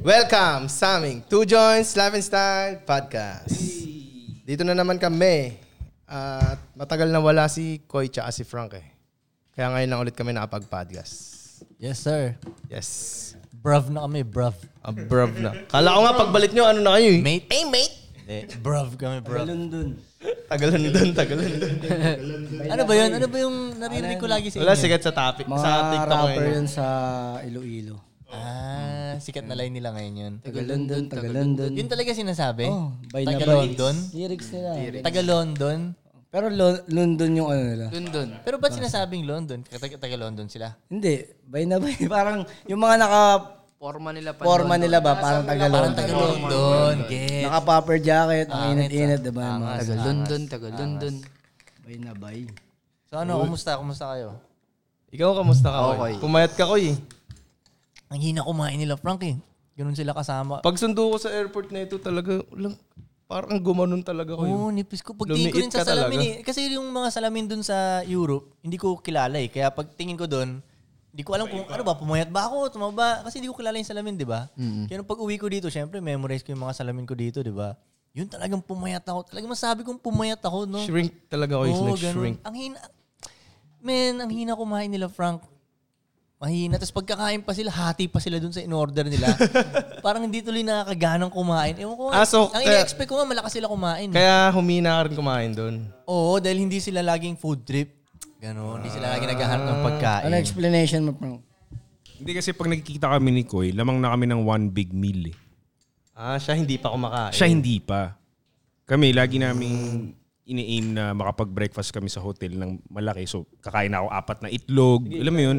Welcome sa aming Two Joints Love and Style Podcast. Dito na naman kami. At matagal na wala si Koy tsaka si Frank eh. Kaya ngayon lang ulit kami nakapag-podcast. Yes, sir. Yes. Bruv na kami, bruv. Abrav na. Kala ko nga pagbalik nyo, ano na kayo eh. Mate. Hey mate! bruv kami, bruv. Tagalan dun, tagalan dun. Ano ba yun? Ano ba yung naririnig ko lagi sa inyo? Wala sikat sa topic. Mga sa TikTok rapper ngayon. yun sa Iloilo. Ah, sikat na line nila ngayon yun. Taga-London, taga-London. Yun talaga sinasabi? Oh, by na Taga by. London? Lyrics nila. Taga London? Pero Lo- London yung ano nila. London. Pero ba't sinasabing London? Taga, taga London sila? Hindi, by na by. Parang yung mga naka Forma nila pa. forma nila ba, parang Parang taga-London. taga London. Get. Naka popper jacket, ang init-init, diba? yung mga- Taga London, taga London. By na by. So ano, kumusta? Kumusta kayo? Ikaw, kamusta ka? Koy? Okay. Pumayat ka, Koy. eh. Ang hina kumain nila, Frank eh. Ganun sila kasama. Pag sundo ko sa airport na ito, talaga, walang, parang gumanon talaga ko yun. Oo, nipis ko. Pagtingin ko Lumiit rin sa ka talaga. salamin eh. Kasi yung mga salamin dun sa Europe, hindi ko kilala eh. Kaya pagtingin ko dun, hindi ko alam kung ano ba, pumayat ba ako, tumaba. Kasi hindi ko kilala yung salamin, di ba? Kaya nung pag uwi ko dito, syempre memorize ko yung mga salamin ko dito, di ba? Yun talagang pumayat ako. Talagang masabi kong pumayat ako, no? Shrink talaga ko yun. Oo, Oh, ganun. shrink. Ang hina. Man, ang hina kumain nila, Frank. Mahina. Tapos pagkakain pa sila, hati pa sila dun sa in-order nila. Parang hindi tuloy nakakaganang kumain. Ewan ko. nga. Ah, so, ang kaya- ina-expect ko nga, malakas sila kumain. Kaya humina ka rin kumain doon. Oo, dahil hindi sila laging food trip. Ganon, hindi sila laging naghahanap Ah. ng pagkain. Ano explanation mo, Frank? Hindi kasi pag nakikita kami ni Koy, lamang na kami ng one big meal eh. Ah, siya hindi pa kumakain. Siya hindi pa. Kami, lagi naming ini-aim na makapag-breakfast kami sa hotel ng malaki. So, kakain na ako apat na itlog. Alam mo yun?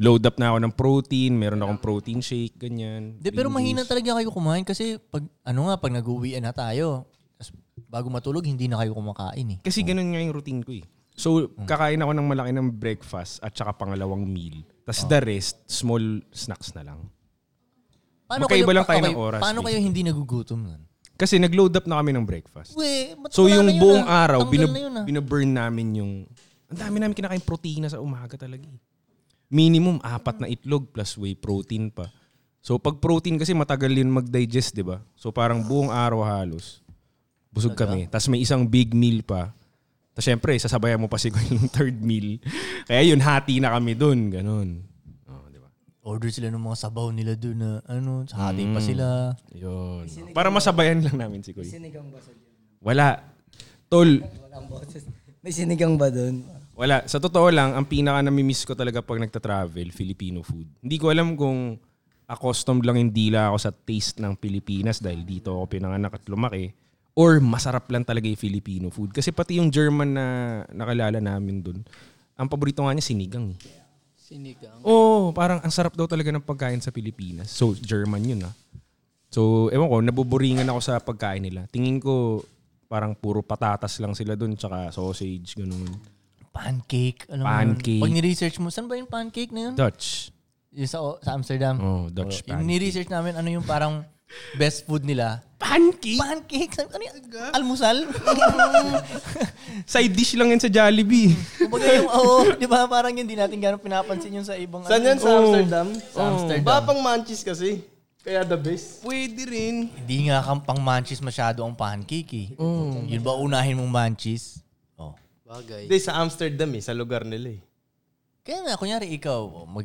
Load up na ako ng protein. Meron akong protein shake, ganyan. Di, pero mahina talaga kayo kumain kasi pag ano nga, pag nag-uwian na tayo, tas bago matulog, hindi na kayo kumakain eh. Kasi ganun nga yung routine ko eh. So, kakain ako ng malaki ng breakfast at saka pangalawang meal. Tapos the rest, small snacks na lang. Magkaiba lang tayo ng oras, Paano eh. kayo hindi nagugutom nun? Kasi nag-load up na kami ng breakfast. We, ba't So wala yung na yun, buong ah? araw, Tanggal binab- na yun, ah. binaburn namin yung... Ang dami namin kinakain protina sa umaga talaga eh. Minimum apat na itlog plus whey protein pa. So pag protein kasi matagal yun mag-digest, di ba? So parang buong araw halos. Busog kami. Tapos may isang big meal pa. Tapos syempre, sasabayan mo pa siguro yung third meal. Kaya yun, hati na kami dun. Ganun. Oh, di ba? Order sila ng mga sabaw nila doon na ano, sa hati pa Mm. sila. Yun. Para masabayan lang namin si Kuy. Sinigang ba sa dyan? Wala. Tol, Walang boses. May sinigang ba doon? Wala. Sa totoo lang, ang pinaka namimiss ko talaga pag nagta-travel, Filipino food. Hindi ko alam kung accustomed lang yung dila ako sa taste ng Pilipinas dahil dito ako pinanganak at lumaki. Or masarap lang talaga yung Filipino food. Kasi pati yung German na nakalala namin dun, ang paborito nga niya sinigang. eh. Sinigang. Oo, oh, parang ang sarap daw talaga ng pagkain sa Pilipinas. So, German yun ah. So, ewan ko, nabuburingan ako sa pagkain nila. Tingin ko, parang puro patatas lang sila dun, tsaka sausage, ganun. Pancake. Alam mo yun. Pancake. Pag ni-research mo, saan ba yung pancake na yun? Dutch. Yung sa, sa Amsterdam. Oh, Dutch Yung pancake. ni-research namin, ano yung parang best food nila. Pancake? Pancake? Sabi, ano yan? Almusal? Side dish lang yan sa Jollibee. Kumbaga yung, oo, di ba? Parang yun, di natin gano'ng pinapansin yun sa ibang... ano. Saan yan? Sa Amsterdam? Sa Oh. Amsterdam. Ba pang Manchis kasi. Kaya the best. Pwede rin. Hindi nga kang pang manchis masyado ang pancake eh. Yun ba unahin mong manchis? Oh. Bagay. Hindi, sa Amsterdam eh. Sa lugar nila eh. Kaya nga, kunyari ikaw, oh, mag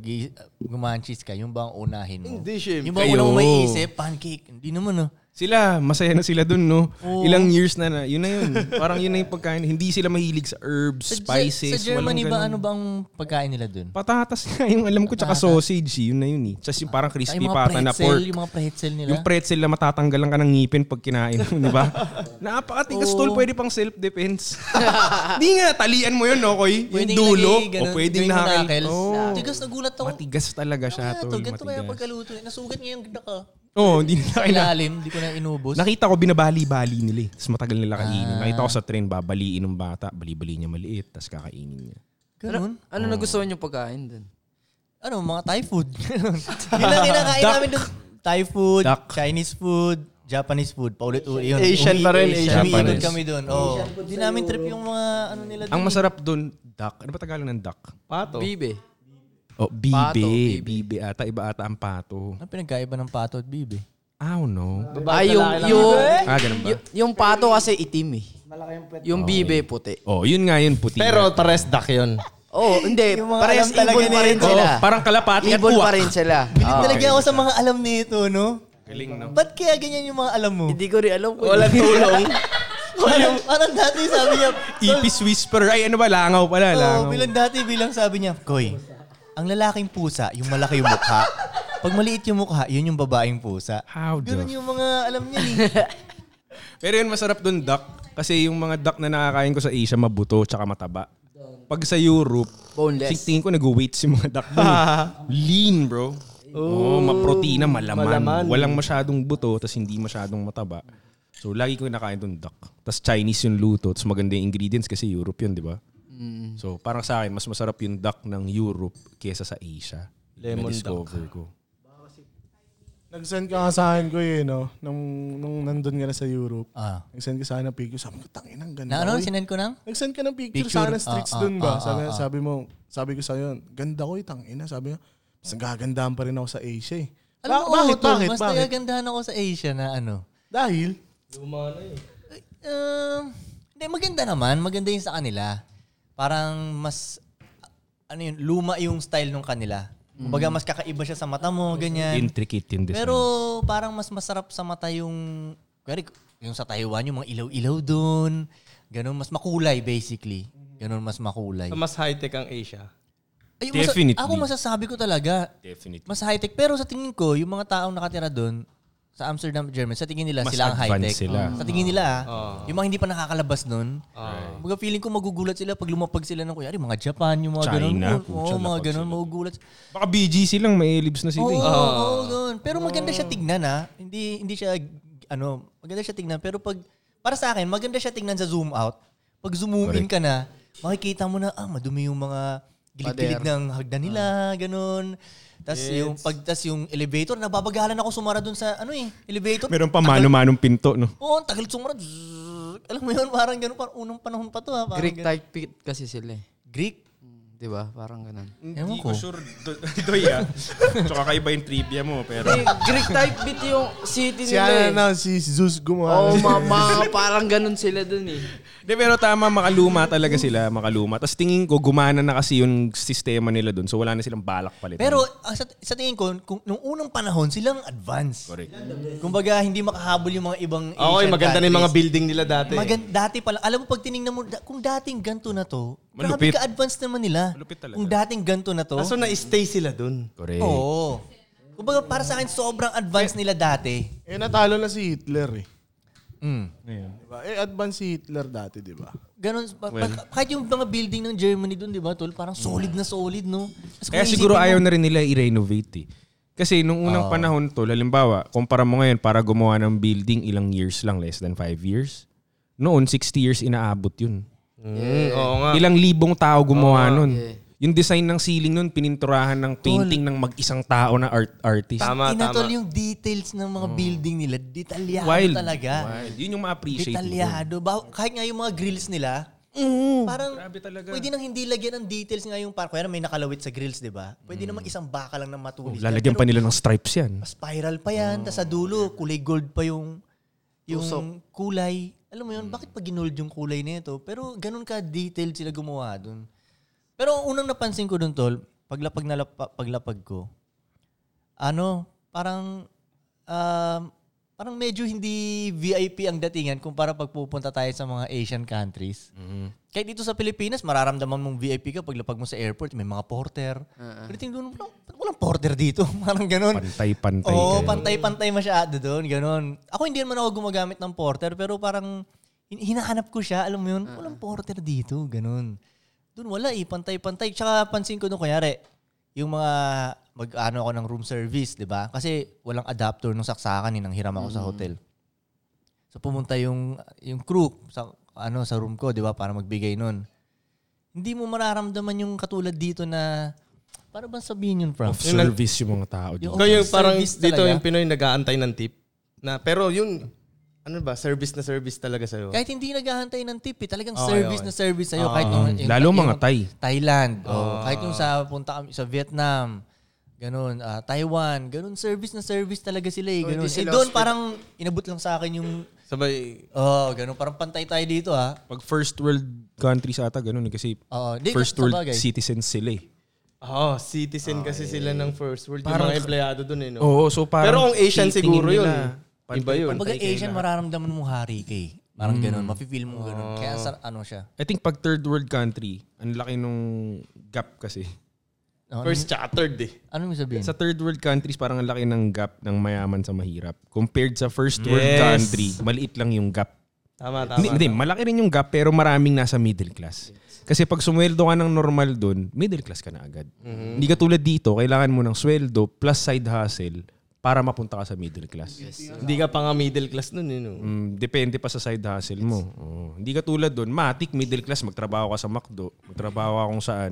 manchis ka, yung ba ang unahin mo? Hindi, syempre. Yung ba ang unang Kayo. may isip, pancake? Hindi naman oh. Sila, masaya na sila dun, no? Ilang years na na. Yun na yun. Parang yun na yung pagkain. Hindi sila mahilig sa herbs, Sa, sa, spices. sa Germany walang ba, ganun. ano bang pagkain nila dun? Patatas nga yung alam ko, tsaka sausage. Yun na yun eh. Tapos yung parang Ay, crispy yung mga pata na pretzel, pork. yung mga pretzel nila. Yung pretzel na matatanggal lang ka ng ngipin pag kinain mo, di ba? Napakatigas tol, pwede pang self-defense. Di nga, talian mo yun, no, Koy? Yung Pwedeng dulo. ilagay, ganun. o pwedeng Ganun yung nakakil. knuckles. Oh, Tigas, nagulat ako. matigas talaga siya, Kaya tol. to, ganito kaya matigas. pagkaluto. eh. Nasugat niya yung ganda ka. Oo, hindi nila kailangan. Ilalim, di ko na inubos. Nakita ko binabali-bali nila eh. Tapos matagal nila kainin. Nakita ko sa train, babaliin ng bata. Bali-bali niya maliit, tapos kakainin niya. Ganun. Ano nagustuhan yung pagkain dun? Ano, mga Thai food. Yun lang kinakain namin doon. Thai food, Duck. Chinese food, Japanese food. Paulit-ulit yun. Asian Uwi- pa rin, Asian. Umiikot Japanese. kami doon. Oh. Di namin trip yung mga ano nila Ang dun. masarap doon, duck. Ano ba Tagalog ng duck? Pato. Bibe. Oh, bibe. Pato, bibe. bibe. ata. Iba ata ang pato. Ano pinagkaiba ng pato at bibi? I don't know. Ah, yung, yung, Ah, ganun ba? y- yung pato kasi itim eh. Yung bibe puti. Oh, yun nga yun, puti. Pero pares duck yun. Oh, hindi. Yung mga Parehas alam talaga ibon pa ni rin Oo, sila. Oh, parang kalapati at Ibon uwak. pa rin sila. Bilib Ah. talaga ako sa mga alam nito, no? Galing, no? Ba't kaya ganyan yung mga alam mo? Hindi ko rin alam ko. Walang tulong. parang, parang dati sabi niya, Ipis whisper. Ay, ano ba? Langaw pala. oh, langaw. bilang dati bilang sabi niya, Koy, ang lalaking pusa, yung malaki yung mukha. Pag maliit yung mukha, yun yung babaeng pusa. How the Ganun yung mga alam niya eh. ni. Pero yun, masarap dun duck. Kasi yung mga duck na nakakain ko sa Asia, mabuto tsaka mataba. Pag sa Europe, Boneless. sig- tingin ko nag-weight si mga duck dun. eh. Lean, bro. Oh, maprotina, malaman. Walang masyadong buto, tas hindi masyadong mataba. So, lagi ko kinakain tong duck. Tas Chinese yung luto, tas maganda yung ingredients kasi Europe yun, di ba? Mm. So, parang sa akin, mas masarap yung duck ng Europe kesa sa Asia. Lemon discover ko. Nag-send ka nga sa akin ko eh, no? Nung, nung nandun ka na sa Europe. ah. Nag-send ka sa akin ng picture. Sabi ko, tangin ang ganda. Na ano, oy." sinend ko nang? Nag-send ka ng picture, Picture, sa akin ng ah, streets ah, dun ba? ah, sabi, ah, ah. sabi mo, sabi ko sa'yo, ganda ko eh, tangina. Sabi niya, mas nagagandahan pa rin ako sa Asia eh. Ba- Alam mo, bakit, oo, Tol, bakit, mas bakit? nagagandahan ako sa Asia na ano. Dahil, eh. Um, hindi, maganda naman. Maganda yun sa kanila. Parang mas, ano yun, luma yung style nung kanila. Kumbaga, mas kakaiba siya sa mata mo, ganyan. Intricate yung design. Pero parang mas masarap sa mata yung, kaya yung sa Taiwan, yung mga ilaw-ilaw doon. Ganun, mas makulay basically. Ganun, mas makulay. Mas high-tech ang Asia. Ay, masa- Definitely. ako masasabi ko talaga, Definitely. mas high-tech. Pero sa tingin ko, yung mga taong nakatira doon, sa Amsterdam, Germany, sa tingin nila, Mas sila ang high-tech. advanced sila. Sa tingin nila, ah, yung mga hindi pa nakakalabas nun, mga feeling ko magugulat sila pag lumapag sila ng kuya. mga Japan, yung mga ganun. China, Oo, putya, mga lapag ganun, magugulat. Baka BGC lang, may elibs na Oo, sila. eh. oo, ganun. Pero maganda siya tignan ah. Hindi, hindi siya, ano, maganda siya tignan. Pero pag, para sa akin, maganda siya tignan sa zoom out. Pag zoom in ka na, makikita mo na, ah, madumi yung mga gilid-gilid ng hagdan nila, ganun. Tapos yung, pag, tas yung elevator, nababagalan ako sumara dun sa, ano eh, elevator. Meron pa mano-manong pinto, no? Oo, ang tagal sumara. Zzz. Alam mo yun, parang ganun, parang unang panahon pa to ha. Parang Greek ganun. type pit kasi sila eh. Greek? Mm, Di ba? Parang ganun. Ewan ko. sure, do- doy ah. Tsaka kaiba yung trivia mo, pero... Eh, Greek type beat yung city si nila eh. ano na, si Zeus gumawa. Oh, ng- ma- mga parang ganun sila dun eh. De, pero tama, makaluma talaga sila, makaluma. Tapos tingin ko, gumana na kasi yung sistema nila dun. So wala na silang balak palitan. Pero ah, sa, sa tingin ko, kung, nung unang panahon, silang advance. Correct. Kumbaga, hindi makahabol yung mga ibang Asian Ah, Okay, maganda na yung mga countries. building nila dati. Magan- dati pala. Alam mo, pag tinignan mo, da- kung dating ganto na to, Malupit. grabe ka-advance naman nila. Malupit talaga. Kung dating ganto na to, Kaso na-stay sila dun. Correct. oo. Kumbaga, para sa akin, sobrang advance nila dati. Eh, natalo na si Hitler eh. Mm. Diba? Eh, advance si Hitler dati, di ba? Ganun, pa- pa- kahit yung mga building ng Germany doon, di ba, tol? Parang solid na solid, no? Tapos Kaya kung siguro isipin mo- ayaw na rin nila i-renovate eh. Kasi nung unang panahon to, halimbawa, kumpara mo ngayon para gumawa ng building, ilang years lang, less than 5 years. Noon, 60 years inaabot yun. Mm, oo Ah. nga. Ilang libong tao gumawa nun. Yung design ng ceiling nun, pininturahan ng painting ng mag-isang tao na art artist. Tama, tama. Tinatol yung details ng mga building nila. Detalyado Wild. talaga. Wild. Yun yung ma-appreciate mo. dun. Detalyado. Ba- kahit nga yung mga grills nila, parang pwede nang hindi lagyan ng details nga yung parang. Kaya may nakalawit sa grills, di ba? Pwede naman isang baka lang na matulis. yan. Mm. Oh, Lalagyan pa nila ng stripes yan. Spiral pa yan. tas sa dulo, kulay gold pa yung yung kulay. Alam mo yun, bakit pa ginold yung kulay nito? Pero ganun ka detailed sila gumawa dun. Pero ang unang napansin ko dun, Tol, paglapag na lapa- paglapag ko, ano, parang, um, parang medyo hindi VIP ang datingan kumpara pag pupunta tayo sa mga Asian countries. Kahit dito sa Pilipinas, mararamdaman mong VIP ka paglapag mo sa airport, may mga porter. Pero tingnan mo, walang, walang porter dito. parang ganun. Pantay-pantay. Oo, kayo. pantay-pantay masyado doon, ganun. Ako hindi naman ako gumagamit ng porter, pero parang hin- hinahanap ko siya, alam mo yun, walang porter dito, ganun. Doon wala eh, pantay-pantay. Tsaka pansin ko nung kunyari, yung mga mag-ano ako ng room service, di ba? Kasi walang adapter nung saksakan, yun ang hiram ako sa hotel. So pumunta yung yung crew sa ano sa room ko, 'di ba, para magbigay nun. Hindi mo mararamdaman yung katulad dito na para bang sabihin yun, Frank? Of service yung mga tao dito. Yung- Kaya yung Service parang dito talaga. yung Pinoy nag-aantay ng tip. Na, pero yun, ano ba, service na service talaga sa'yo. Kahit hindi naghahantay ng tip, eh, talagang Okay, service okay. na service sa'yo. kahit yung, yung- Ah, Lalo yung- mga Thai. Thailand. Oh, Kahit yung sa punta kami sa Vietnam, ganun, ah, Taiwan, ganun service na service talaga sila eh. Ganun. Eh, doon parang inabot lang sa akin yung Sabay, oh, ganun parang pantay tayo dito ha. Pag first world countries ata, ganun eh, kasi Oo, di, first sa world bagay. citizens sila eh. oh, citizen kasi sila ng first world. Parang- yung mga empleyado dun eh, no? Oo, so parang Pero kung Asian titingin siguro yun. nila, pantay- Iba yun. Kumbaga Asian, mararamdaman mo hari ka eh. Parang Hmm. ganun, mafe-feel mo ganun. Kaya Oh. sa, ano siya. I think pag third world country, ang laki nung gap kasi. Ano, First tsaka third eh. ano yung sabihin? Sa third world countries, parang ang laki ng gap ng mayaman sa mahirap. Compared sa first world Yes. country, maliit lang yung gap. Tama, tama. Hindi, hindi, malaki rin yung gap pero maraming nasa middle class. Kasi pag sumweldo ka ng normal doon, middle class ka na agad. Mm-hmm. Hindi ka tulad dito, kailangan mo ng sweldo plus side hustle para mapunta ka sa middle class. Hindi ka pa nga middle class nun eh, no? Mm, depende pa sa side hustle mo. Oo. Hindi ka tulad doon, matik, middle class, magtrabaho ka sa McDo, magtrabaho ka kung saan,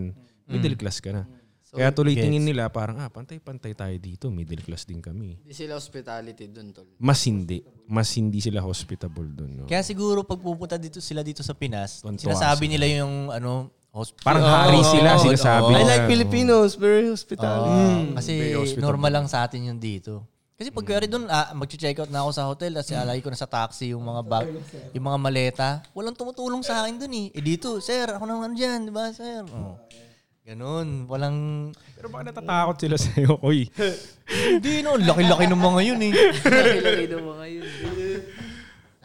Mm. middle class ka na. Kaya tuloy tingin nila parang, ah, pantay-pantay tayo dito, middle class din kami. Hindi sila hospitality dun, tol. Mas hindi. Mas hindi sila hospitable doon. No? Kaya siguro pag pupunta dito sila dito sa Pinas, Tuntua sinasabi nila yung ano, hospital. Parang hari sila, sinasabi. I nila. like Filipinos, very hospital. Ah. Ah, kasi normal lang sa atin yung dito. Kasi pag kuwari doon, ah, mag-check out na ako sa hotel, tapos alay ko na sa taxi yung mga bag, yung mga maleta. Walang tumutulong sa akin doon eh. Eh dito, sir, ako naman ano dyan, di ba, sir? Oh. Ganun, walang... Pero baka natatakot sila sa'yo. Uy, Hindi no, laki-laki ng mga yun eh. Laki-laki ng mga yun.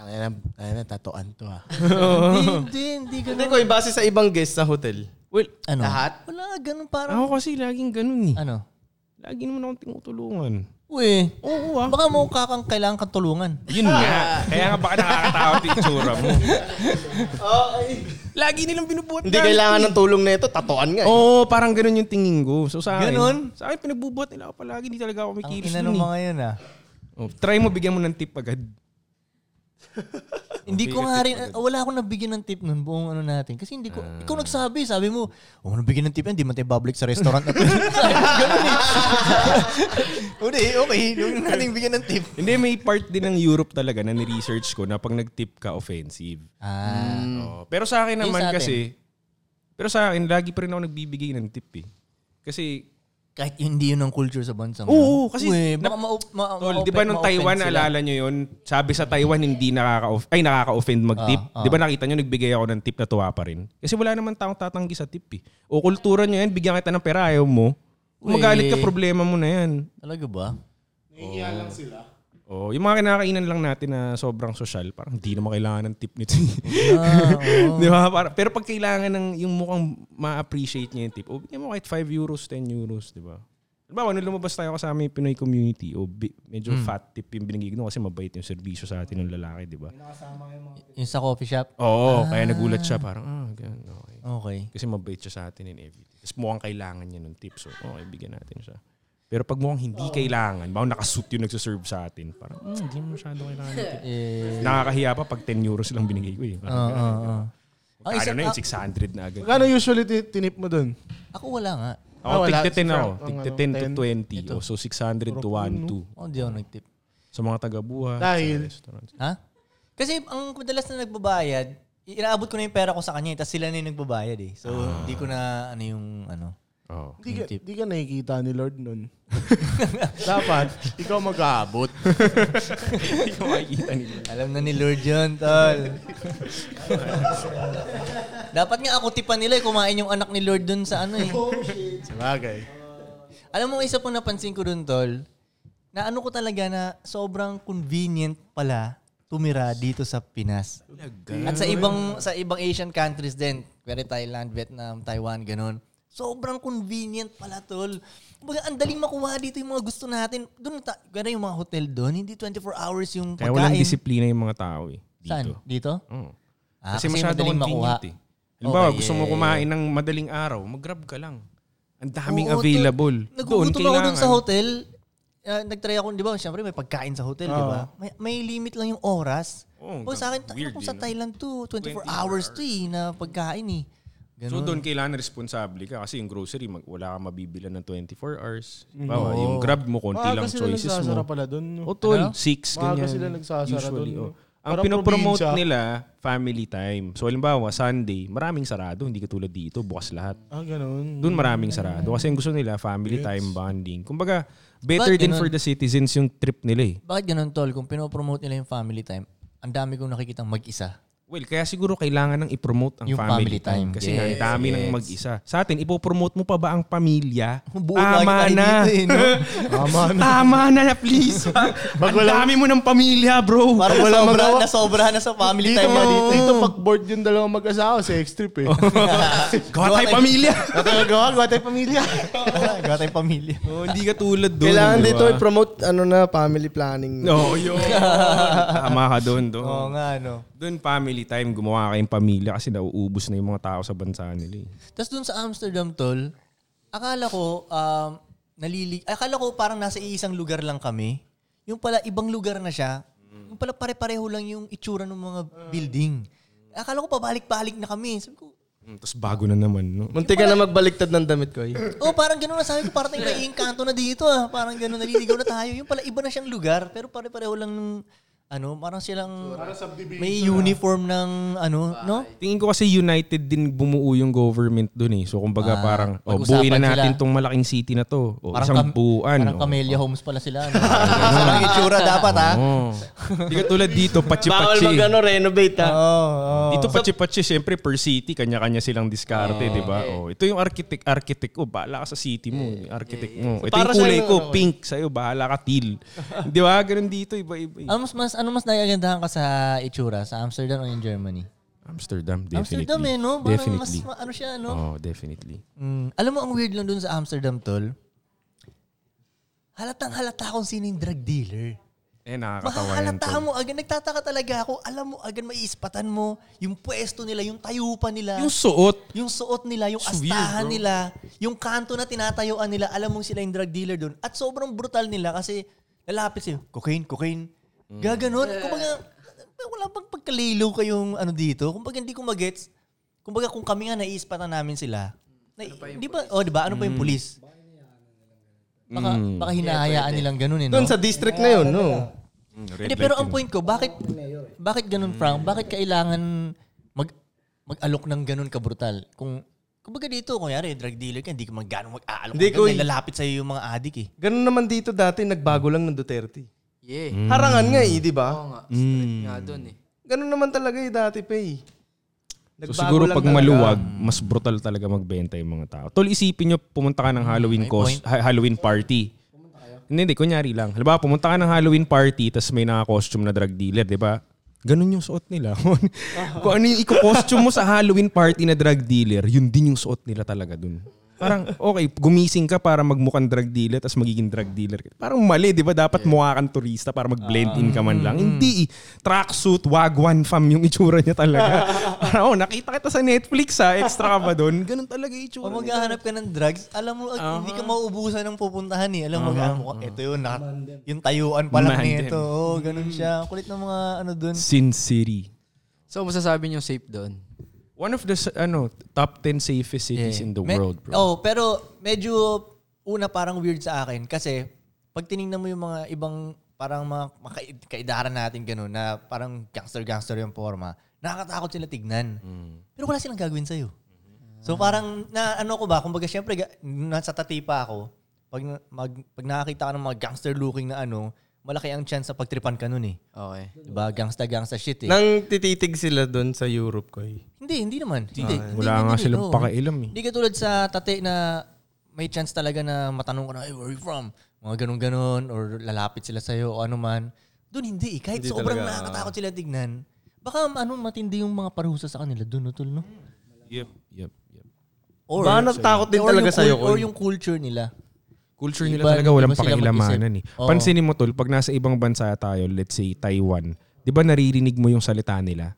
Ayun, ayun, tatuan to ah. hindi, hindi, hindi, Hindi ganun. ko, eh, base sa ibang guest sa hotel. well, Ano? Wala, ganun parang... ako kasi laging ganun eh. Ano? Lagi naman akong tinutulungan. Uy, oo ah. Baka mukha kang kailangan kang tulungan. Yun nga. Kaya nga baka nakakatakot yung tsura mo. Lagi nilang binubuhat Hindi gamit kailangan eh. ng tulong na ito, tatuan nga eh. Oo, parang ganun yung tingin ko. So sa akin, Ganun? sa akin pinagbubuhat nila ako palagi. Hindi talaga ako Ang kumikilos ina dun ng eh. mga yun ah. Oh, try mo, bigyan mo ng tip agad. Hindi ko nga rin, eh, wala akong nabigyan ng tip nun buong ano natin. Kasi hindi ko, Ah. ikaw nagsabi, sabi mo, oh, nabigyan ng tip yan, di man tayo public sa restaurant na to. Ganun eh. Uli, okay, huwag na natin bigyan ng tip. Hindi, may part din ng Europe talaga na ni-research ko na pag nag-tip ka, offensive. Ah, Oo. Pero sa akin naman sa atin. kasi, pero sa akin, lagi pa rin ako nagbibigay ng tip eh. Kasi, kahit hindi yun ang culture sa bansang. Oo, kasi- Uy, baka ma- ma- tol, ma- di ba nung ma-offend Taiwan, sila? naalala nyo yun, sabi sa Taiwan, hindi nakaka-off, ay, nakaka-offend mag-tip. Ah, Di ba nakita nyo, nagbigay ako ng tip na tuwa pa rin? Kasi wala naman taong tatanggi sa tip eh. O kultura nyo yan, bigyan kita ng pera, ayaw mo. Kung magalit ka, problema mo na yan. Talaga ba? Oh, yung mga kinakainan lang natin na sobrang social, parang hindi naman kailangan ng tip nito. Di ba? Para- pero pag kailangan ng yung mukhang ma-appreciate niya yung tip, o bigyan mo kahit 5 euros, 10 euros, di ba? Halimbawa, nung lumabas tayo kasama yung Pinoy community, o bi- medyo fat tip yung binigay ko no, kasi mabait yung serbisyo sa atin ng lalaki, di ba? Yung sa coffee shop? Oo, kaya nagulat siya, parang, ah, ganun, okay. Okay. Kasi mabait siya sa atin in everything. Tapos mukhang kailangan niya ng tip, so okay, bigyan natin siya. Pero pag mukhang hindi kailangan, baka nakasuit yung nagsaserve sa atin, parang, "Hmm, hindi mo masyado kailangan ng tip. Eh, Nakakahiya pa pag 10 euros lang binigay ko eh. oo, Parang, oo, oo. Ang Kano isa- Ah, na yun, 600 na agad. Magkano usually ti- tinip mo dun? Ako wala nga. Ako, wala. tigte 10 ako. Ang Tigte ano, 10 to 20. O, so 600 to 1, 2. Ako hindi Oh, ako nag-tip. Sa mga taga-buha. Dahil- Ha? Kasi ang madalas na nagbabayad, i- inaabot ko na yung pera ko sa kanya, tapos sila na yung nagbabayad eh. So, Ah. hindi ko na ano yung ano. Oh. Di Yung ka, tip. di ka nakikita ni Lord nun. Dapat, ikaw mag-aabot. Hindi ko makikita nila. Alam na ni Lord yun, tol. Dapat nga ako tipan nila eh, kumain yung anak ni Lord dun sa ano eh. Sabagay. Alam mo, isa pong napansin ko dun, tol, na ano ko talaga na sobrang convenient pala tumira dito sa Pinas. At sa ibang sa ibang Asian countries din, kuwari Thailand, Vietnam, Taiwan, ganun. Sobrang convenient pala, tol. Kumbaga, ang daling makuha dito yung mga gusto natin. Doon, ta- kuwari yung mga hotel doon, hindi 24 hours yung Kaya pagkain. walang disiplina yung mga tao eh. Saan? Dito. Dito? Oo. Ah, kasi, kasi masyado madaling convenient makuha. eh. Halimbawa, Okay, gusto mo yeah, yeah, kumain ng madaling araw, mag-grab ka lang. Ang daming Oo, tol. available. Doon Nagugutom ako dun sa kailangan. hotel. Ah, nagtry ako, di ba? Siyempre, may pagkain sa hotel, di ba? May, may limit lang yung oras. Oo, Pag sa akin, tayo weird kung yun, sa no? Thailand to, 24 hours to eh, na pagkain eh. Ganun. So doon kailangan responsable ka kasi yung grocery mag, wala kang mabibilan ng 24 hours. Bawa, yung grab mo konti Maaga lang sila choices nagsasara mo. Oh, pala dun. no? Ano? O Oh, tol, 6 Maaga ganyan. sila nagsasara Usually, oh. dun, no? Ang Parang pinopromote probinsya. nila, family time. So, halimbawa, Sunday, maraming sarado. Hindi katulad dito, bukas lahat. Ah, ganun. Doon maraming sarado. Kasi ang gusto nila, family time bonding. Kumbaga, better Ba't din ganun? for the citizens yung trip nila eh. Bakit ganun, Tol? Kung pinopromote nila yung family time, ang dami kong nakikitang mag-isa. Well, kaya siguro kailangan ng ipromote ang Yung family, family time. time. Yes, Kasi nga, ang dami ng mag-isa. Sa atin, ipopromote mo pa ba ang pamilya? Buo tayo Tama na. dito eh, no? Tama na. Tama na, please. ang dami mo ng pamilya, bro. Parang Wala sobra magawa. na sobra na sa family Dito, time na dito. eh. dito pakboard yung dalawang mag-asawa sa X-Trip eh. Gawa tayo pamilya. Natagawa, gawa tayo pamilya. Gawa tayong pamilya. oh, hindi ka tulad doon. Kailangan di dito ba? i-promote ano na family planning. Oo, yun. Tama ka doon. doon. Oo nga, no? Doon family time, gumawa kayong pamilya kasi nauubos na yung mga tao sa bansa nila. eh. Tapos dun sa Amsterdam, Tol, akala ko, um, nalili... Akala ko parang nasa iisang lugar lang kami. Yung pala, ibang lugar na siya. Yung pala, pare-pareho lang yung itsura ng mga building. Akala ko, pabalik-balik na kami. Sabi ko, Mm, Tapos bago na naman, no? Munti ka na magbaliktad ng damit ko. eh. oh, parang ganun na sabi ko, parang tayong naiingkanto na dito ah. Parang ganun, naliligaw na tayo. Yung pala, iba na siyang lugar, pero pare-pareho lang ng, ano, parang silang may uniform ng, ano, no? Tingin ko kasi united din bumuo yung government doon eh. So kumbaga parang, Ah, oh, pag-usapan buuin na natin sila. tong malaking city na to. O, Parang, isang oh. kam- buuan. parang o. Camellia Homes pala sila. No? Parang itsura dapat ah. ha. Oo. Hindi Oh. ka tulad dito, Bawal pachi-pachi. mag ano, renovate Ah. ha. Dito Oh. pachi-pachi, syempre per city, kanya-kanya silang diskarte, di ba? Oh, ito yung architect, architect ko, bahala ka sa city mo, yung architect mo. Ito para yung kulay sa'yo, ko, ano, pink, sa'yo, bahala ka teal. di ba? Ganun dito, iba-iba. eh. Ano mas, mas, ano mas naiagandahan ka sa itsura? Sa Amsterdam o in Germany? Amsterdam, definitely. Amsterdam eh, no? Parang Definitely. mas, ma- ano siya, no? Oh, definitely. Mm. Alam mo, ang weird lang dun sa Amsterdam, tol. Halatang halata kung sino yung drug dealer. Eh, nakakatawa yan. Mahahalata tol. mo agad. Nagtataka talaga ako. Alam mo, agad maiispatan mo yung pwesto nila, yung tayupa nila. Yung suot, Yung suot nila, yung So weird, astahan bro. nila, yung kanto na tinatayuan nila, alam mong sila yung drug dealer doon. At sobrang brutal nila kasi lalapit sa'yo, cocaine, cocaine. Mm. Gaganon. Kumbaga, wala bang pagkalilo kayong ano dito? Kumbaga hindi ko magets. Kumbaga kung kami nga naiispatan namin sila, na, di ba, oh, di ba, ano pa Mm. yung pulis? Baka, baka hinahayaan nilang ganun eh, no? Doon sa district na yun, no? Hindi, pero ang point ko, bakit bakit ganun, Frank? Bakit kailangan mag mag-alok ng ganun ka brutal? Kung kumbaga dito, kunyari, drug dealer ka, hindi ka man ganun mag-aalok. Hindi Hindi ko- ko lalapit sa yung mga adik eh. Ganun naman dito dati, nagbago lang ng Duterte. Yeah. Hmm. Harangan nga eh, di Oo ba? nga, strict nga doon eh. Ganun naman talaga eh dati pa eh. Nagbago So siguro lang pag talaga. maluwag, mas brutal talaga magbenta yung mga tao. Tol, isipin nyo, pumunta ka ng Halloween, cos, ha- Halloween party. Hindi, hindi. Kunyari lang. Halimbawa, pumunta ka ng Halloween party tapos may naka-costume na drug dealer, di ba? Ganun yung suot nila. Kung ano yung iko-costume mo sa Halloween party na drug dealer, yun din yung suot nila talaga dun. Parang, okay, gumising ka para magmukhang drug dealer tapos magiging drug dealer. ka. Parang mali, di ba? Dapat mukha kang turista para mag-blend in ka Ah. man Mm. lang. Hindi. eh. Tracksuit, wagwan fam yung itsura niya talaga. parang, oh, nakita kita sa Netflix ha. Extra ka ba dun? Ganun talaga yung itsura Pag maghahanap ka ng drugs, alam mo, hindi ka mauubusan ng pupuntahan eh. Alam mo, uh ito yun, naka, yung tayuan pa lang Mandem. nito. Oo, ganun siya. Kulit ng mga ano dun. Sin City. So, masasabi niyo safe doon? One of the s- ano top 10 safest cities in the Me- world, bro. Oh, pero medyo una parang weird sa akin kasi pag tiningnan mo yung mga ibang parang mga, mga kai- kaidaran natin ganun na parang gangster-gangster yung forma, nakakatakot sila tignan. Mm. Pero wala silang gagawin sa'yo. So parang na ano ko ba, kumbaga syempre ga- nasa tatipa ako, pag, na- mag, pag nakakita ka ng mga gangster looking na ano, malaki ang chance sa pagtripan ka nun eh. Okay. Diba? Gangsta-gangsta shit eh. Nang tititig sila doon sa Europe ko eh. Hindi, hindi naman. Hindi, hindi, Ah, Wala hindi, nga hindi, silang oo. pakialam eh. Hindi ka tulad sa tate na may chance talaga na matanong ka na, hey, where are you from? Mga ganun-ganun, or lalapit sila sa'yo, o ano man. Doon hindi eh. Kahit sobrang nakakatakot sila tignan, baka ano, matindi yung mga parusa sa kanila doon, no, tol, no? Yep, yep, yep. Or, Baka natatakot Ano, din or talaga yung sa'yo, cul- Or Koy. yung culture nila. Culture nila Iba, talaga hindi walang ba sila pakilamanan eh. mag-isip? Oh. Oo. Pansinin mo tol, pag nasa ibang bansa tayo, let's say Taiwan, 'di ba naririnig mo yung salita nila?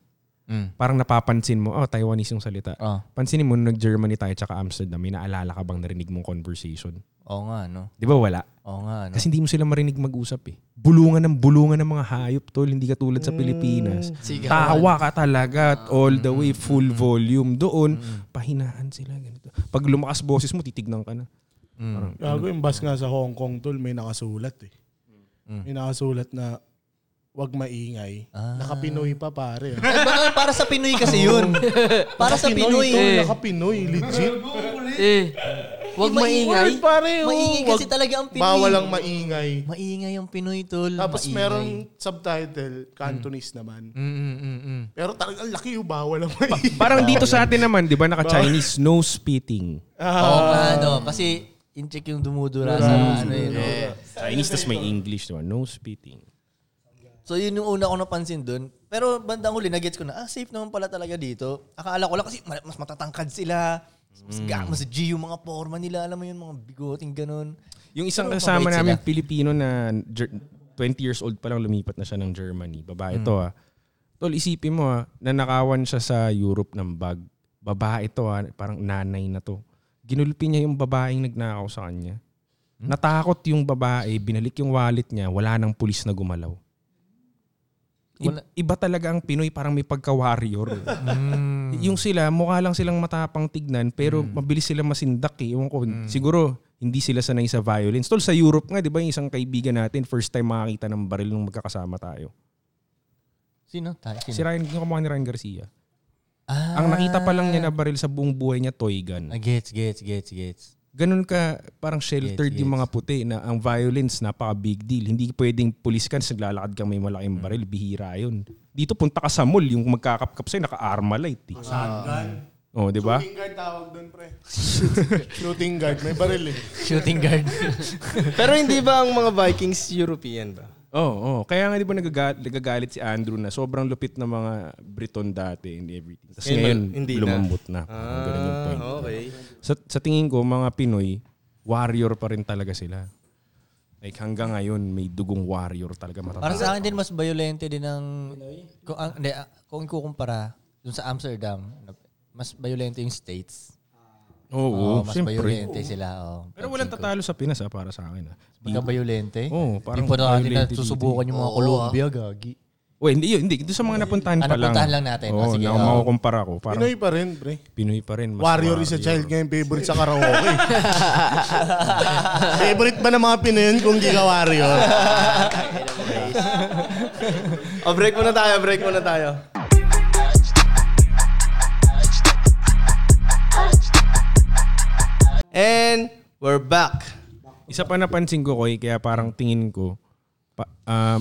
Parang napapansin mo, oh, Taiwanese yung salita. Oo. Pansinin mo nung nag-Germany tayo tsaka Amsterdam, may naalala ka bang narinig mong conversation? Oo nga, no? 'Di ba wala? Oo nga, no? Kasi hindi mo sila marinig mag-usap eh. Bulungan ng bulungan ng mga hayop tol, hindi ka tulad sa Pilipinas. Sige. Tawa ka talaga all the way full volume doon, pahinaan sila ganito. Pag lumakas boses mo, titignan ka na. Mm. Gago, yung bus nga sa Hong Kong, tol, may nakasulat eh. May nakasulat na wag maingay. Ah. Nakapinoy pa pare. Ay, baka para sa Pinoy kasi yun. para sa Pinoy. Tol, Nakapinoy, legit. Eh, wag maingay. pare. oo, Maingay wag- kasi talaga ang Pinoy. Bawal ang maingay. Maingay ang Pinoy, tol. Tapos Maingay. merong subtitle, Cantonese naman. Mm, mm, mm. Pero talagang laki yung bawal ang maingay. Parang dito sa atin naman, di ba, naka-Chinese, no spitting. Oo nga, no. Kasi in-check yung dumudula sa Mm-hmm. ano yun. no? Chinese, tas may English, di ba? No spitting. So yun yung una ko napansin dun. Pero bandang huli, nag-gets ko na, ah, safe naman pala talaga dito. Akala ko lang kasi ma- mas matatangkad sila. Mas Mm. ga, mas G yung mga forma nila. Alam mo yun, mga bigoting ganun. Yung isang Pero kasama mabait namin sila. Pilipino na Ger- 20 years old pa lang lumipat na siya ng Germany. Babae Mm. to ah. Tol, isipin mo ah, nanakawan siya sa Europe ng bag. Babae to ah, parang nanay na to. Ginulpi niya yung babaeng nagnakaw sa kanya. Hmm? Natakot yung babae, binalik yung wallet niya, wala nang pulis na gumalaw. I- Wala. Iba talaga ang Pinoy, parang may pagka-warrior. Mm. Yung sila, mukha lang silang matapang tignan, pero mabilis sila masindak eh. Ewan ko, Mm. siguro hindi sila sanay sa violence. Tol, sa Europe nga, di ba, yung isang kaibigan natin, first time makakita ng baril nung magkakasama tayo. Sino? Tayo, Si sino? Ryan, yung kamukha ni Ryan Garcia. Mm. Ah, Ang nakita pa lang niya na baril sa buong buhay niya, toy gun. ah, gets, gets, gets, gets. Ganun ka, parang sheltered Yes, yung yes. mga puti na ang violence, napaka-big deal. Hindi pwedeng pulis ka, naglalakad ka may Mm. malaking baril, bihira yun. Dito punta ka sa mall, yung magkakapkap sa'yo, naka-armalite. Eh. Oh, di ba? Shooting guard tawag doon, pre. Shooting guard. May baril eh. Shooting guard. Pero hindi ba ang mga Vikings European ba? Oo, oh, Kaya nga di ba nagaga- nagagalit si Andrew na sobrang lupit ng mga Briton dati and everything. Tapos Ngayon, ngayon, hindi na. lumambot na. Ah, Parang ganun yung point. Ah, okay. Sa, sa tingin ko, mga Pinoy, warrior pa rin talaga sila. Like hanggang ngayon, may dugong warrior talaga Para matatapos. sa akin din, mas violente din ang... Kung, ang, hindi, ah, kung ikukumpara dun sa Amsterdam, mas violente yung states. Ah, Oo, mas siyempre. violente sila. Oh. Pero walang tatalo sa Pinas ah, para sa akin. Ah. Pagka Diba? violente. Oo, parang Hindi pa natin violente dito. nasusubukan yung mga Colombia, gagi. Well, hindi, yun, hindi. Doon sa mga napuntahan Ah, pa lang. napuntahan lang natin. Ah, Oo, sige, Ah. na, oo. makukumpara ko. Parang Pinoy, Pinoy pa rin, pre. pa rin. mas Warrior is a child ngayon favorite sa karaoke. favorite ba ng mga Pinoy yun kung di ka warrior? O Oh, break muna tayo, break muna tayo. And we're back. Isa pa napansin ko, Koy, kaya parang tingin ko, pa- ah,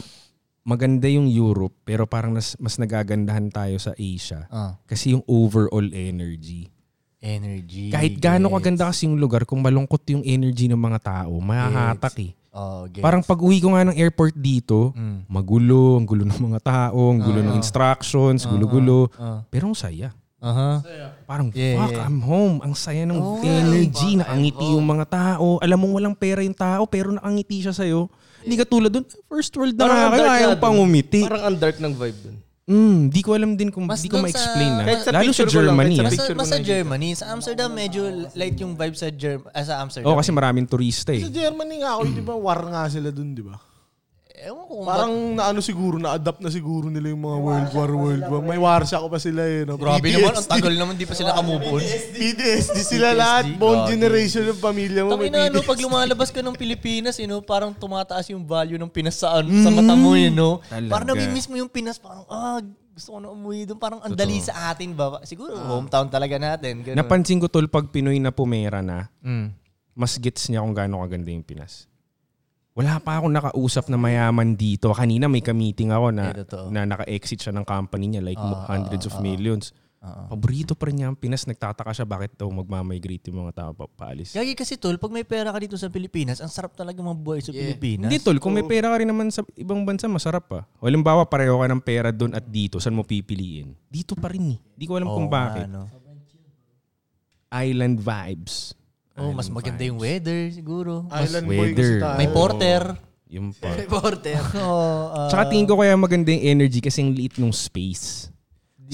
maganda yung Europe, pero parang nas- mas nagagandahan tayo sa Asia. Ah. Kasi yung overall energy. Energy. Kahit gaano kaganda kasi yung lugar, kung malungkot yung energy ng mga tao, mahahatak eh. Oh, gets. Mm. Parang pag uwi ko nga ng airport dito, magulo, ang gulo ng mga tao, ang Ah, gulo ng instructions, gulo-gulo. Pero ang saya. Aha. Parang, Yeah, fuck, yeah. I'm home. Ang saya ng Oh, energy. diba? Nakangiti yung mga tao. Alam mong walang pera yung tao, pero nakangiti siya sa'yo. Hindi ka tulad doon, first world na Parang nga ang kayo, dark ayaw nga pang dun. umiti. Parang ang dark ng vibe dun. Mm, di ko alam din kung, Mas di ko dun sa- ma-explain na. Kahit sa Lalo sa picture ko lang, Germany. kahit ah. Mas, picture ko mas na sa Germany. Sa Amsterdam, medyo light yung vibe sa, Germ- ah, sa Amsterdam. Oo, kasi maraming turista eh. Sa Germany nga ako, di ba? War nga sila dun, di ba? Ewan ko kung Parang naano siguro, na-adapt na siguro nila yung mga World War, World War. May warsa ko pa sila eh. No? Grabe PTSD. naman, ang tagal naman di pa sila nakamove on. PTSD sila lahat. Bone Grabe. generation ng pamilya mo. may Tangina, ano, PTSD. pag lumalabas ka ng Pilipinas, you know, parang tumataas yung value ng Pinas sa, sa mata mo, you know? Mm. Talaga. Parang nami-miss mo yung Pinas, parang, ah, gusto ko na umuwi doon. Parang ang dali sa atin ba? Siguro, Ah. hometown talaga natin. Ganun. Mm. Napansin ko tol, pag Pinoy na pumera na, mas gets niya kung gaano kaganda yung Pinas. Wala pa akong nakausap na mayaman dito. Kanina may ka-meeting ako na, Eh, totoo. Ah, na naka-exit siya ng company niya, like mo- hundreds of millions. Paborito pa rin niya ang Pinas. Nagtataka siya bakit daw magmamigrate yung mga tao pa paalis. Gagi kasi tol, pag may pera ka dito sa Pilipinas, ang sarap talaga mabuhay sa Pilipinas. Hindi oh. tol, kung may pera ka rin naman sa ibang bansa, masarap pa. O halimbawa, pareho ka ng pera doon at dito, saan mo pipiliin? Dito pa rin eh. Di ko Oo alam kung nga, bakit. no? Island vibes. Oh, mas maganda yung weather siguro. Mas- Island boy weather. kasi tayo. may porter. Yung pa. Reporter. Oh, ah, Tsaka tingin ko kaya maganda yung energy kasi ang liit ng space.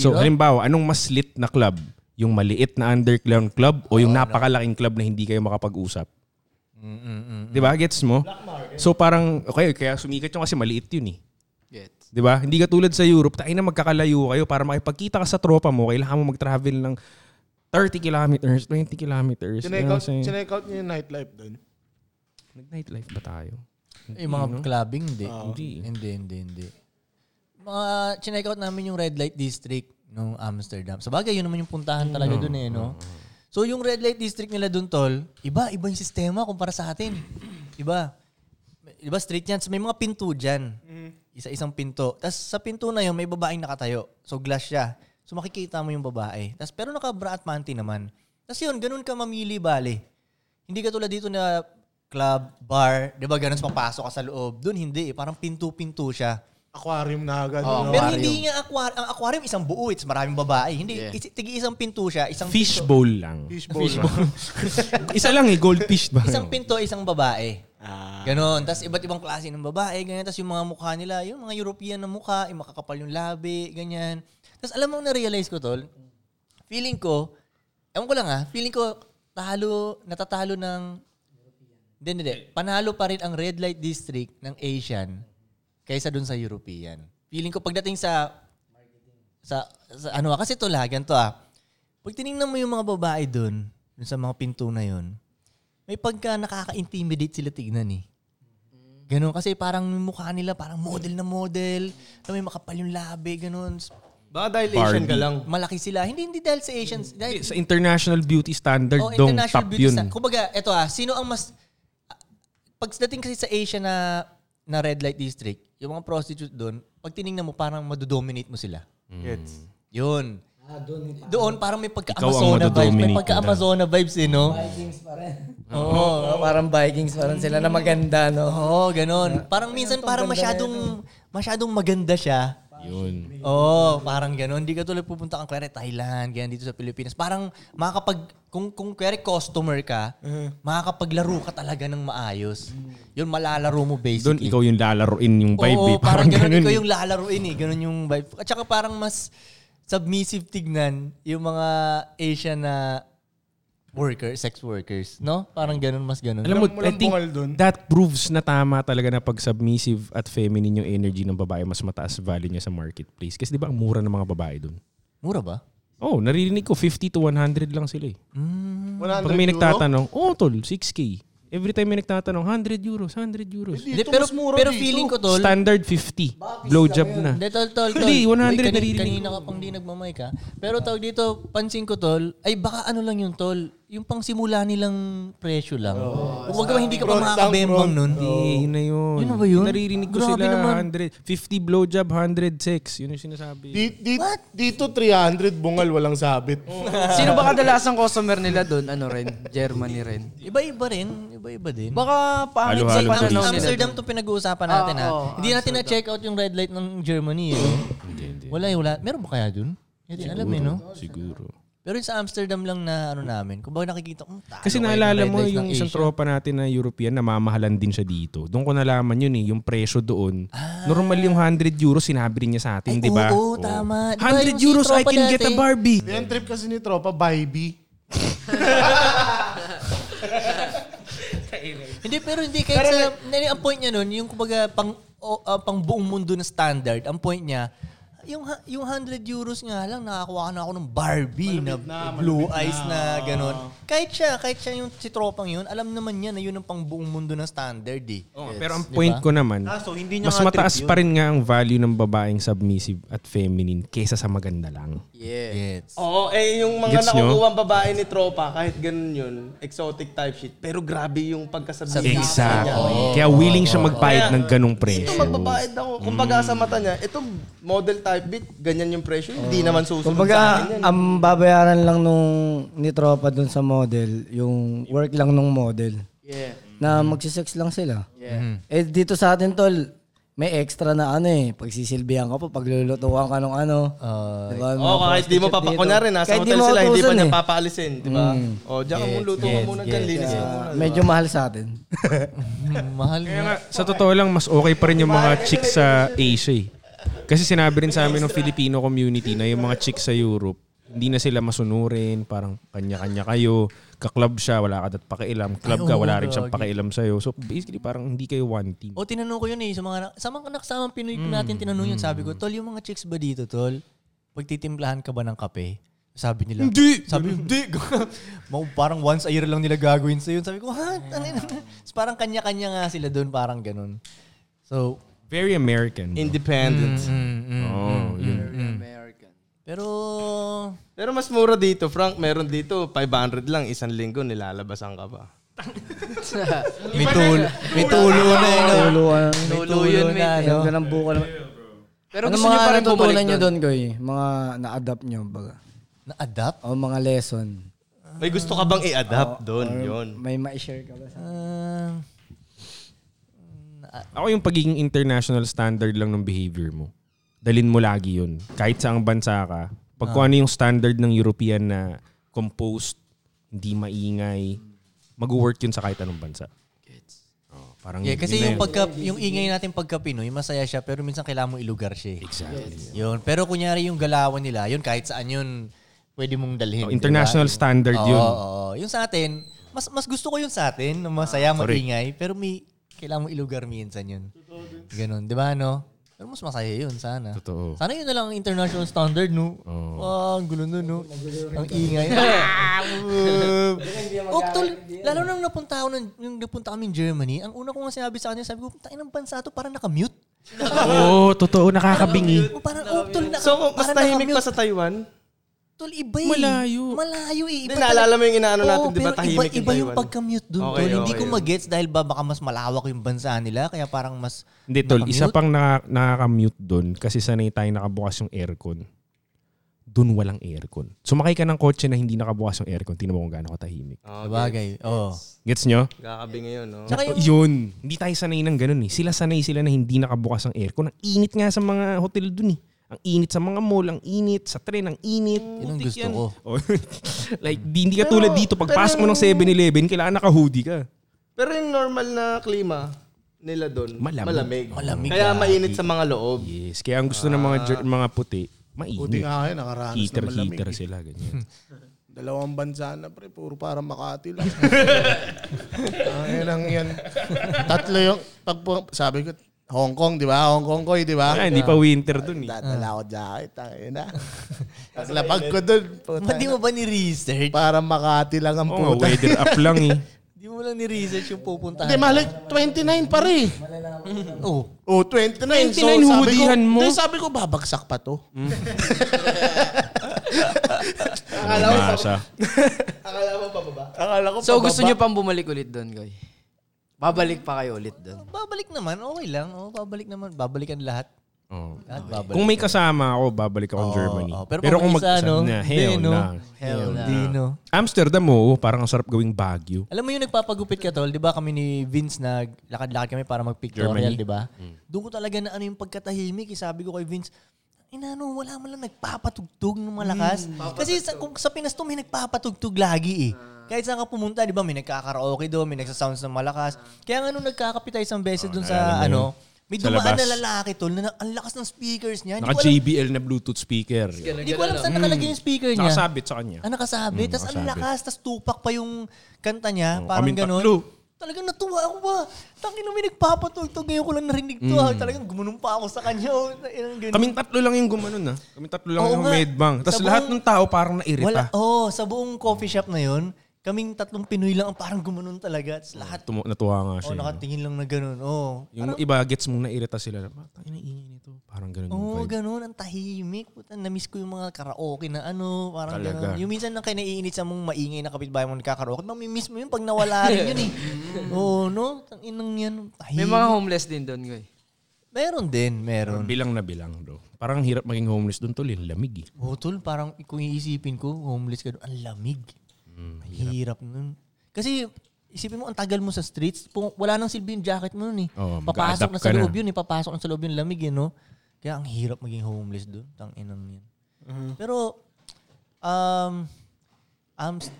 So, halimbawa, anong mas lit na club? Yung maliit na underground club o yung napakalaking club na hindi kayo makapag-usap? Di ba? Gets mo? So, parang, okay, kaya sumikat yung kasi maliit yun eh. Gets. Di ba? Hindi ka tulad sa Europe, tayo na magkakalayo kayo para makipagkita ka sa tropa mo, kailangan mo mag-travel ng 30 kilometers, 20 kilometers. Chinek Ano out, kasi- chinek out niya yung nightlife doon. Nag-nightlife ba tayo? yung mga clubbing, hindi. Hindi. Hindi, hindi, hindi. mga chinek out namin yung red light district ng Amsterdam. Sa bagay, yun naman yung puntahan talaga dun eh, no? So yung red light district nila dun, tol, iba, iba yung sistema kumpara sa atin. Iba. Iba street yan. So, may mga pinto dyan. Isa-isang pinto. Tapos sa pinto na yun, may babaeng nakatayo. So glass siya. So makikita mo yung babae. Tapos pero naka-bra at panty naman. Tapos yun, ganun ka mamili bale. Hindi ka tulad dito na club, bar, di ba ganun so papasok ka sa loob. Doon hindi eh. Parang pinto-pinto siya. Aquarium na agad. Oo. no? Pero hindi nga aquarium. Ang aquarium, isang buo. It's maraming babae. Hindi, is- tigi isang pinto siya. Isang pinto, Fishbowl lang. Fishbowl. Isa lang eh, goldfish ba? Isang pinto, isang babae. Ganon. Tapos iba't ibang klase ng babae. Ganyan. Tapos yung mga mukha nila, yung mga European na mukha, yung makakapal yung labi, ganyan. Tapos alam mo, na-realize ko, Tol, feeling ko, ewan ko lang ah, feeling ko, talo, natatalo ng, hindi, hindi, hindi. panalo pa rin ang red light district ng Asian kaysa dun sa European. Feeling ko pagdating sa sa, sa ano ah, kasi to la, ganito ah. Pag tinignan mo yung mga babae doon, dun sa mga pinto na yun, may pagka nakaka-intimidate sila tignan eh. Ganun, kasi parang yung mukha nila, parang model na model, na may makapal yung labi, ganun. Baka dahil Asian ka Barbie. lang. Malaki sila. Hindi, hindi dahil sa Asians. Dahil, Sa international beauty standard, Oh, dong, top yun. stand- Kumbaga, eto ah, sino ang mas... ah, Pagdating kasi sa Asia na na red light district, yung mga prostitute doon, pag tiningnan mo, parang madodominate mo sila. Gets. Yun. Ah, doon, parang may Mm. Ikaw ang pagka-Amazona vibes. May madodominate pagka-Amazona vibes eh, no? Vikings pa rin. Oh, Oo. parang Vikings pa rin sila na maganda, no? Oo, ganun. Parang minsan parang masyadong masyadong maganda siya. Yun. Oo, parang ganun. Hindi ka tulad pupunta kang kwere Thailand, ganyan dito sa Pilipinas. Parang makakapag, kung, kung kwere customer ka, Uh-huh. makakapaglaro ka talaga ng maayos. Yun, malalaro mo Doon, basically. ikaw yung lalaroin yung vibe. eh. Oo, parang, ganun, ganun ikaw eh. yung lalaruin eh. Ganun yung vibe. At saka parang mas submissive tignan yung mga Asian na worker, sex workers, no? Parang ganun, mas ganun. Alam mo, I Walang think bungal dun. that proves na tama talaga na pag submissive at feminine yung energy ng babae, mas mataas value niya sa marketplace. Kasi di ba ang mura ng mga babae doon? Mura ba? Oh, naririnig ko 50 to 100 lang sila eh. 100 Pag may euro? nagtatanong, oh tol, 6K. Every time may nagtatanong, 100 euros, 100 euros. Dito, Hindi, pero, mas mura pero dito. feeling ko, tol, Standard 50. Blowjob na. Hindi, tol, tol, tol. Hindi, 100 Uy, naririnig kanina, kanina ka pang di nagmamay ka. Pero tawag dito, pansin ko, tol, ay baka ano lang yung tol, yung pang simula nilang presyo lang. Huwag ka ba, hindi ka pa Front lang, makakabembang front. nun. Hindi, Eh, yun na yun. Yun na ba yun? Naririnig ko Grabe sila naman. 100. 50 blowjob, 100 sex. Yun yung sinasabi. Di- di- Dito 300 bungal walang sabit. Sino ba kadalasang customer nila doon? Ano rin? Germany rin. Iba-iba rin. Iba-iba din. Baka pangit sa Halo-halo pang ano pa rin. nila. Amsterdam to pinag-uusapan natin Ah, ha. oo, hindi natin na-check out yung red light ng Germany eh. Hindi, hindi. wala eh, wala. Meron ba kaya dun? Hindi alam eh, no? Siguro. Pero yung sa Amsterdam lang na ano namin, kung baka nakikita, um, talo Kasi kayo ng naalala red mo lights ng yung isang Asia." tropa natin na European, namamahalan din siya dito. Doon ko nalaman yun eh, yung presyo doon. Normal yung 100 euros, sinabi rin niya sa Ah. atin, Ay, di ba? oo, tama. Di ba 100 yung si euros, I tropa can get a dati? Barbie. Di, Ang trip kasi ni Tropa, Bybee. Hindi, pero hindi. Kahit sa, hindi, ang point niya nun, yung kumbaga pang, o, ah, pang buong mundo na standard, ang point niya, yung ha- yung 100 euros nga lang, nakakuha na ako ng Barbie na, blue eyes na, ganun. Kahit siya, kahit siya yung si tropang yun, alam naman niya na yun ang pang buong mundo na standard eh. Oo, Pero ang point ko naman, Ah, so hindi niya mas nga mataas trip yun. pa rin nga ang value ng babaeng submissive at feminine kesa sa maganda lang. Yeah. Yes. Oo, eh yung mga Gets nyo? nakukuhang babae ni Tropa, kahit ganun yun, exotic type shit. Pero grabe yung pagkasabi niya. Exactly. Kaya willing siya magbayad ng ganong Ito presyo. magbabayad ako. Mm. Kung sa mata niya, itong model type bit, ganyan yung presyo. Hindi naman susunod sa Kumbaga, akin yan. ang babayaran lang nung ni Tropa dun sa model, yung work lang nung model. Yeah. Na magsisex lang sila. Eh dito sa atin tol, may extra na ano eh. Pagsisilbihan ka pa, paglulutuan ka nung ano. diba, Oo, oh, kahit di mo pa papakunyari, nasa hotel sila, hindi pa eh. niya eh. papaalisin, di ba? O, diyan ka mong luto ka muna dyan, linisin mo muna. Medyo mahal sa atin. Mahal Kaya nga. nga, sa totoo lang, mas okay pa rin yung mga chicks sa Asia eh. Kasi sinabi rin sa amin ng Filipino community na yung mga chicks sa Europe, hindi na sila masunurin, parang kanya-kanya kayo, ka-club siya, wala ka dat pakialam, club ka, wala rin siyang pakialam sa'yo. So basically parang hindi kayo one team. O tinanong ko yun eh, sa mga na- sa mga nakasamang Pinoy ko natin tinanong yun, sabi ko, tol, yung mga chicks ba dito, tol? Pagtitimplahan ka ba ng kape? Sabi nila, hindi! Sabi, hindi! Mau- parang once a year lang nila Ano gagawin sa yun. Sabi ko, ha? Tangina na." Tapos parang kanya-kanya nga sila doon, parang ganun. So, Very American. bro. Independent. Oh, yun. American. Pero, Pero mas mura dito, Frank. Meron dito, 500 lang. Isang linggo, nilalabasan ka pa. may, tul- may tulo na yun. ah. no? Tuluan. Tulo yun, Ano? mate. Yung ganang buko naman. Pero Ano gusto niyo mga pa rin bumalik natutunan nyo doon? doon, Goy? Mga na-adapt nyo, baga. Na-adapt? O mga lesson. May gusto ka bang i-adapt doon? Yun. May ma-share ka ba sa... Ah, Ako yung pagiging international standard lang ng behavior mo. Dalin mo lagi yun. Kahit saang bansa ka, pag Ah. kung ano yung standard ng European na composed, hindi maingay, mag-work yun sa kahit anong bansa. Oh, parang yeah, yun kasi yung na yun. pagka yung ingay natin pagka Pinoy, masaya siya pero minsan kailangan mo ilugar siya. eh. Exactly. Yun, pero kunyari yung galawan nila, yun kahit saan yun pwede mong dalhin. di ba? Oh, international Yung- standard Diba? Oo, yun. oo. Yung sa atin, mas mas gusto ko yung sa atin, na masaya, maingay, pero may kailangan mo ilugar minsan yun. Ganun, 'di ba no? Pero mas masaya yun sana. Totoo. Sana yun na lang ang international standard, no? Oo. Ah, ang gulo nun, no? Ang ingay. Ah! Oktol, lalo nang napunta ako nun, nung napunta kami in Germany, ang una kong sinabi sa kanya, sabi ko, tayo ng bansa to, parang nakamute. Oo, totoo. Nakakabingi. O, Parang oktol na. So, mas parang tahimik pa nakamute. sa Taiwan? Tol, iba eh. Malayo. Malayo eh. Hindi, naalala mo yung inaano natin, Oo, di ba, pero tahimik iba, yung iba yung Taiwan? pagka-mute dun, Okay, tol. Hindi okay, ko okay. magets dahil ba baka mas malawak yung bansa nila, kaya parang mas... Hindi, tol. nakamute. Isa pang na, nakaka-mute doon kasi sanay tayo nakabukas yung aircon. Doon walang aircon. Sumakay ka ng kotse na hindi nakabukas yung aircon, tingnan mo kung gaano katahimik. Ah. Sabagay, oo. Gets nyo? Gakabi ngayon, no? Tsaka yung, Yun. Hindi tayo sanay ng ganun eh. Sila sanay sila na hindi nakabukas ang aircon. Ang init nga sa mga hotel dun eh. Ang init sa mga mall, ang init sa tren, ang init. yun ang gusto ko. Oh, like, di, hindi ka tulad dito. Pagpasok mo ng 7-Eleven, kailangan naka-hoodie ka. Pero yung normal na klima nila doon, Malamig. malamig. Malamig, Kaya ah. mainit sa mga loob. Yes. Kaya ang gusto ng mga, jer- mga puti, Buti mainit. nga kayo, nakaranas na malamig. Heater-heater sila. Ganyan. Dalawang bansa na pre, puro parang Makati lang. Ang lang yan. Tatlo yung, pag, pu- sabi ko, Hong Kong, di ba? Hong Kong koy, di ba? Kaya hindi pa winter dun eh. Dadala ko jacket, tangin na. Paglapag ko dun, puta. Hindi mo ba ni-research? Parang Makati lang ang Oo nga, puta. weather up lang eh. Hindi mo lang ni-research yung pupuntahan. Hindi, mahal, 29 pa rin. Oo. Oh, 29. 29 29 so, sabi ko, hudihan mo? Hindi, sabi ko, babagsak pa to. Masa. So gusto niyo pang bumalik ulit doon, guy? Babalik pa kayo ulit doon. Babalik naman, okay lang. Oo, babalik naman. Babalikan lahat. Oh, Oo. Lahat babalik. Kung may kasama ako, babalik ako ng Germany. Oo, pero, kung mag-isa, no? na, Hindi, hell no? na. Hell na. Hindi, no? Amsterdam, oo, parang ang sarap gawing Baguio. Alam mo yung nagpapagupit ka, tol, di ba kami ni Vince naglakad-lakad kami para mag-pictorial, Germany. Hmm. di ba? Doon ko talaga na ano yung pagkatahimik. eh. Sabi ko kay Vince, inano, wala man lang nagpapatugtog ng malakas. Kasi sa, kung, sa Pinas to, may nagpapatugtog lagi eh. Kahit saan ka pumunta, di ba, may nagkakaraoke doon, may nagsasounds ng malakas. Kaya nga nung nagkakapit tayo isang Ah, beses doon sa ano, may Sa dumaan labas. na lalaki, tol, na na- ang lakas ng speakers niya. Hindi ko alam, Naka-JBL na Bluetooth speaker. hindi ko alam Hmm. saan nakalagay yung speaker ano niya. Nakasabit sa kanya. Ah, nakasabi. tas ang Mm, nakasabi. Mm, lakas, tas tupak pa yung kanta niya. Oo, parang kaming ganun. tatlo. Talagang natuwa ako ba? Tangin na may nagpapatugtog. Ngayon ko lang narinig to. ah. Talagang gumunong pa ako sa kanya. Oh, Ang ganun. Mm. Kaming tatlo lang yung gumanon ah. Kaming tatlo lang Oo yung nga. medbang. Sa Tapos lahat buong- ng tao parang nairita. Wala, oh, sa buong coffee shop na yun, kaming tatlong Pinoy lang ang parang gumunong talaga. Tas lahat, Tumu- natuwa nga oh, siya. no? nakatingin lang na ganun. Oh, yung iba gets mong nairita sila. na, Parang inaingay nito. Parang ganun yung Oo, oh, vibe. ganun. Ang tahimik. Puta, namiss ko yung mga karaoke na ano. Parang Talaga. ganun. Yung minsan lang kayo naiinit sa mong maingay na kapitbahay mo nagkakaraoke. Mamimiss mo yun pag nawala rin yun eh. Oo, no? Ang inang yan. May Tahimik. mga homeless din doon, guy. meron din, meron. Bilang na bilang bro. Parang hirap maging homeless doon tol. Yung lamig eh. Botol, parang kung iisipin ko, homeless ka doon. Ang lamig. Mm, Ang hirap. nun. Kasi isipin mo, ang tagal mo sa streets, pung- wala nang silbi yung jacket mo nun eh. Oo, papasok mag-a-adapt na ka sa na. loob yun eh. Papasok na sa loob yung lamig eh, no? Kaya ang hirap maging homeless doon. Tang inang yan. Pero, um, Amst-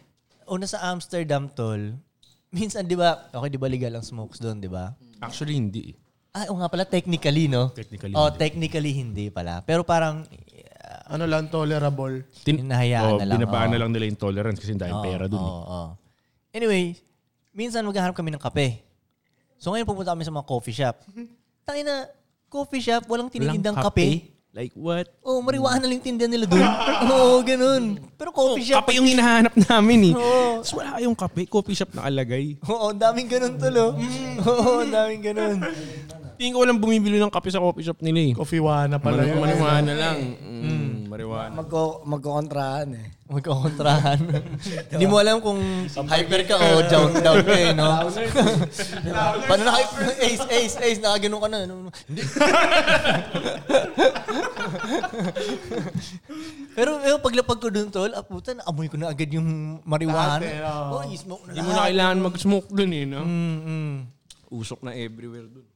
una sa Amsterdam, tol, minsan, di ba, okay, di ba legal ang smokes doon, di ba? Actually hindi eh. Ah, oo nga pala, technically, no? Technically, Oh, technically hindi pala. Pero parang, uh, Ano lang, tolerable. Tin- Hinahayaan Oo, na lang, Binabaan oo. na lang nila yung tolerance kasi dahil pera eh. doon. Oo, oo. Anyway, minsan maghahanap kami ng kape. So ngayon pupunta kami sa mga coffee shop. Tangin na, coffee shop, walang tinitindang kape. Like what? Oh, mariwaan na lang yung tindahan nila doon. Oo, ganun. Pero coffee shop. Oh, Kape yung hinahanap namin eh. Oo. Tapos wala kayong kape. Coffee shop nakalagay. Mm. Oo, ang daming ganun tulo. Oo, ang daming ganun. Tingin ko walang bumibili ng kape sa coffee shop nila eh. Kofiwana pala Mari- yun. Marijuana lang. Mm, marijuana. Magko, magkokontrahan eh. Magkakontrahan. Hindi mo alam kung hyper ka o down, down ka eh, no? Paano na hyper? Ace, ace, ace. Nakaganon ka na. Ano, ano. Hindi. Pero eh, paglapag ko dun, tol, ah, puta, naamoy ko na agad yung marijuana. Oh, smoke na Hindi mo na lahat. kailangan mag-smoke dun eh, no? Mm, mm. Usok na everywhere dun.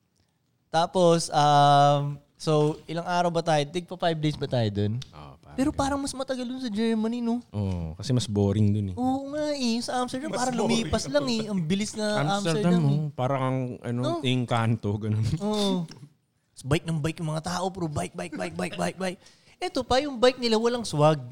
Tapos, um, so, ilang araw ba tayo? Tig pa five days ba tayo dun? Oh, parang, Pero parang mas matagal dun sa Germany, no? oh, kasi mas boring dun eh. Oo nga eh. Sa Amsterdam, parang lumipas lang eh. Ang bilis na Amsterdam, oh. Amsterdam. mo, eh. parang ang ano, No. engkanto, ganun. Oo. Tapos bike ng bike yung mga tao, bro. Bike, bike, bike, bike, bike, bike. Ito pa, yung bike nila walang swag.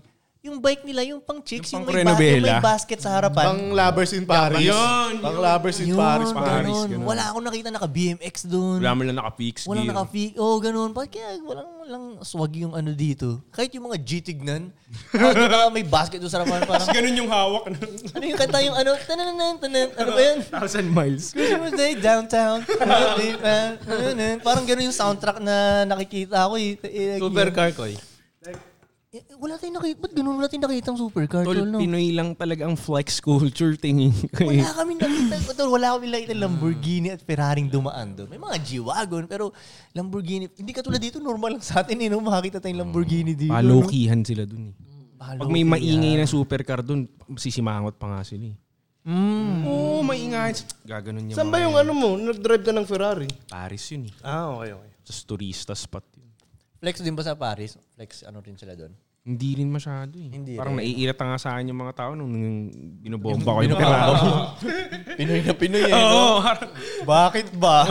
Yung bike nila, yung pang chicks, yung, Yung may, ba- yung may pang-renovela. basket sa harapan. Pang lovers in Paris. Yun, Pang lovers in Paris. Yun, Paris. ganun. ganun. Wala akong nakita naka-BMX doon. Wala mo lang naka-fix Walang gear. naka-fake. Oo, oh, ganun. Bakit kaya walang, walang swag yung ano dito? Kahit yung mga G-Tignan, ah, may basket doon sa harapan. Parang, Ganun yung hawak. ano yung kanta yung ano? Tananan, tanan, ano ba yan? Thousand miles. Christmas Day, downtown. Parang ganun yung soundtrack na nakikita ko. Eh. Eh, Supercar ko eh. Eh, wala tayong nakita. Ba't ganun? Wala tayong nakita ang supercar. Tol, Tol, no? Pinoy lang talaga ang flex culture tingin ko eh. Wala kami nakita. Tol, wala kami nakita Lamborghini at Ferraring dumaan doon. May mga G-Wagon, pero Lamborghini. Hindi katulad dito, normal lang sa atin. Eh, no? Makakita tayong Lamborghini dito. no? Mm, Palokihan sila dun eh. Pag may maingay na supercar dun, sisimangot pa nga sila eh. Mm. Oo, maingay. Gaganon niya. Saan ba yung ano mo? Nag-drive ka ng Ferrari. Paris yun eh. Ah, okay, okay. Tapos turista spot yun. Flex din ba sa Paris? Flex ano rin sila doon? Hindi rin masyado eh. Hindi Parang rin. naiirita nga sa akin yung mga tao nung binobomba ko yung Ferrari. Pinoy na Pinoy eh. Oo. Bakit ba?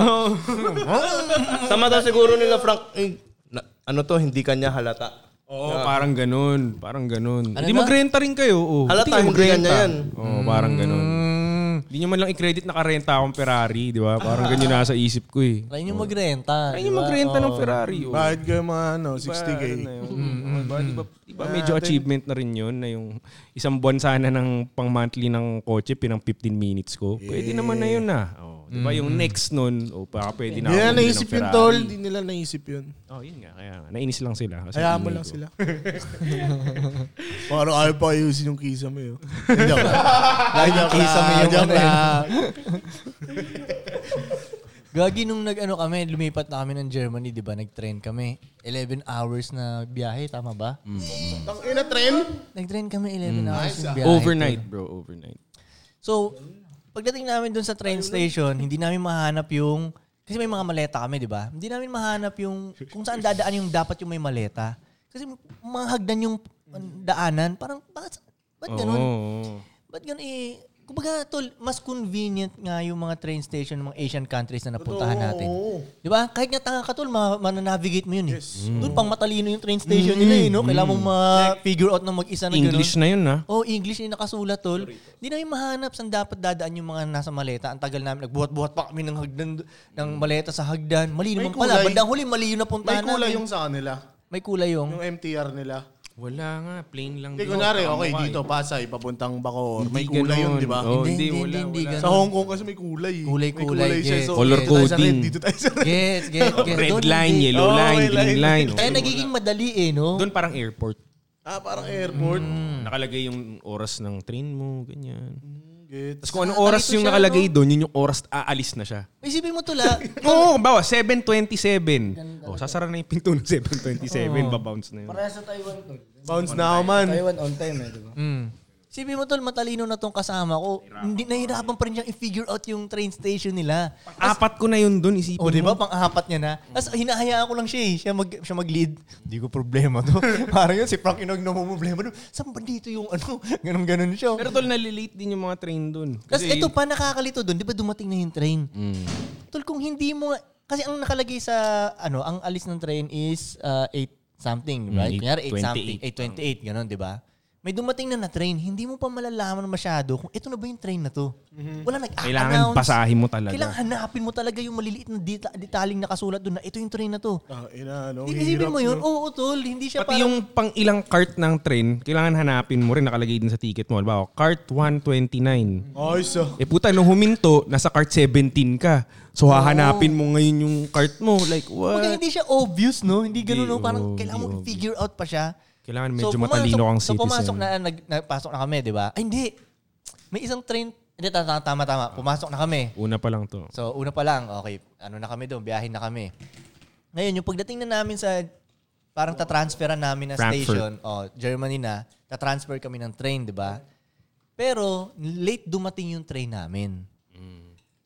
Sama daw siguro nila, Frank. eh, na- ano to, hindi kanya halata. Oo, parang ganun. Parang ganun. Hindi Ano na? magrenta rin kayo. oo. Halata, Hindi kayo hindi magrenta. kanya yan. Oo, parang ganun. Hindi nyo man lang i-credit nakarenta akong Ferrari, di ba? Ah. Parang ganyan nasa isip ko eh. Try nyo magrenta. Ay, yung magrenta ng Ferrari. Oh. Bakit kayo mga ano, 60K? Ano na yun? Ba, di ba, di ba medyo Ah, achievement na rin yun na yung isang buwan sana ng pang-monthly ng kotse pinang 15 minutes ko. Pwede naman na yun na. Oh, di ba yung next nun, o baka pwede na Hindi bumili nila ng Mm-hmm. naisip yun, Ferrari. tol. Hindi nila naisip yun. Oh, yun nga. Kaya nga. nainis lang sila. kasi Hayaan mo ingay lang ko. sila. Parang ayaw pa ayusin yung eh. kisa mo yun. Joke lang. Joke kisa mo lang, yung joke ano eh. lang. Gagi nung nag-ano kami, lumipat na kami ng Germany, di ba? Nag-train kami. 11 hours na biyahe, tama ba? In a Mm. train? Mm. ah. Nag-train kami 11 hours yung biyahe. Overnight, bro. Overnight. So, pagdating namin dun sa train station, hindi namin mahanap yung... Kasi may mga maleta kami, di ba? Hindi namin mahanap yung kung saan dadaan yung dapat yung may maleta. Kasi mga hagdan yung daanan. Parang, bakit, ba't ganun? Oo. Ba't ganun eh? Kumbaga, tol, mas convenient nga yung mga train station ng mga Asian countries na napuntahan natin. Di ba? Kahit nga tanga ka, tol, ma- mananavigate mo yun eh. Doon pang matalino yung train station nila eh, no? Kailangan mo ma-figure out na mag-isa na ganun. Mm. English na yun, ah. ha? Oh, English yung nakasulat, tol. Hindi namin mahanap saan dapat dadaan yung mga nasa maleta. Ang tagal namin, nagbuhat-buhat pa kami ng hagdan, ng maleta sa hagdan. Mali naman pala. kulay. Bandang huli, mali yung May napuntahan kulay namin. yung sa kanila. May kulay yung... Yung MTR nila. Wala nga. Plain lang. Hindi, din. kunwari, Tama okay, ka eh. dito, Pasay, papuntang Bacoor. May Hindi kulay yun, ganun. di ba? Hindi, Oo, Oh, hindi, hindi, wala, hindi, wala. ganun. Sa Hong Kong kasi may kulay. eh. Kulay, May kulay, siya. yes. So, Color dito tayo sa red, coding. Dito tayo sa red. Yes, get, get. Red Doon, line, hindi. yellow Oh, line, may green line. line. Kaya nagiging madali eh, no? Doon parang airport. Ah, parang airport. Mm. Nakalagay yung oras ng train mo, ganyan. Gets. Tapos kung anong Ah, oras dito yung siya, nakalagay doon, yun yung oras aalis na siya. Isipin mo tula, Oo, oh, bawa, 7.27. Oh, sasara na yung pinto ng 7.27, babounce na yun. Parehas sa Taiwan to. Bounce na ako man. Taiwan on time eh, di ba? Sabi mo tol, matalino na tong kasama ko. Hindi, nahirapan pa rin siyang i-figure out yung train station nila. Apat ko na yun doon, isipin O, di ba? mo. Pang-apat niya na. Tapos hinahayaan ko lang siya eh. Siya, mag, siya mag-lead. Hindi ko problema to. Parang yun, si Frank yung nagnomoblema. Saan ba dito yung ano? Ganon-ganon siya. Pero tol, nalilate din yung mga train doon. Tapos ito pa nakakalito doon, di ba dumating na yung train? Mm. Tol, kung hindi mo, nga- kasi ang nakalagay sa, ano, ang alis ng train is 8 uh, something, right? Mm, Kunyari 8 8:28. something, 8.28, ganun, di ba? may dumating na na train, hindi mo pa malalaman masyado kung ito na ba yung train na to. Mhm. Wala nag-announce. Kailangan pasahin mo talaga. Kailangan hanapin mo talaga yung maliliit na deta- detaling nakasulat doon na ito yung train na to. Ah, ina, no? Hindi isipin mo yun? Oo, tol. Hindi siya Pati yung pang ilang cart ng train, kailangan hanapin mo rin nakalagay din sa ticket mo. Halimbawa, cart Mm. 129. Ay, so. Eh puta, nung huminto, nasa cart 17 ka. So hahanapin mo ngayon yung cart mo. Like, what? Kumbaga, hindi siya obvious, no? Hindi ganun, Hindi, no? Parang oo, kailangan hindi mo figure out pa siya. Kailangan medyo pumasok- matalino kang So, pumasok citizen. na, nag, nagpasok na kami, di ba? Ay, hindi. May isang train. Hindi, tama, tama, tama. Pumasok na kami. Una pa lang to. So, una pa lang, okay, ano na kami doon, biyahin na kami. Ngayon, yung pagdating na namin sa, parang tatransferan namin na Frankfurt. station, oh, Germany na, tatransfer kami ng train, di ba? Pero, late dumating yung train namin.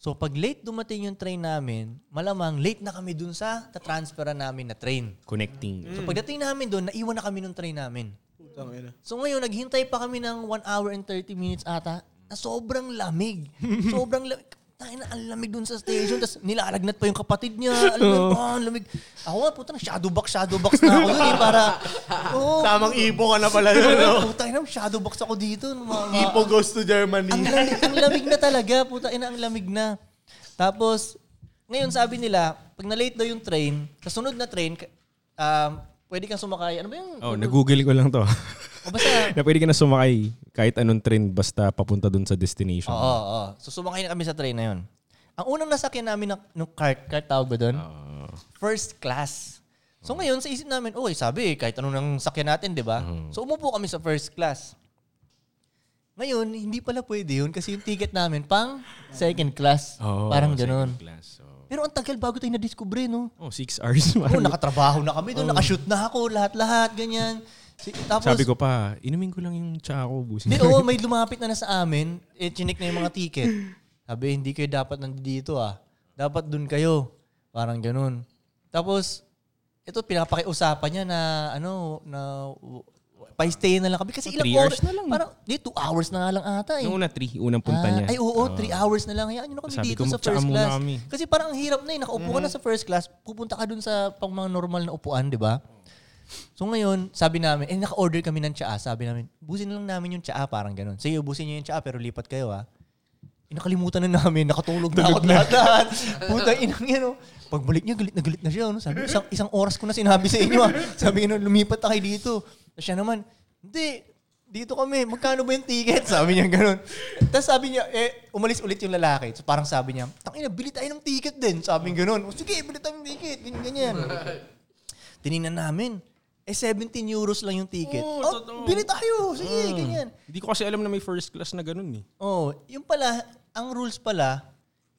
So, pag late dumating yung train namin, malamang late na kami dun sa tatransferan namin na train. Connecting. Hmm. So, pagdating namin doon, naiwan na kami ng train namin. So ngayon, naghintay pa kami ng 1 hour and 30 minutes ata na sobrang lamig. sobrang lamig. Tayo na, ang lamig dun sa station. Tapos nilalagnat pa yung kapatid niya. Alam mo, ba, ang lamig. Ako nga, puta na, shadow box, shadow box na ako dun eh. Para, oh, Tamang ipo ka na pala yun. no? puta na, shadow box ako dito. Mga- mga- Ipo goes to Germany. ang lamig, ang lamig na talaga. Puta ina, ang lamig na. Tapos, ngayon sabi nila, pag na-late daw yung train, sa sunod na train, ka- um, pwede kang sumakay. Ano ba yung... Oh, nag-google ko lang to. O basta, na pwede ka na sumakay kahit anong train basta papunta dun sa destination. Oo, oo. So sumakay na kami sa train na yun. Ang unang nasakyan namin ng, ng cart, cart tawag ba doon? First class. So ngayon, sa isip namin, okay, sabi, kahit anong nang sakyan natin, di ba? Mm-hmm. So umupo kami sa first class. Ngayon, hindi pala pwede yun kasi yung ticket namin pang second class. Oo, Parang second ganun. class, oo. Pero ang tagal bago tayo na-discover, no? Oh, six hours. Oo, parang- nakatrabaho na kami doon, nakashoot na ako, lahat-lahat, ganyan. Si- Tapos, Sabi ko pa, inumin ko lang yung tsaka ko, busin. Hindi, oo, may lumapit na na sa amin. Eh, chinik na yung mga ticket. Sabi, hindi kayo dapat nandito ah. Dapat dun kayo. Parang ganun. Tapos, ito pinapakiusapan niya na, ano, na w- w- pa-stay na lang kami. Kasi ilang Oh, Three hours oras, Parang, di, two hours na nga lang ata eh. Yung una, three. Unang Ah, punta niya. Ay, oo, three hours na lang. Hayaan nyo na kami Sabi dito sa ko, magtsaka first muna class. kami. Mm-hmm. Kasi parang ang hirap na eh. Nakaupo ka na sa first class, pupunta ka dun sa pang mga normal na upuan, di ba? So ngayon, sabi namin, eh naka-order kami ng tsaa. Sabi namin, busin na lang namin yung tsaa, parang ganun. Sige, busin nyo yung tsaa, pero lipat kayo ha. Eh, nakalimutan na namin, nakatulog na ako lahat-lahat. Putang inang yan, oh. Pagbalik niya, galit na galit na siya. Ano? Sabi, isang, isang oras ko na sinabi sa inyo. ah. Sabi niya, lumipat na kayo dito. Tapos siya naman, hindi, dito kami, magkano ba yung ticket? Sabi niya, ganun. Tapos sabi niya, eh, umalis ulit yung lalaki. So parang sabi niya, tangina, bili tayo ng ticket din. Sabi niya, ganun. O, sige, bili tayo ng ticket. Ganyan, ganyan. Tinignan namin. Eh, 17 euros lang yung ticket. Oh, bili tayo. Sige, ganyan. Hindi ko kasi alam na may first class na ganun eh. Oh, yung pala, ang rules pala,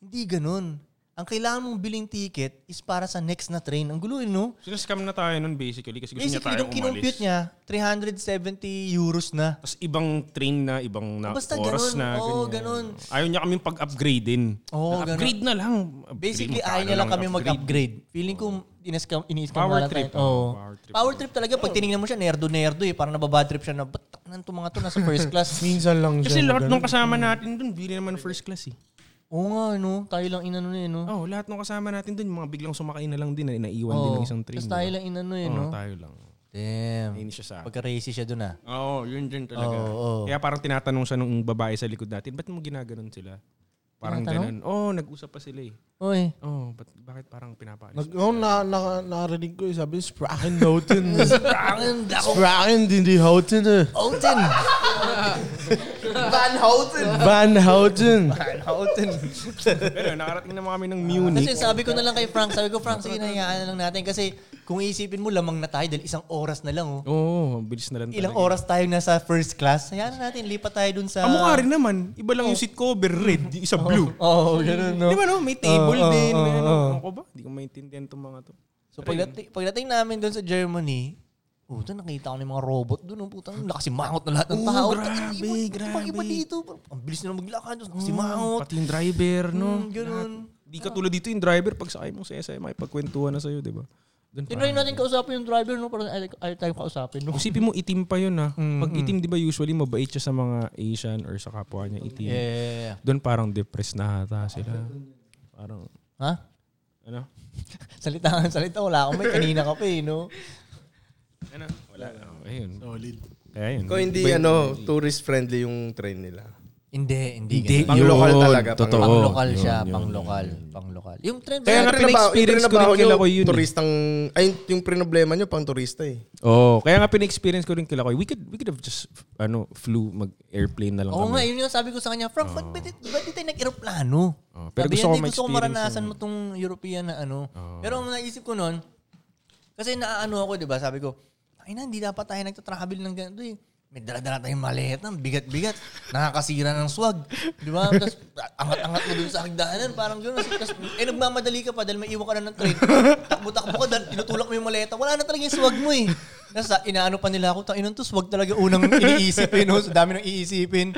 hindi ganun. Ang kailangan mong biling ticket is para sa next na train. Ang gulo, eh, no? Sinascam na tayo nun basically kasi gusto Basically, niya nung tayo umalis. kinompute niya, 370 euros na. Tapos ibang train na, ibang na Oh, Basta ganun. oras na. Oo, ganyan. ganun. Ayaw niya kaming pag-upgradein. Oo, Oh, ganun. upgrade na lang. Upgrade, Basically, magkano ayaw niya lang kami ang upgrade? mag-upgrade. Feeling ko, iniskam, iniskam Power na lang trip, tayo. ah, Oo. power Power trip. Oh. trip. talaga. Pag tinignan mo siya, nerdo-nerdo eh. Parang nababad trip siya na, ba't takinan itong mga to nasa first class? Minsan lang siya. Kasi lahat nung kasama natin dun, bili naman first class eh. Oo nga, no? Tayo lang inano na eh, no? Oh, lahat nung kasama natin dun, mga biglang sumakay na lang din, na inaiwan din Oo. ng isang train. Tapos Oh. tayo diba? lang inano eh, Oo, no? tayo lang. Damn. Hindi siya sa akin. Pagka-racy siya dun ah. Oo, yun din talaga. Kaya parang tinatanong siya nung babae sa likod natin, ba't mo ginaganon sila? Parang ganun. Oo, oh, nag-usap pa sila eh. Oy. Oo, oh, ba't, bakit parang pinapaalis? Nag, oh, na, na, narinig ko, eh, sabi, Sprachen Houghton. Pangin daw. Sprachen din die Houghton. eh. Outen. Van Houten. Van Houten. Outen. Pero nakarating naman kami ng Munich. Kasi sabi ko na lang kay Frank, sabi ko, Frank, sige, nahihayaan na lang natin. Kasi kung iisipin mo, lamang na tayo dahil isang oras na lang. Oh. Oo, oh, bilis na lang Ilang talaga. oras tayo nasa first class, hayaan na natin, lipat tayo dun sa... Kamukha Ah, rin naman. Iba lang yung seat cover, red. Yung isa blue. Oo, oh, ganun, no? Di ba no? May table din. may ano. oh. Ano ko ba? Di ko maintindihan itong mga to. So pagdating, pagdating namin doon sa Germany, Puta, nakita ko na yung mga robot doon. Oh, puta, nakasimangot na lahat ng tao. grabe, grabe. Iba dito. Ang bilis nila maglakad. Nakasimangot. Hmm, Pati yung driver, no? Mm, ganun. Di ka tulad dito yung driver. Pag sakay mong sa SM, makipagkwentuhan na sa'yo, di ba? Doon pa. Tinry natin kausapin yung driver, no? Parang ayaw, ayaw tayo kausapin, no? Isipin mo, itim pa yun ha. Pag itim, di ba usually mabait siya sa mga Asian or sa kapwa niya itim. Yeah. Doon parang depressed na hata sila. Parang, Ha? ano? Salita ka ng salita. Wala akong may kanina ka pa eh, no? Ano? Wala na. Ayun. Solid. Kaya yun. Kung hindi, ano, tourist-friendly yung train nila. Hindi, hindi. Hindi, ganun. Pang local yun, talaga, pang- Totoo. pang lokal Yun, siya, yun, pang yun. lokal, pang lokal. Yung trend Kaya nga Yung trinabaho- pina-experience yung ko rin trinabaho kila nyo, ko yun eh. Turistang, ay, yung problema nyo, pang turista eh. Oo, kaya nga pina-experience ko rin kila ko. We could, we could have just, ano, flew, mag-airplane na lang Oo nga, kami. yun yung sabi ko sa kanya, Frank, ba't, ba't, ba't di tayo nag-aeroplano? Oo, Oh, pero Sabi gusto niya, "Di, gusto ko ko ma-experience Oh. maranasan mo tong European na ano. Pero ang naisip ko noon, kasi naaano ako, di ba? Sabi ko, ay na, hindi dapat tayo nagtatravel ng ganito eh. May dala-dala tayong maleta, ang bigat-bigat. Nakakasira ng swag. Di ba? Tapos angat-angat mo dun sa hagdanan, parang gano'n. Tapos eh, nagmamadali ka pa dahil may iwan ka na ng train. Takbo-takbo ka, dahil tinutulak mo yung maleta. Wala na talaga yung swag mo eh. Tapos sa- inaano pa nila ako, tanginan to, swag talaga unang iniisipin. No? So, dami nang iisipin.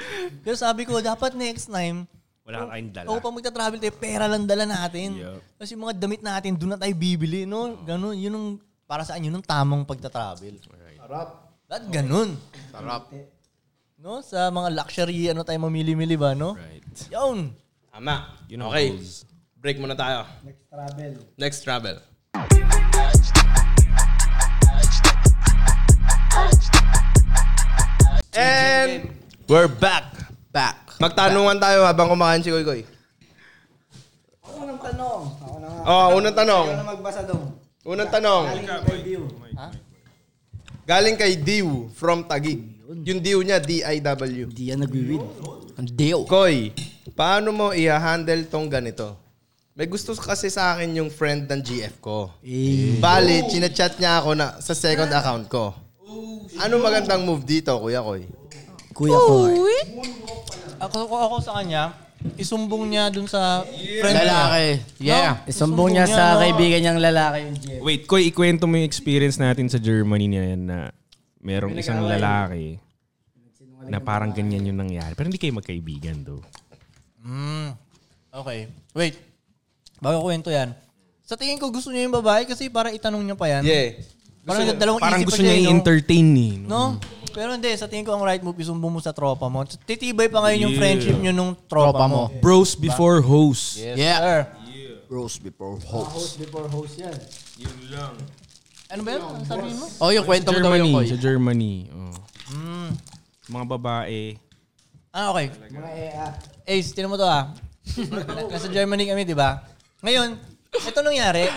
Pero sabi ko, dapat next time, Wala kayong dala. Oo, pag magta-travel tayo, pera lang dala natin. Tapos yung mga damit natin, doon na tayo bibili, no? Ganun, yun ang, para sa yun ang tamang pagta-travel. Sarap. At ganun. Sarap. No? Sa mga luxury, ano tayo mamili-mili ba, no? Right. Yun. Tama. okay. Break muna tayo. Next travel. Next travel. And we're back. Back. Magtanungan tayo habang kumakain si Koy Koy. Unang tanong. Ako na nga. Oh, unang tanong. Ako na magbasa dong. Unang tanong. Interview. Galing kay Diw from Tagig. Yung Diw niya, D-I-W. Hindi yan nagwiwin. Ang deal. Koy, paano mo i-handle tong ganito? May gusto kasi sa akin yung friend ng GF ko. Eh. Bali, chinachat niya ako na sa second account ko. Ano magandang move dito, Kuya Koy? Kuya ko. Ako, ako, ako sa kanya, isumbong niya dun sa friend niya. Lalaki. Yeah. Isumbong niya sa kaibigan niyang lalaki yung Jeff. Wait, Koy, ikwento mo yung experience natin sa Germany na yan na merong isang lalaki na parang ganyan yung nangyari. Pero hindi kayo magkaibigan, do. Oh, Mm. Okay. Wait. Bago kwento yan. Sa tingin ko gusto niya yung babae kasi para itanong niya pa yan. Yeah. Parang dalawang Parang isip pa gusto siya, eh, niya no? i-entertain, eh. no? No? Pero hindi, sa tingin ko ang right move, isumbong mo sa tropa mo. Titibay pa ngayon yung friendship nyo nung tropa, mo. Bros before hoes. Yeah. Sir, Bros before hoes. ano ba yun? Ano sabihin mo? Oh, yung kwento mo daw yung koy. Sa Germany. Oh. Mm. Mga babae. Ah, okay. Ace, tinan mo to ah. Nasa Germany kami, di ba? Ngayon, ito nangyari.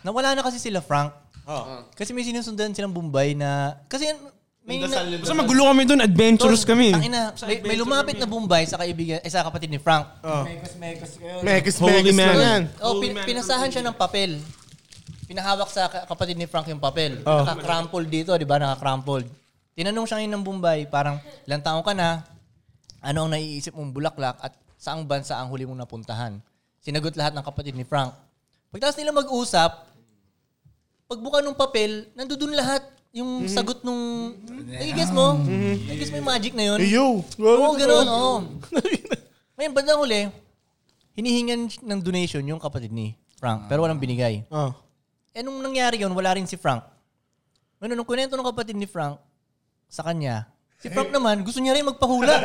Nawala na kasi sila, Frank. Kasi may sinusundan silang Bombay na... Kasi may... Na, Basta magulo kami doon, adventurous kami. Tangina, may, may lumapit na Bombay sa kaibigan, eh, sa kapatid ni Frank. Mekis, Holy man. mekis lang yan. Oh, pin- pinasahan siya ng papel. Pinahawak sa ka- kapatid ni Frank yung papel. Naka-crumpled dito, di ba? Naka-crumpled. Tinanong siya ngayon ng Bombay, parang, ilang taong ka na? Ano ang naiisip mong bulaklak at saang bansa ang huli mong napuntahan? Sinagot lahat ng kapatid ni Frank. Pagtas nila mag-usap, pagbuka ng papel, nandoon lahat yung sagot nung... Nagigess mo? Nagigess mo yung magic na yun? Yo! Oo, ganun, oo. Ngayon, bandang huli, hinihingan ng donation yung kapatid ni Frank, pero walang binigay. Ah. Eh, nung nangyari yun, wala rin si Frank. Ngayon, nung kunento ng kapatid ni Frank sa kanya, si Frank naman, gusto niya rin magpahula.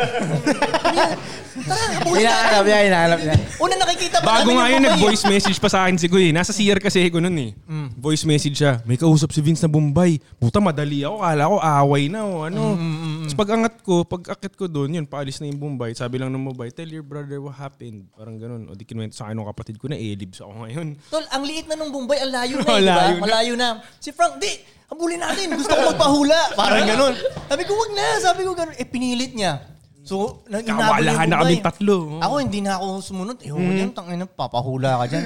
Tara, kapahula Hinahanap tayo. niya, hinahanap niya. Una nakikita pa Bago namin nga yung yun, papaya. nag-voice message pa sa akin si Guy. Nasa CR kasi ako nun eh. Voice message siya. May kausap si Vince na Bombay. Puta, madali ako. Kala ko away na o ano. Tapos pag angat ko, pag akit ko doon, yun, paalis na yung Bombay. Sabi lang ng Bombay, tell your brother what happened. Parang ganun. O di kinuwento sa akin ng kapatid ko na, eh, libs ako ngayon. Tol, ang liit na nung Bombay, ang layo na, eh, di Malayo ba? na. Malayo na. Si Frank, di, habulin natin. Gusto ko magpahula. Parang ganun. Sabi ko, wag na. Sabi ko, ganun. Eh, pinilit niya. So, nang inabol yung Kawalahan na Bombay. kami tatlo. eh? Hmm. Ako, hindi na ako sumunod. Eh, mm. yan, tangin na, papahula ka dyan.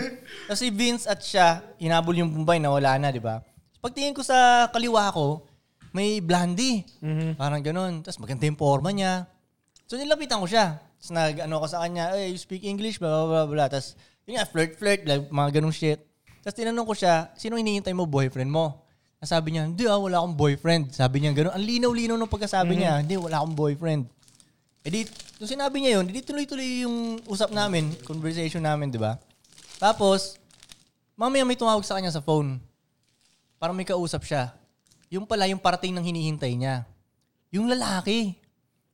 Tapos si Vince at siya, inabol yung Bombay, nawala na, di ba? Pagtingin ko sa kaliwa ko, may blondie. Hmm. Parang ganun. Tapos maganda yung forma niya. So nilapitan ko siya. Tapos nag-ano ko sa kanya, hey, you speak English, blah, blah, blah, blah. Tapos, yun nga, flirt, flirt, like, mga ganung shit. Tapos tinanong ko siya, sino hinihintay mo, boyfriend mo? Ang Sabi niya, hindi ah, wala akong boyfriend. Sabi niya, ganun. Ang linaw-linaw nung Hmm. pagkasabi niya, hindi, wala akong boyfriend. E di, nung sinabi niya yun, di tuloy-tuloy yung usap namin, conversation namin, di ba? Tapos, mamaya may tumawag sa kanya sa phone. Parang may kausap siya. Yung pala, yung parating ng hinihintay niya. Yung lalaki.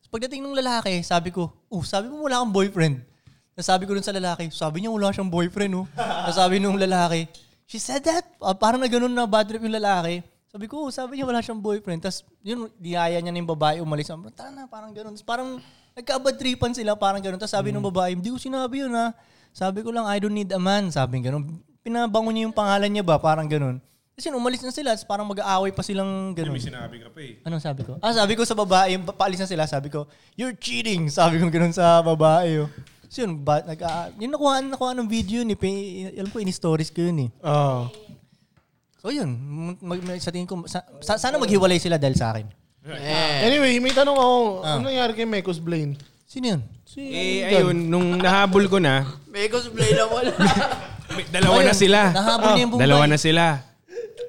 So, pagdating ng lalaki, sabi ko, oh, sabi mo wala kang boyfriend. Nasabi ko dun sa lalaki, sabi niya wala siyang boyfriend, oh. Nasabi nung lalaki, she said that. Ah, parang na ganun na bad trip yung lalaki. Sabi Sabi ko, "Oh, sabi niya wala siyang boyfriend. Tapos yun, diaya niya na yung babae umalis. Sabi, ko, tara na, parang ganun. Tapos parang nagkaabadripan sila, parang ganun. Tapos sabi ng babae, hindi ko sinabi yun ha. Sabi ko lang, I don't need a man. Sabi ganun. Pinabango niya yung pangalan niya ba, parang ganun. Tapos yun, umalis na sila. Tapos parang mag-aaway pa silang ganun. Sinabi ka pa eh. Anong sabi ko? Ah, sabi ko sa babae, pa- paalis na sila, sabi ko, you're cheating! Sabi ko ganun sa babae. Oh. So yun, ba, nag, ah, yun nakuha, nakuha ng video ni Pin, alam ko, in-stories ko yun eh. Oo. So yun, mag, mag- sa tingin ko, sa, sa- sana maghiwalay sila dahil sa akin. Anyway, may tanong ako. Ano nangyari kay Mekos Blaine? Sino yun? Eh, ayun, nung nahabol ko na, May cosplay na wala. may- Eh, dalawa na Ayun, sila. Oh, nahabol niya yung Bombay. Dalawa na sila.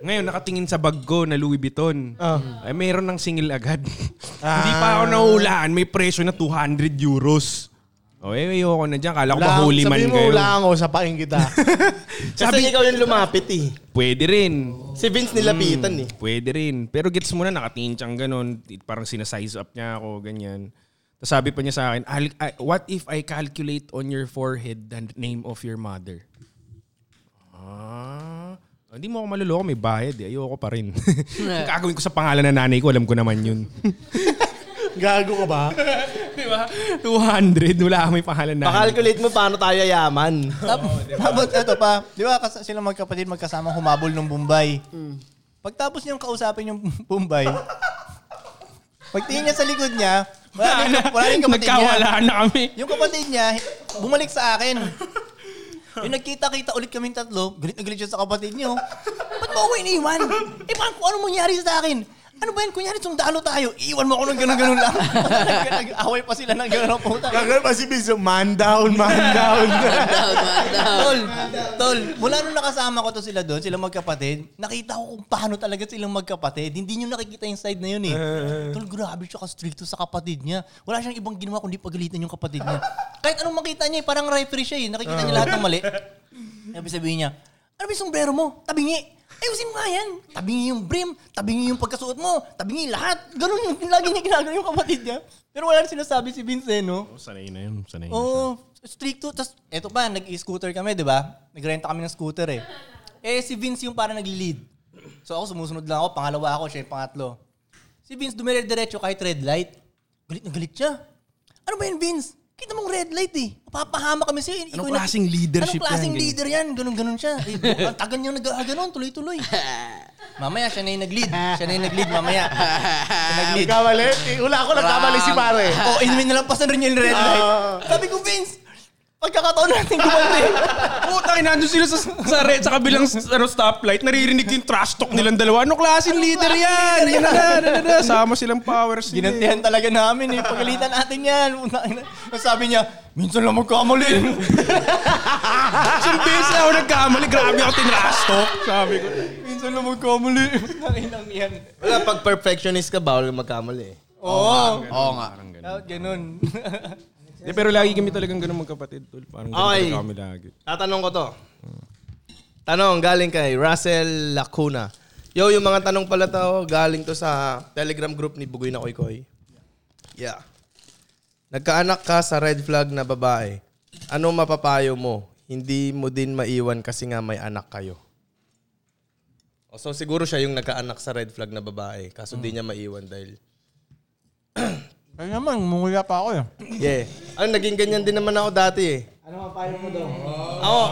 Ngayon, nakatingin sa bag ko na Louis Vuitton. Ah. Mm. Ay, meron ng singil agad. Hindi pa ako nahulaan. May presyo na 200 euros. O, eh, ayoko na dyan. Kala ko ba holy man sabi mo, kayo. wala ako sa paing kita. Kasi ikaw yung lumapit eh. Pwede rin. Si Vince nilapitan Hmm. eh. Pwede rin. Pero gets mo na, nakatingin siyang ganun. Parang sinasize up niya ako, ganyan. Tapos sabi pa niya sa akin, "I'll- I- what if I calculate on your forehead the name of your mother? Ah, hindi mo ako maluloko, may bayad eh. Ayoko pa rin. Ang gagawin ko sa pangalan ng nanay ko, alam ko naman yun. eh. Gago ka ba? Di ba? 200, wala akong may pangalan ng nanay. Pakalculate mo paano tayo yaman. Tapos, Oh, diba? tapos ito pa, di ba kas- sila magkapatid magkasama humabol ng Bombay. Pagtapos niyang kausapin yung Bombay, pagtingin niya sa likod niya, wala rin, wala rin kapatid niya. Nagkawala na kami. Yung kapatid niya, bumalik sa akin. Yung nagkita-kita ulit kaming tatlo, galit na galit siya sa kapatid niyo. Ba't mo ako iniwan? Eh, parang kung ano mangyari sa akin? Ano ba yan? Kunyari, sundalo tayo. Iiwan mo ako ng ganun-ganun lang. Nag-away pa sila ng ganun ang puta. Gagal pa si Vince. Man down, man down. Down, man, down. Tol, tol, mula nung nakasama ko to sila doon, silang magkapatid, nakita ko kung paano talaga silang magkapatid. Hindi nyo nakikita yung side na yun eh. tol, grabe siya ka-stricto sa kapatid niya. Wala siyang ibang ginawa kundi pagalitan yung kapatid niya. Kahit anong makita niya eh, parang referee siya eh. Nakikita niya lahat ng mali. Sabi sabihin niya, ano ba yung sombrero mo? Tabingi. Ayusin mo nga yan. Tabingi yung brim, tabingi yung pagkasuot mo, tabingi lahat. Ganun yung lagi niya ginagawa yung kapatid niya. Pero wala rin sinasabi si Vincent, no? Sanay na yun, sanay na siya. Oo, strict to. Tapos, eto pa, nag-scooter kami, di ba? Nagrenta kami ng scooter eh. Eh, si Vince yung parang nag-lead. So ako, sumusunod lang ako. Pangalawa ako, siya yung pangatlo. Si Vince dumire-diretso kahit red light. Galit na galit siya. Ano ba yun, Vince? Kita mong red light eh. Mapapahama kami sa'yo. Ikaw Anong yung- klaseng leadership Anong klaseng yan? leader yan? Ganun-ganun siya. Eh, bu- ang tagal niyang nag-ganon, tuloy-tuloy. Mamaya, siya na yung nag-lead. Siya na yung nag-lead mamaya. Siya nag-lead. Nagkamali. Eh, Wala ako nagkamali si pare. Oo, oh, inumin na lang pasan rin yung red light. Sabi ko, Vince, pagkakataon natin kumante. Puta, kinandun sila sa, sa, re- sa kabilang s- ano, stoplight. Naririnig ko yung trash talk nilang dalawa. Ano klaseng leader yan? Ganun na, ganun na. Sama silang powers nila. Ginantihan talaga namin eh. Pagalitan natin yan. Ang Sabi niya, minsan lang magkamali. Isang beses ako nagkamali. Grabe ako tinrash talk. Sabi ko. minsan lang magkamali. Nakinang yan. Wala, pag perfectionist ka, bawal kang magkamali eh. Oo. Oo nga. Dapat ganun. Eh, pero lagi kami talagang ganun magkapatid. Tol. Parang ganun Okay. talaga kami lagi. Tatanong ko to. Tanong galing kay Russell Lacuna. Yo, yung mga tanong pala to, galing to sa Telegram group ni Bugoy na Koy Koy. Yeah. Nagkaanak ka sa red flag na babae. Ano mapapayo mo? Hindi mo din maiwan kasi nga may anak kayo. O, So siguro siya yung nagkaanak sa red flag na babae. Kaso di niya maiwan dahil... Ay naman, mumuya pa ako eh. Yeah. Ang naging ganyan din naman ako dati eh. Ano mapapayo mo daw? Oo.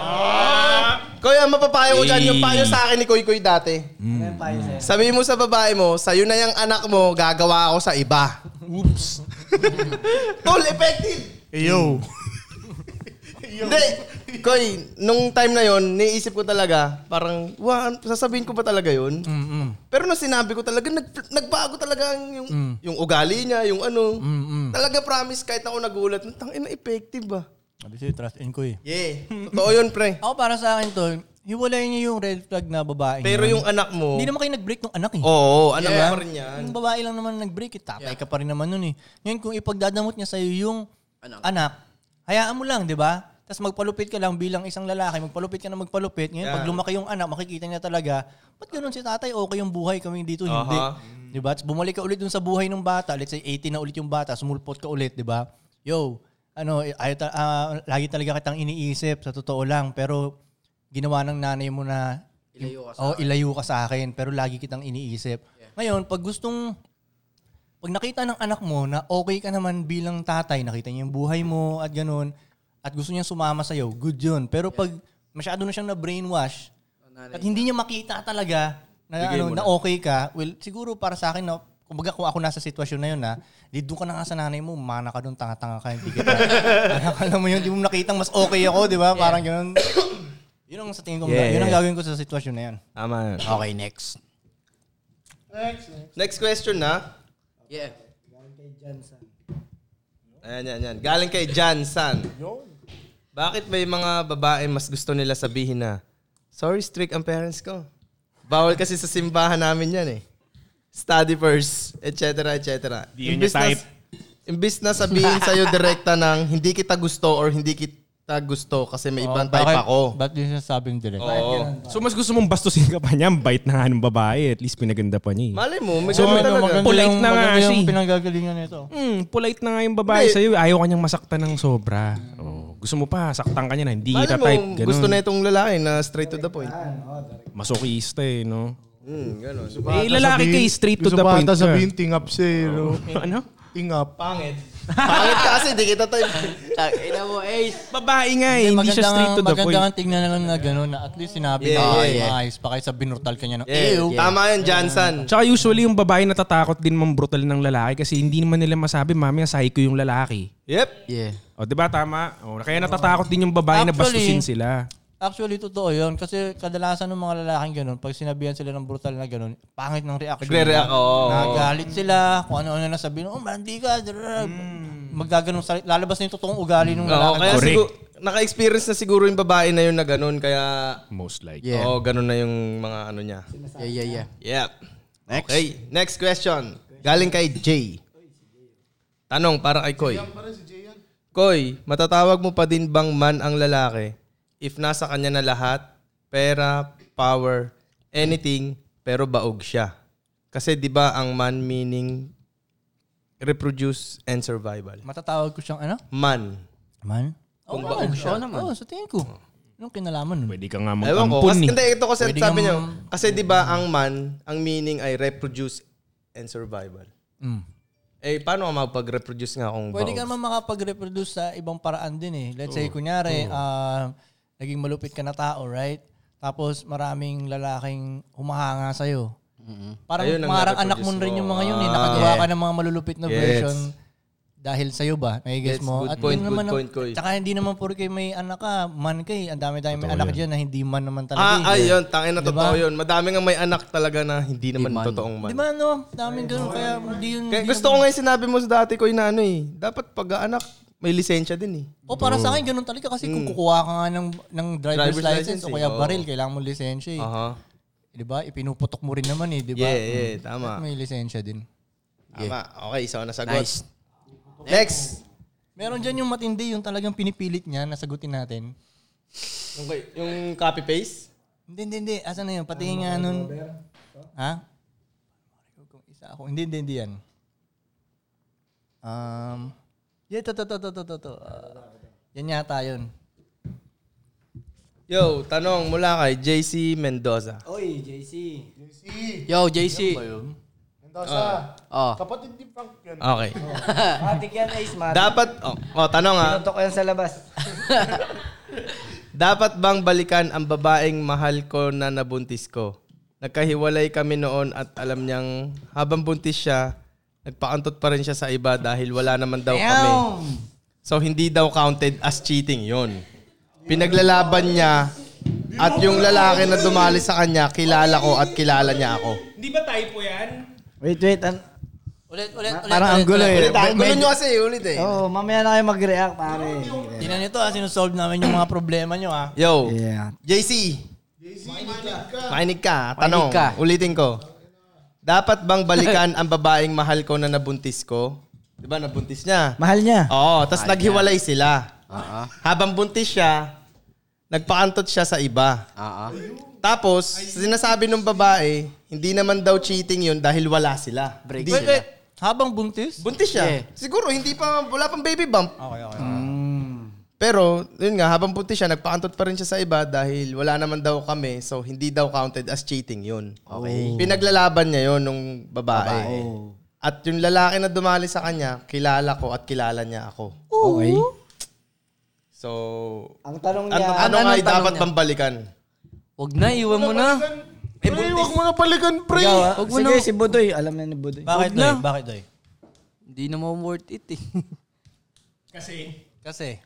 Kuya, mapapayo ko dyan. Yung payo sa akin ni Koy Koy dati. Sabi mo sa babae mo, sa'yo na yung anak mo, gagawa ako sa iba. Oops. Tol, effective! Yo. Hindi. Koy, nung time na yon niisip ko talaga, parang, wa, sasabihin ko ba talaga yun? Pero nung sinabi ko talaga, nag, nagbago talaga ang yung, yung ugali niya, yung ano. Talaga promise, kahit ako nagulat, tang ina, effective ba? Sabi sa'yo, trust in ko eh. Yeah. Totoo yun, pre. Ako para sa akin to, hiwalay niyo yung red flag na babae. Pero niyo. yung anak mo, Hindi naman kayo nag-break ng anak eh. oo, oh, anak Yeah. mo pa rin yan. Yung babae lang naman nag-break, eh, tatay ka pa rin naman nun eh. Ngayon, kung ipagdadamot niya sa'yo yung anak, Anak. hayaan mo lang, di ba? Tapos magpalupit ka lang bilang isang lalaki, magpalupit ka na magpalupit. Ngayon, pag lumaki yung anak, makikita niya talaga, ba't ganun si tatay, okay yung buhay kami dito, hindi. Di ba? Mm. Diba? Tapos bumalik ka ulit dun sa buhay ng bata, let's say 18 na ulit yung bata, sumulpot ka ulit, di ba? Yo, ano, eh, ayaw ta- ah, lagi talaga kitang iniisip, sa totoo lang, pero ginawa ng nanay mo na Ilayo ka sa... Oh, ilayo ka sa akin, pero lagi kitang iniisip. Ngayon, pag gustong pag nakita ng anak mo na okay ka naman bilang tatay, nakita niya yung buhay mo at ganun, at gusto niya sumama sa good 'yun. Pero pag masyado na siyang na-brainwash at hindi niya makita talaga na, ano, na okay ka, well, siguro para sa akin na Kumbaga kung ako nasa sitwasyon na yun na, di doon ka na nga sa nanay mo, mana ka doon, tanga-tanga ka, hindi kita. Alam mo yun, di mo nakitang mas okay ako, di ba? Parang ganun. yun ang sa tingin ko, Yeah, yun ang yeah. gagawin ko sa sitwasyon na yun. Tama yun. Okay, next. Next question na. Yeah. Ayan, yan, yan. Galing kay Jan San. Bakit may mga babae mas gusto nila sabihin na, sorry, strict ang parents ko. Bawal kasi sa simbahan namin yan eh. Study first, etc. etc. Di yun Imbis yung na- type. Imbis na sabihin sa'yo direkta ng hindi kita gusto or hindi kita gusto kasi Oh, may ibang type ako. Ba't din siya sabing direct? Oo. So mas gusto mong bastusin ka pa niya, ang bait na nga ng babae, at least pinaganda pa niya. eh. Malay mo, may So, ganun ano, talaga. maganda- Polite na nga siya eh. pinanggagalingan nito. Hmm, polite na nga yung babae sa'yo. eh. Ayaw ka niyang masaktan ng sobra. Oh, gusto mo pa, saktan ka niya na hindi Malay kita mo, type. Ganun. gusto na itong lalaki na straight to the point. Masokista eh, no? Hmm, ganun. eh, lalaki ka eh, straight to the point Gusto ka. sabihin, tingap siya eh. no? ano? Tingap. Pangit. Pangit ka kasi, di kita type. Tak, ina mo, Ace. Babae nga eh, hindi siya straight to the Maganda point. kang tignan na lang na gano'n na at least sinabi Yeah, na yeah, ay, yeah. maayos pa kayo sa binurtal ka niya ng Yeah, ew. Tama yan, Johnson. Tsaka usually yung babae natatakot din mambrutal ng lalaki kasi hindi naman nila masabi, mamaya psycho yung lalaki. Yep. Yeah. O, di ba tama? O, kaya natatakot din yung babae na Actually, bastusin sila. Actually, totoo yun. Kasi kadalasan ng mga lalaking gano'n, pag sinabihan sila ng brutal na gano'n, pangit ng reaction. Nagre-react, nila. oo. Nagalit sila, kung ano-ano na sabihin, oh, mandi ka, drrr." maggaganong salit. Lalabas na yung totoong ugali Hmm. Oo, ng lalaki. kaya Correct. siguro, naka-experience na siguro yung babae na yun na ganun, kaya, Most likely. Yeah. oo, ganun na yung mga ano niya. Yeah, yeah, yeah. Yep. Next. Okay, next question. Galing kay Jay. Tanong para kay Koy. Koy, matatawag mo pa din bang man ang lalaki if nasa kanya na lahat, pera, power, anything, pero baog siya? Kasi di ba ang man meaning reproduce and survival. Matatawag ko siyang ano? Man. Man? Kung baog siya. Oo naman. Oo, sa tingin ko. Anong kinalaman nun? Pwede ka nga Ewan ko. mag-ampun Kasi, eh. hindi, ito kasi Pwede sabi kang- niya. Kasi di ba ang man, ang meaning ay reproduce and survival. Mm. Eh, paano ka magpag-reproduce nga kung baog? Pwede ka naman makapag-reproduce sa ibang paraan din eh. Let's Oh. say, kunyari, ah, naging malupit ka na tao, right? Tapos maraming lalaking humahanga sa'yo. Parang Ayun ang parang anak na-reproduce mo rin mo. yung mga yun eh. Ah. Nakagawa Yeah. ka ng mga malulupit na Yes. version dahil sa'yo ba? Yes, Nagigess mo? good point, yun good naman, ang- point, Koy. Tsaka hindi naman porke may anak ka, man ka eh. Ang dami-dami may anak dyan na hindi man naman talaga. Ah, eh. ayun. Tangin na Diba? totoo yun. Madami nga may anak talaga na hindi naman totoong man. Di ba no? Daming ganun. Kaya hindi yun. Kaya hindi gusto ko nga yung sinabi mo sa dati ko na ano eh. Dapat pag-anak, may lisensya din eh. O para sa akin, ganun talaga kasi kung kukuha ka nga ng, ng Mm. driver's, Driver's license, license o eh, kaya oo. Ah. baril, kailangan mo lisensya eh. Aha. Di ba? Ipinuputok mo rin naman eh, di ba? Yeah, yeah. At Tama. May lisensya din. Tama. Okay, so nasagot. Nice. Next. Meron dyan yung matindi, yung talagang pinipilit niya, nasagutin natin. Yung, yung copy-paste. Hindi, hindi, hindi. Asan na yun? Ano, Patingin nga nun. Ha? Kung isa ako. Hindi, hindi, hindi yan. Um, yeah, to, to, to, to, to, to, to. Ah, yan yata yun. Yo, tanong mula kay JC Mendoza. Oy, JC. Yo, JC. Mendoza, Oh. kapatid ni Frank yan. Okay. Matik yan, Ace. Matik. Dapat, oh, oh, tanong ah. Pinutok ko yan sa labas. Dapat bang balikan ang babaeng mahal ko na nabuntis ko? Nagkahiwalay kami noon at alam niyang habang buntis siya, nagpakantot pa rin siya sa iba dahil wala naman daw kami. So hindi daw counted as cheating yon. Pinaglalaban niya at yung lalaki na dumali sa kanya, kilala ko at kilala niya ako. Hindi ba typo yan? Wait, wait. An- Ulit, ulit, ulit. parang ang gulo eh. Gulo niyo kasi, ulit eh. Oo, oh, mamaya na kayo mag-react, pare. Tingnan nito ha, sinusolve namin yung mga problema nyo ah. ha. Yo, Yeah. JC. Makinig ka. Tanong. ka. Ulitin ko. Dapat bang balikan ang babaeng mahal ko na nabuntis ko? Di ba nabuntis niya? Mahal niya. Oo, tapos naghiwalay sila. Oo. Habang buntis siya, nagpaantot siya sa iba. Oo. Tapos, sinasabi ng babae, hindi naman daw cheating yun dahil wala sila. Break Hindi sila. sila. Habang buntis? Buntis siya. Yeah. Siguro, hindi pa, wala pang baby bump. Okay, okay. Mm. Pero, yun nga, habang punti siya, nagpakantot pa rin siya sa iba dahil wala naman daw kami, so hindi daw counted as cheating yun. Okay. Pinaglalaban niya yun nung babae. At yung lalaki na dumali sa kanya, kilala ko at kilala niya ako. Okay. So, Ang tanong an- niya, ano Anong nga tanong dapat niya? pambalikan? Huwag na, iwan mo na. Eh, huwag mo na palikan, pre. ikaw, ah. Huwag mo sige, na- si Budoy. Alam na ni Budoy. Bakit, Huwag na. Doy? Bakit, Doy? Hindi naman worth it eh. Kasi,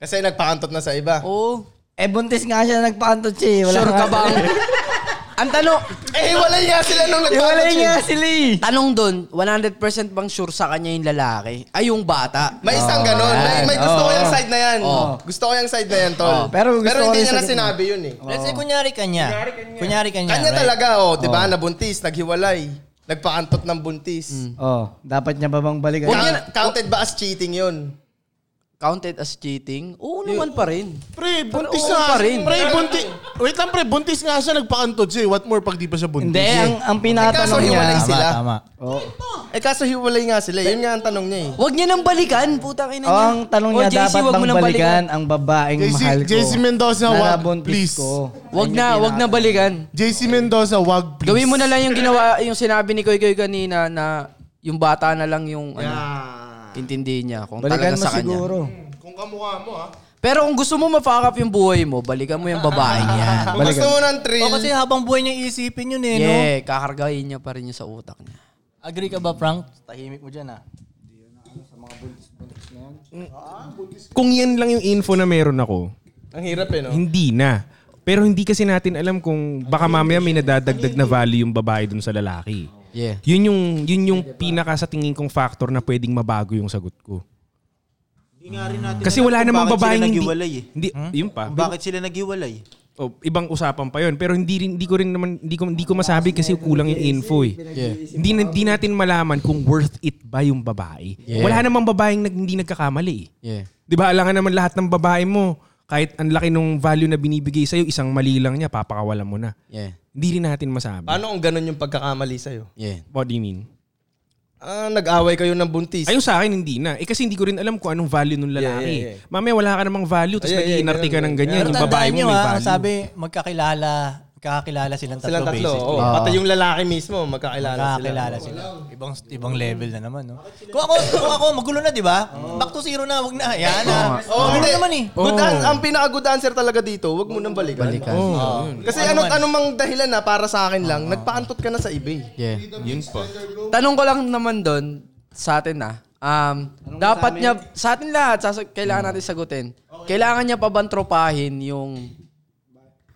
Kasi nagpakantot na sa iba. Oo. Eh, buntis nga siya nagpakantot siya. eh. Wala Oh, sure nga ka ba? ang- ang tanong, Eh, hiwalay nga sila nung siya. Wala nagpakantot nga siya. sila eh. tanong doon, 100% bang sure sa kanya yung lalaki? Ay, yung bata. May isang ganun. May, may gusto ko yung side na yan. Oo. Gusto ko yung side na yan, tol. Pero gusto ko rin hindi niya sa na gitna. sinabi yun eh. let's say kunyari kanya. Kunyari kanya. Kunyari kanya, Kanya right? talaga, oh, di ba? Nabuntis, naghiwalay, nagpakantot ng Mm. buntis. Oh, dapat niya ba bang balikan? Count- counted ba as cheating yun? Counted as cheating? Oo naman pa rin. Pre, buntis oo pa nga. rin. Pre, buntis. Wait lang, pre. Buntis nga siya. Nagpakantod siya. eh. What more pag di pa siya buntis? Hindi, ang, ang Kaso pinatanong niya. hiwalay sila. Tama. Oh, Eh kaso hiwalay nga sila. Yun nga ang tanong niya eh. Huwag niya nang balikan. Putang ina oh, niya. ang tanong niya, Oh, JC, dapat huwag mo bang nang balikan ang babaeng JC mahal ko. JC Mendoza, na wag, nabuntis please. ko. Huwag na, huwag na balikan. JC Mendoza, wag please. Gawin mo na lang yung ginawa, yung sinabi ni Koy Koy kanina na yung bata na lang yung ano, intindihin niya kung Balikan talaga mo sa kanya. siguro. Hmm, Kung kamukha mo, ah. ha? Pero kung gusto mo ma-fuck up yung buhay mo, balikan mo yung babae niya. Ano? Kung gusto mo ng thrill, O Oh, kasi habang buhay niya iisipin yun eh, no? yeah, kakargahin niya pa rin yun sa utak niya. Agree ka ba, Frank? Tahimik mo dyan, ah. Kung yan lang yung info na meron ako, ang hirap eh, no? hindi na. Pero hindi kasi natin alam kung baka mamaya may nadadagdag na value yung babae dun sa lalaki. Yeah. Yun yung, yun yung pinaka sa tingin kong factor na pwedeng mabago yung sagot ko. Kasi wala namang babaeng hindi. Hindi, yun pa. Bakit sila naghiwalay? O, ibang usapan pa yon pero hindi rin hindi ko rin naman hindi ko hindi ko masabi kasi kulang yung info eh. Hindi na- hindi natin malaman kung worth it ba yung babae. Wala namang babaeng nag, hindi nagkakamali. eh. Yeah. 'Di ba? Alangan naman lahat ng babae mo kahit ang laki nung value na binibigay sa'yo, isang mali lang niya, papakawalan mo na. Yeah. Hindi rin natin masabi. Paano kung ganun yung pagkakamali sa'yo? Yeah. What do you mean? Ah, nag-away kayo ng buntis. Ayun sa akin, hindi na. Eh kasi hindi ko rin alam kung anong value nung lalaki. Yeah, yeah, Mamaya wala ka namang value, tapos Yeah, yeah, nag-iinarte ka ganun, ng ganyan. Pero yung babae tandaan mo nyo, ha? may Ang value. sabi, magkakilala, magkakakilala silang tatlo, Silang tatlo. basically. Oh. Pati yung lalaki mismo, magkakilala sila. Nakakilala sila. Ibang ibang level na naman, no? Kung ako, kung ako magulo na, di ba? Back to zero na, wag na. Yan na. Oh, Magulo hindi. naman eh. Good an- ang pinaka-good answer talaga dito, wag mo nang balikan. Oh. Ano Oo. Kasi anong anumang dahilan na para sa akin lang, nagpaantot ka na sa ibig. Yeah. Tanong ko lang naman doon sa atin na. Um, dapat niya sa atin lahat sasa, kailangan natin sagutin. Kailangan niya pa bang tropahin yung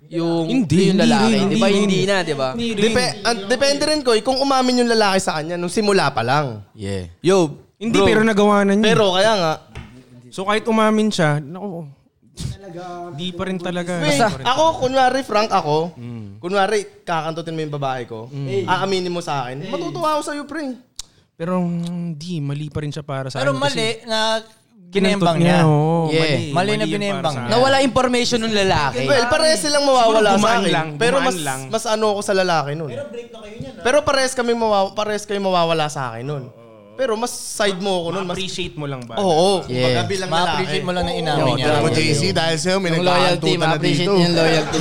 yung Hindi, yung hindi rin, lalaki, 'di ba? Hindi hindi rin. na, 'di ba? Depe- an- depende rin ko eh, kung umamin yung lalaki sa kanya nung simula pa lang. Yeah. Yo, Hindi, bro, pero nagawa na niya. Pero kaya nga, So kahit umamin siya, naku, di pa rin talaga. Wait, ako, kunwari, Frank ako, kunwari, kakantutin mo yung babae ko, Mm. aaminin mo sa akin, matutuwa ako sa'yo, pre. Pero mm, di, mali pa rin siya para sa Pero akin mali kasi na kinantot ginembang niya. oo, Yeah. Mali na yun para binembang sa niya. akin. Nawala information ng lalaki. Well, parehas silang mawawala Siguro sa gumaan akin. lang, pero gumaan mas, lang. mas ano ako sa lalaki nun. Pero break na kayo niyan. ah. Pero parehas kami mawaw parehas kayo mawawala sa akin nun. Pero mas side mo ako nun. Mas, Ma-appreciate mo lang ba? oo, oo. Yeah. Kumbaga bilang lalaki. Ma-appreciate mo lang na inamin niya. Alam mo, JC, dahil sa'yo, may Yung loyalty, nagkakantutan na ma-appreciate dito. niya yung loyalty.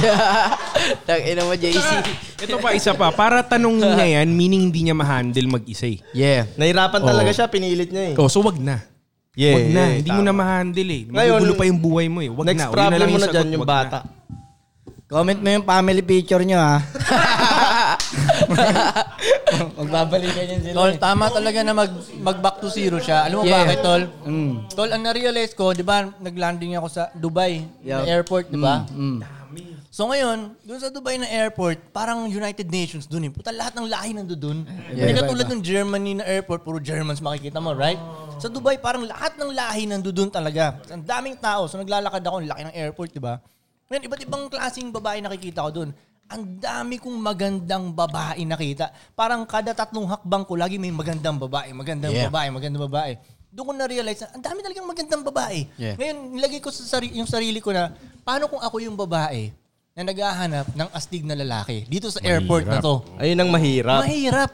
Tag-ina mo, JC. Ito pa, isa pa. Para tanong niya yan, meaning hindi niya ma-handle mag-isa eh. Yeah. Nahirapan talaga siya, pinilit niya eh. Oh, so wag na. Yeah, wag na. yeah, hindi mo na ma-handle eh. Ngayon, Magugulo pa yung buhay mo eh. Wag Next na. Yun problem lang mo na sagot, dyan yung wag na. bata. Comment mo yung family picture niyo ah. ha. Magbabalikan yun sila. Tol, tama talaga na mag, mag back to zero siya. Alam mo Yeah. bakit, Tol? Tol, ang na-realize ko, di ba, nag-landing ako sa Dubai, na airport, di ba? So ngayon, doon sa Dubai na airport, parang United Nations doon eh. Puta, lahat ng lahi nando doon. Hindi katulad ng Germany na airport, puro Germans makikita mo, right? Sa Dubai, parang lahat ng lahi nando doon talaga. Ang daming tao. So naglalakad ako, ang laki ng airport, di ba? Ngayon, iba't ibang klaseng babae nakikita ko doon. Ang dami kong magandang babae nakita. Parang kada tatlong hakbang ko, lagi may magandang babae, magandang babae, magandang babae. Doon ko na-realize na ang dami talagang magandang babae. Ngayon, nilagay ko sa sari- yung sarili ko na, paano kung ako yung babae na naghahanap ng astig na lalaki dito sa airport na to. Ayun ang mahirap. Mahirap.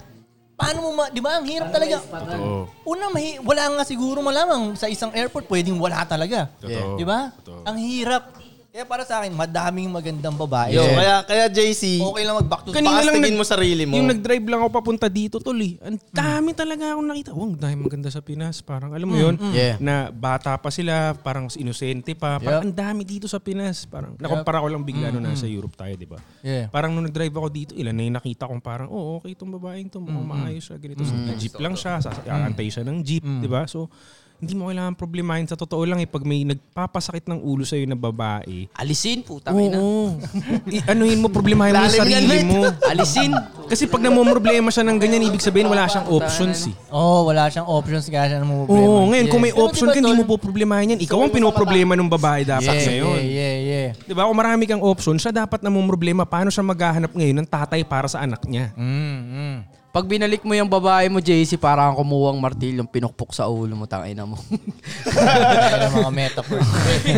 Paano mo ma... Di ba? Ang hirap talaga. Totoo. Una, mahi, wala nga siguro malamang sa isang airport, pwedeng wala talaga. Totoo. Di ba? Totoo. Ang hirap. Kaya para sa akin, madaming magandang babae. Yo, kaya, kaya JC, Okay lang mag-back to Kanina lang Pakastigin nag- mo sarili mo. Yung nag-drive lang ako papunta dito, tol eh. Ang dami talaga akong nakita. Wow, ang dami maganda sa Pinas. Parang alam mo yun, Yeah. na bata pa sila, parang inosente pa. Parang ang dami dito sa Pinas. Parang nakumpara ko lang bigla nung nasa Europe tayo, di ba? Yeah. Parang nung nag-drive ako dito, ilan na yung nakita kong parang, oh, okay itong babaeng to, mukhang maayos siya, ganito. So, jeep lang siya, sasakantay siya ng jeep, di ba? So, hindi mo kailangan problemahin. Sa totoo lang, eh, pag may nagpapasakit ng ulo sa'yo na babae, Alisin, putang ina. Oo. I- anuhin mo, problemahin mo yung sarili mo. Alisin. Kasi pag namomroblema siya ng ganyan, ibig sabihin wala siyang options eh. Oo, oh, wala siyang options kaya siya namumproblema. Oo, ngayon kung may Pero option diba, ka, hindi tol? mo poproblemahin yan. Ikaw ang pinoproblema ng babae dapat Yeah, ngayon. yeah, yeah, yeah. Di ba? Kung marami kang option, siya dapat namomroblema. Paano siya maghahanap ngayon ng tatay para sa anak niya? Mm, mm. Pag binalik mo yung babae mo, JC, parang kumuwang martilyong pinukpok sa ulo mo, tang ina mo. Ayan ang mga metaphor.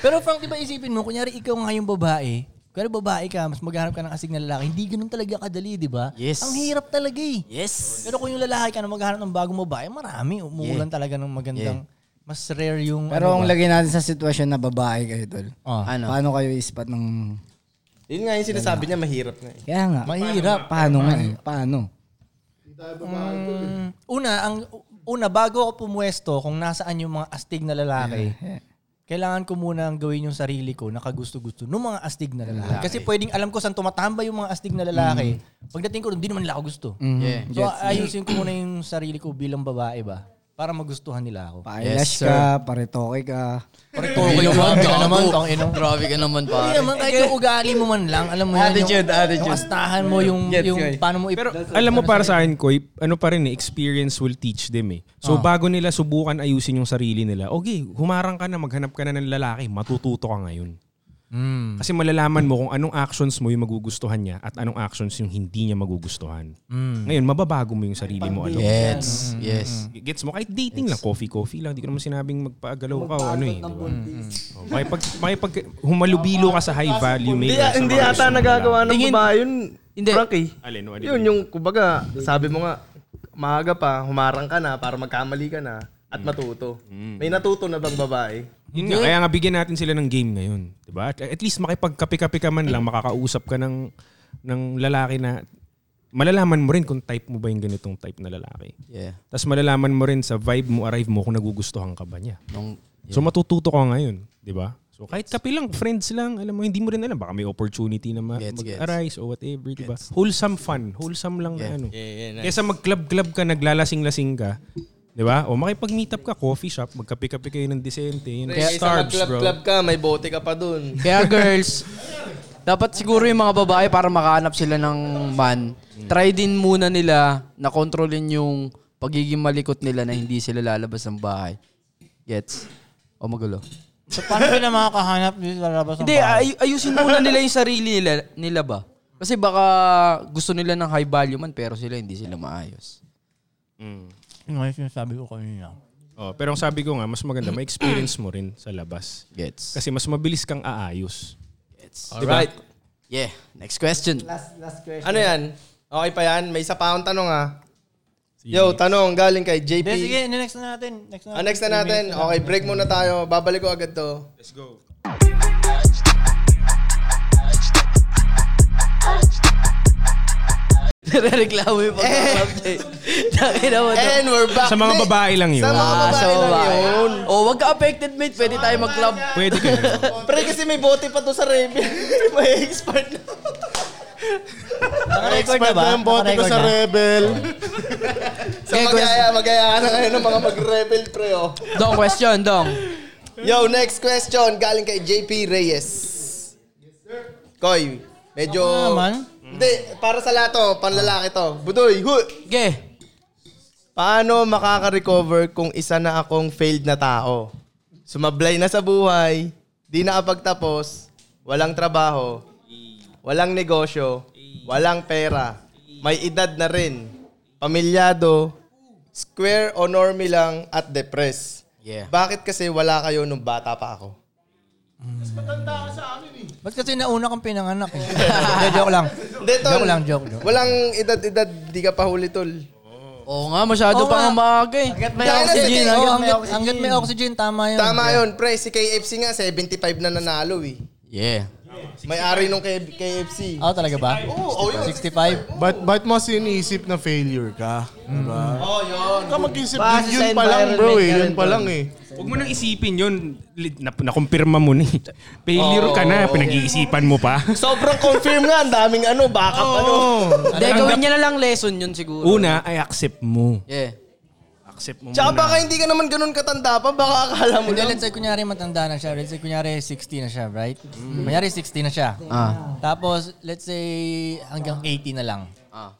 Pero Frank, di ba isipin mo, kunyari ikaw nga yung babae, kunyari babae ka, mas maghanap ka ng asig na lalaki, hindi ganun talaga kadali, di ba? Yes. Ang hirap talaga eh. yes. Pero kung yung lalaki ka na maghanap ng bagong babae, marami. Umuulan talaga ng magandang, mas rare yung... Pero ano kung ba? lagay natin sa sitwasyon na babae kayo, tol. Oh, Ano? Paano kayo ispat ng... Yun nga yung sinasabi niya, mahirap na eh. Kaya nga. mahirap. Paano nga eh? Paano? Una, ang una bago ako pumuesto kung nasaan yung mga astig na lalaki. Kailangan ko muna ang gawin yung sarili ko nakagusto-gusto ng mga astig na lalaki. Kasi pwedeng alam ko saan tumatambay yung mga astig na lalaki. Pagdating ko doon, di naman nila ako gusto. Yeah. So ayusin ko muna yung sarili ko bilang babae ba para magustuhan nila ako. Pa-eyelash ka, paretoke ka. Parang ka naman, tang ino. Grabe ka naman, Hindi pare. naman, kahit yung ugali mo man lang, alam mo yun, Attitude, yung, attitude. yung kastahan mo, yung, Gets yung ko eh. paano mo ip- Pero alam mo para sa akin, Koy, ano pa rin eh, experience will teach them eh. So bago nila subukan ayusin yung sarili nila, okay, humarang ka na, maghanap ka na ng lalaki, matututo ka ngayon. Kasi malalaman mo kung anong actions mo yung magugustuhan niya at anong actions yung hindi niya magugustuhan. Ngayon, mababago mo yung sarili mo. Alam. mo. Mm. Yes. Yes. Gets mo? Kahit dating lang, coffee-coffee lang. Hindi ko naman sinabing magpaagalaw ka o ano eh. Diba? Oh, may pag, may pag, humalubilo ka sa high value Hindi, ah, male. sa hindi mga gusto ata mo nagagawa ng Tingin- babae yun, Hindi. Frank eh. lang. Alin, alin, Yun yung, kumbaga, sabi mo nga, maaga pa, humarang ka na para magkamali ka na at matuto. May natuto na bang babae? Yun nga, kaya nga bigyan natin sila ng game ngayon. 'di ba? At, at least makipagkape-kape ka man lang, makakausap ka ng, ng lalaki na malalaman mo rin kung type mo ba yung ganitong type na lalaki. Yeah. Tapos malalaman mo rin sa vibe mo, arrive mo kung nagugustuhan ka ba niya. Nung, So matututo ka ngayon, 'di ba? So kahit kape lang, friends lang, alam mo, hindi mo rin alam baka may opportunity na ma- Gets, gets. mag-arise o whatever, 'di ba? Wholesome fun, wholesome lang na ano. Kesa mag-club-club ka, naglalasing-lasing ka, 'di ba? O makipag-meet up ka, coffee shop, magkape-kape kayo ng disente, yun, starves, bro. ka, may bote ka pa dun. Kaya girls, dapat siguro yung mga babae para makahanap sila ng man, try din muna nila na kontrolin yung pagiging malikot nila na hindi sila lalabas ng bahay. Gets? O magulo? So, paano ka na makakahanap dito sa labas ng Hindi, ah. bahay? ay- ayusin muna nila yung sarili nila, nila ba? Kasi baka gusto nila ng high value man pero sila hindi sila maayos. Yung nga yung sinasabi ko kanina. Oh, pero ang sabi ko nga, mas maganda, may experience mo rin sa labas. Gets? Kasi mas mabilis kang aayos. Gets. Diba? Alright. Yeah, next question. Ano yan? Okay pa yan? May isa pa akong tanong ah. Yo, tanong galing kay JP. Hindi, sige, next na natin. Next na Eh, Ah, next na natin. Okay, break muna tayo. Babalik ko agad to. Nare-reklamo yung pagkakapte. Daki na mo to. Eh. And we're back. Sa mga Nick. babae lang yun. Sa mga Ah, babae so lang babae. yun. Oh, wag ka affected mate, pwede tayo mag-club. Pwede ka na. Pre, kasi may bote pa to sa rebe. may expert na. Naka-record na Expert ba? diba? na yung bote ko Naka-record sa na? Rebel. So mag-aya, mag-aya ka na ngayon ng mga mag-rebel, pre, oh. Dong, question, dong. Yo, next question. Galing kay JP Reyes. Koy, medyo... Ako naman. Hindi, para sa lahat to, panlalaki to. Budoy, hu! Ge, Paano makaka-recover kung isa na akong failed na tao? Sumablay na sa buhay, di nakapagtapos, walang trabaho, walang negosyo, walang pera, may edad na rin, pamilyado, square o normie lang at depressed. Yeah. Bakit kasi wala kayo nung bata pa ako? Ba't kasi nauna kang pinanganak eh? Hindi, joke lang. Hindi, tol. Joke lang, joke, joke. Walang edad-edad, di ka pa huli, tol. Oo nga, masyado Oo nga. pang umaga eh. Hanggat may Dahil oxygen, kasi- hanggat, Oo, hanggat, hanggat may oxygen, tama yun. Tama yun, pre. Si KFC nga, 75 na nanalo eh. Yeah. May-ari nung K- KFC. Oo, talaga ba? Oo, oh, 65. Ba't, ba't mo sinisip na failure ka? Diba? Oh, yun. Huwag ka mag-isip. Hmm. Base Yun, sa yun pa lang environment bro eh. ka Yun rin pa to. lang eh. Huwag mo nang isipin yun. Li- Na, nakumpirma mo na eh. Failure ka na, pinag-iisipan mo pa. Sobrang confirm nga. Ang daming ano, backup ano. Hindi, gawin niya na lang lesson yun siguro. Una, ay accept mo. Yeah. Accept mo Tsaka muna. baka hindi ka naman ganun katanda pa. Baka akala mo Hindi, lang. let's say kunyari matanda na siya. Let's say kunyari 60 na siya, right? Kunyari 60 na siya. Ah. Tapos, let's say hanggang 80 na lang. Ah.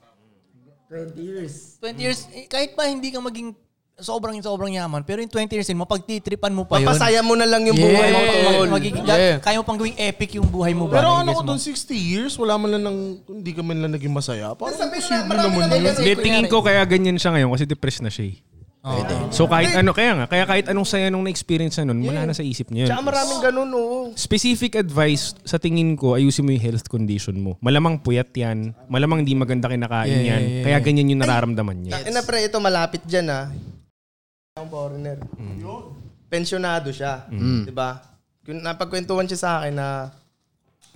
20 years, eh, kahit pa hindi ka maging sobrang-sobrang yaman, pero in 20 years, yun, mapagtitripan mo pa yun. Papasaya mo na lang yung Yeah. buhay mo. Mapag- tol. magiging- Yeah. Kaya mo pang gawing epic yung buhay mo ba? Pero ano Nai-guess ko mo? doon, 60 years, wala man lang, nang, hindi ka man lang naging masaya. Parang Sabi ko na, imposible marami naman naman yun. kasi. Hindi, tingin ko kaya ganyan siya ngayon kasi depressed na siya eh. So kahit ano, kaya nga, kaya kahit anong saya nung na-experience na nun, wala na sa isip niya yun. Tsaka maraming ganun, oo. Specific advice, sa tingin ko, ayusin mo yung health condition mo. Malamang puyat yan, malamang hindi maganda kinakain yan, kaya ganyan yung nararamdaman niya. Yes. pre, ito malapit dyan ah. Ang foreigner. Pensionado siya. di ba? Diba? Napagkwentuhan siya sa akin na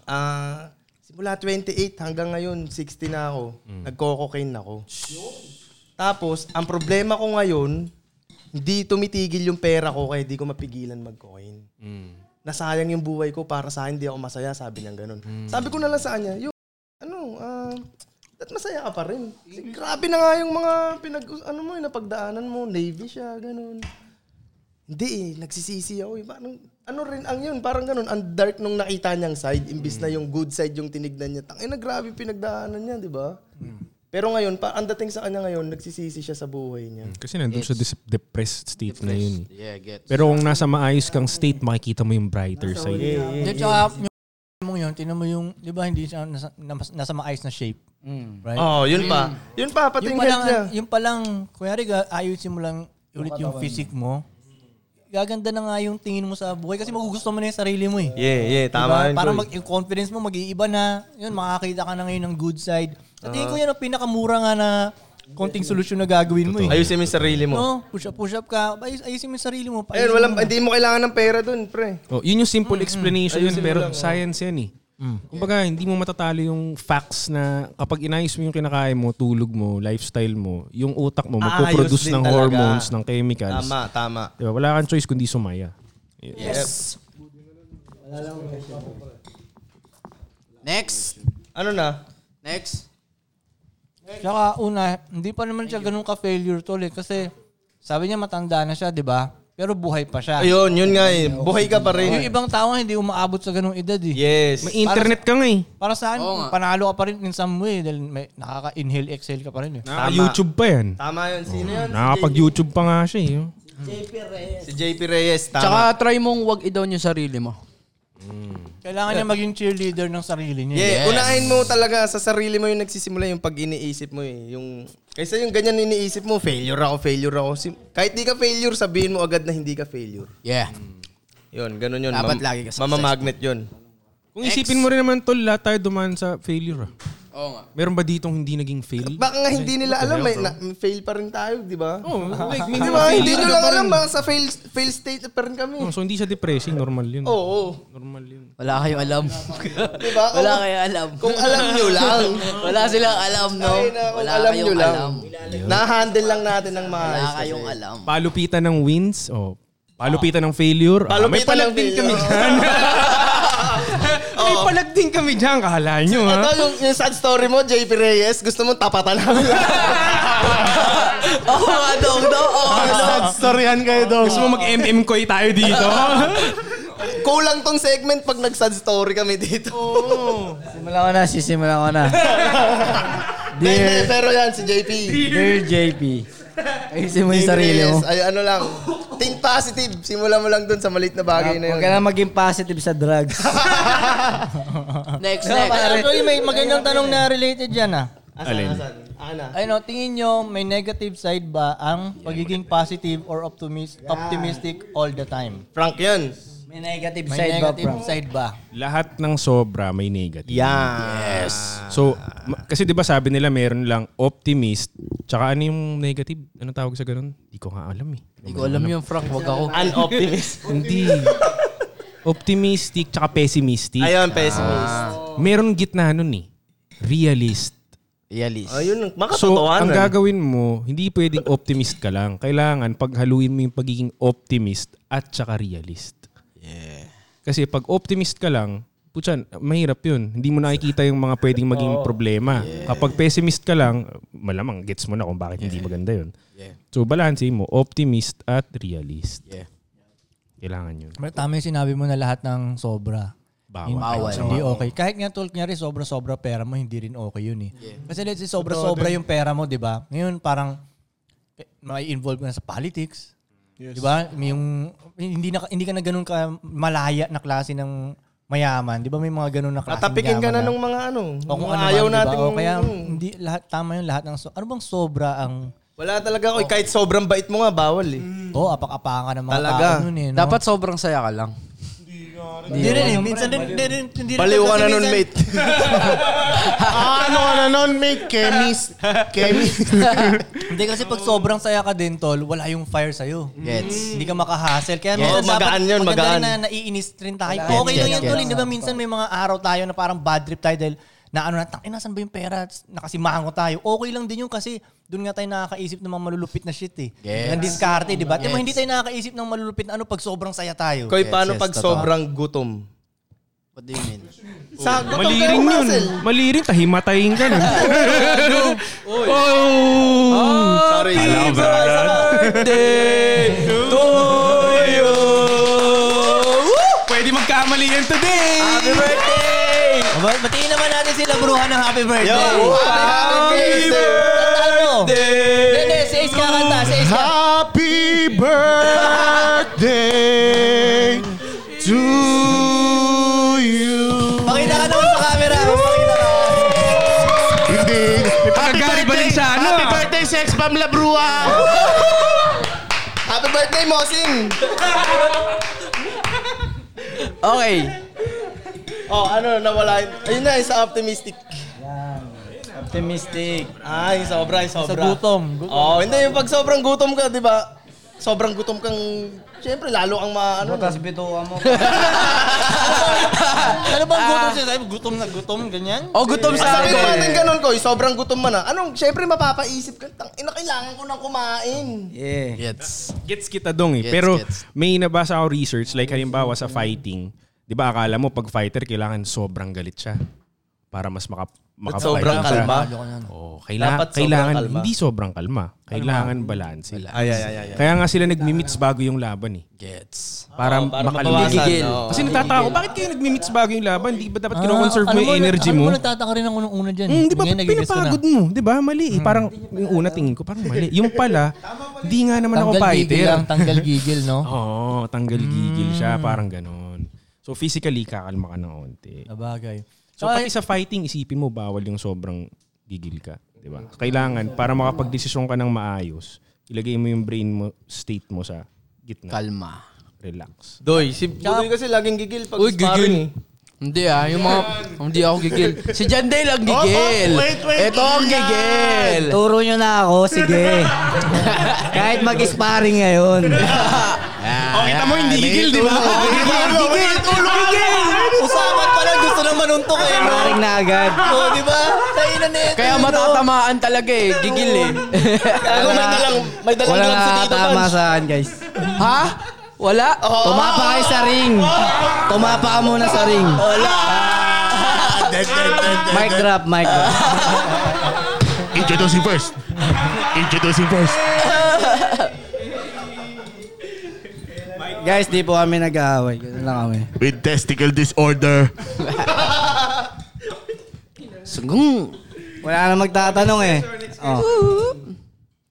ah, simula 28 hanggang ngayon 60 na ako. Nagko-cocaine ako. Tapos, ang problema ko ngayon, hindi tumitigil yung pera ko kaya hindi ko mapigilan mag-coin. Nasayang yung buhay ko para sa akin, hindi ako masaya, sabi niya ganun. Sabi ko na lang sa kanya, yo, ano, ah, at masaya ka pa rin. Kasi Grabe na nga yung mga pinag, ano mo, eh, napagdaanan mo, Navy siya, ganun. Hindi eh, nagsisisi ako eh. Parang, ano rin ang yun, parang ganun, ang dark nung nakita niyang side, imbis na yung good side yung tinignan niya. Tangina, grabe pinagdaanan niya, di ba? Pero ngayon, pa, ang dating sa kanya ngayon, nagsisisi siya sa buhay niya. Kasi nandun sa dis- depressed state na yun. eh. Yeah, get. Pero kung nasa maayos kang state, makikita mo yung brighter side. Hindi, tsaka yung mong yun, tinan mo yung, di ba, hindi siya nasa, nasa, nasa maayos na shape. Right? Oh, yun pa. Yun pa, pati yung yung pa lang, health niya. yung pa lang, kunyari, ga- ayusin mo lang ulit yung physique mo. Gaganda na nga yung tingin mo sa buhay kasi magugusto mo na yung sarili mo eh. Yeah, yeah, Diba? tama yun. Parang Koy. mag, yung confidence mo mag-iiba na. Yun, makakita ka na ngayon ng good side. Sa tingin ko Uh-huh. yan ang pinakamura nga na konting solusyon na gagawin mo eh. Ayusin mo yung sarili mo. No, push up, push up ka. Ayus, ayusin mo yung sarili mo. Ayun, Ayusin walang, mo na. hindi mo kailangan ng pera dun, pre. Oh, yun yung simple explanation yun, pero oh. science yan eh. Mm. Kumbaga, hindi mo matatalo yung facts na kapag inayos mo yung kinakain mo, tulog mo, lifestyle mo, yung utak mo Ah, magpo-produce din ng talaga. hormones, ng chemicals. Tama, tama. Diba? Wala kang choice kundi sumaya. Next. Ano na? Next. Tsaka una, hindi pa naman siya ganun ka-failure tol eh. Kasi sabi niya matanda na siya, di ba? Pero buhay pa siya. Ayun, yun nga eh. Buhay ka pa Yung rin. ibang tao hindi umaabot sa ganung edad eh. Yes. May internet ka nga eh. Para sa akin, Oo nga. panalo ka pa rin in some way dahil may nakaka-inhale, exhale ka pa rin eh. Naka-YouTube pa yan. Tama yun. Sino yun? Nakapag-YouTube pa nga siya eh. oh. Si JP Reyes. Tama. Tsaka try mong wag i-down yung sarili mo. Kailangan niya maging cheerleader ng sarili niya. eh. yeah, unahin mo talaga sa sarili mo yung nagsisimula yung pag iniisip mo eh. Yung, kaysa yung ganyan iniisip mo, failure ako, failure ako. Sim- Kahit di ka failure, sabihin mo agad na hindi ka failure. Yeah. Yun, ganun yun. Dapat lagi ka successful. Mamamagnet yun. Kung isipin mo rin naman tol, lahat tayo dumaan sa failure ah. Oo nga. Meron ba ditong hindi naging fail? Baka nga hindi nila alam, may, na, may fail pa rin tayo, di ba? Oh, like, may Di mga ba? Hindi failure nyo ka lang pa rin. alam, baka sa fail, fail state pa rin kami. Oh, so hindi siya depressing, normal yun. Oo. oo. Normal yun. Wala kayong alam. Diba? Kung- Wala kayong alam. Kung alam nyo lang. Wala silang alam, no? Ay, na, kung ano, Wala alam nyo kayong lang. alam. Na-handle lang natin ng Wala maayos. kayong alam. Palupitan ng wins, oh. Palupitan ng failure. Ah, Palupitan ng may palag din kami failure. dyan. may palag din kami dyan, kahala nyo ha. Ito yung, yung sad story mo, JP Reyes. Gusto mo tapatan namin Oo nga, dog, no? Oo nga, dog. Sad storyan kayo daw. Gusto mo mag-MM koy tayo dito? Kulang tong segment pag nag-sad story kami dito. Oh. Simula ko na, sisimula ko na. Hindi, hindi, pero yan, si JP. Dear JP, ayusin mo yung sarili mo. Reyes, Ay, ano lang. Think positive. Simula mo lang dun sa maliit na bagay na Huwag yun. ka na maging positive sa drugs. Next, Ay, next. Actually, may magandang tanong na related dyan ah. Asan, asan? Ana. Ano, tingin nyo, may negative side ba ang pagiging positive or optimis- optimistic all the time? Frank yan. May negative May side ba, negative Frank? side ba? Lahat ng sobra may negative. Yeah. Yes. So, ma- kasi 'di ba sabi nila meron lang optimist, tsaka ano yung negative? Ano tawag sa ganun? Hindi ko nga alam eh. Hindi ko alam yun, Frank. Wag ako. An optimist. Hindi. Optimistic tsaka pessimistic. Ayun, pessimist. Meron gitna nun eh. Realist. Realist. Ayun, So, makatotohanan. ang gagawin mo, hindi pwedeng optimist ka lang. Kailangan paghaluin mo yung pagiging optimist at tsaka realist. Kasi pag optimist ka lang, putyan, mahirap yun. Hindi mo nakikita yung mga pwedeng maging problema. Kapag pessimist ka lang, malamang gets mo na kung bakit hindi maganda yun. So, balansehin mo, optimist at realist. Kailangan yun. Pero tama yung sinabi mo na lahat ng sobra. Bawal. Hindi- Hindi okay. Kahit nga tulad nga rin, sobra-sobra pera mo, hindi rin okay yun eh. Kasi let's say, sobra-sobra yung pera mo, di ba? Ngayon, parang eh, may involve ka na sa politics. Di ba? May Yung, hindi, na, hindi ka na ganun ka malaya na klase ng mayaman. Di ba may mga ganun na klase Tatapikin ka na ng mga ano. o kung mga ano man, ayaw di ba? natin. O kaya hindi lahat tama yung lahat ng so, ano bang sobra ang Wala talaga. Oy, kahit sobrang bait mo nga, bawal eh. oh apak-apakan ka ng mga Talaga. tao nun eh. No? Dapat sobrang saya ka lang. hindi rin eh. Minsan din hindi rin hindi rin Baliw ka kasi na nun, minsan- mate. ah, ano ka na nun, mate? Chemist. Chemist. Hindi kasi pag sobrang saya ka din, tol, wala yung fire sa'yo. Gets. Hindi ka makahassle. Kaya Mm. Yes. minsan Oo, magaan yun, maganda magaan. rin na naiinis rin tayo. Gets, okay lang gets, yan, tol. Hindi ba minsan may mga araw tayo na parang bad trip tayo dahil na ano na, tangin nasan ba yung pera? Nakasimango tayo. Okay lang din yun kasi doon nga tayo nakakaisip ng mga malulupit na shit eh. Gets. Ng diskarte, di ba? Di ba hindi tayo nakakaisip ng malulupit na ano pag sobrang saya tayo. Koy, Yes, paano yes, pag totoo. sobrang gutom? What do you mean? Sa gutom Maliring tayo, yun. Russell. Maliring, tahimatayin ka nun. Oh. Sorry. Happy birthday to you. Pwede magkamali yan today! Happy birthday! Ba- Batiin naman natin sila bruhan ng happy birthday. Happy birthday! birthday! Hindi, si Ace kakanta, si Ace kakanta. Happy birthday to you. Pakita ka naman sa camera. Pakita ka. Hindi. Happy pagkagaling sa ano, Happy ah. birthday, Sex Bomb Labrua! Happy birthday, Mosin! Okay. Oh, ano, nawala yun. Ayun na, isa optimistic. Optimistic. Ah, yung sobra, yung sobra. Sa gutom. Gutom. Oh, hindi, yung pag sobrang gutom ka, di ba? Sobrang gutom kang, syempre, lalo kang maano. Butas bituka mo. Ano bang gutom siya? Sabi, gutom na gutom, ganyan? Oh, gutom Ah, sa Sabi eh. akin. natin ganun ko, sobrang gutom man na. Anong, syempre, mapapaisip ka, tang, ina, kailangan ko nang kumain. Yeah. Gets. Gets kita dong eh. Gets, Pero gets. may nabasa ako research, like halimbawa sa fighting, di ba akala mo pag fighter kailangan sobrang galit siya para mas maka makafight sobrang siya. kalma. Oo, kaila- Dapat sobrang kailangan, kalma. hindi sobrang kalma. Ano? Kailangan balanse. Ay, ay, ay, ay. Kaya nga sila nagmi-meets bago yung laban eh. Gets. Para, Ah, para makalimit. mabawasan, Gigil. oo. Kasi natatako, bakit kayo nagmi-meets bago yung laban? Di ba dapat Ah, kinoconserve mo yung energy Ah, mo? Alam mo, nagtataka rin ako nung una dyan. Mm, di ba Ngayon, nagigets ko na. pinapagod mo? Di ba? Mali. eh. Parang Hmm. yung una tingin ko, parang mali. Yung pala, di nga naman ako Tanggal gigil fighter. lang, tanggal gigil, no? Oo, tanggal gigil siya, parang ganon. So physically, kakalma ka ng onti. Sabagay. So pati sa fighting, isipin mo, bawal yung sobrang gigil ka. Di ba? Kailangan, para makapagdesisyon ka ng maayos, ilagay mo yung brain mo, state mo sa gitna. Kalma. Relax. Doy, si Doy kasi laging gigil pag Uy, eh. gigil. Hindi ah, yung mga... Hindi ako gigil. Si Jandel ang gigil. Oh, oh, wait, wait, Ito ang gigil. Turo nyo na ako, sige. Kahit mag-sparring ngayon. Oh, kita mo, hindi gigil, di ba? Gigil! Tulog! Gigil! Usapan pa lang, gusto naman manuntok eh, no? Sparring na agad. Oo, di ba? Sa ina na ito, Kaya no? matatamaan talaga eh. Gigil eh. Gago, Ano? may dalang, may dalang Wala gloves si na Tito tama Vance. saan, guys. ha? Wala? Tumapa kayo sa ring. Tumapa ka muna sa ring. Wala! Mic drop, mic drop. Introducing first. Introducing first. Guys, di po kami nag-aaway. Ganun lang kami. With testicle disorder. Sugung. Wala na magtatanong eh. Oh.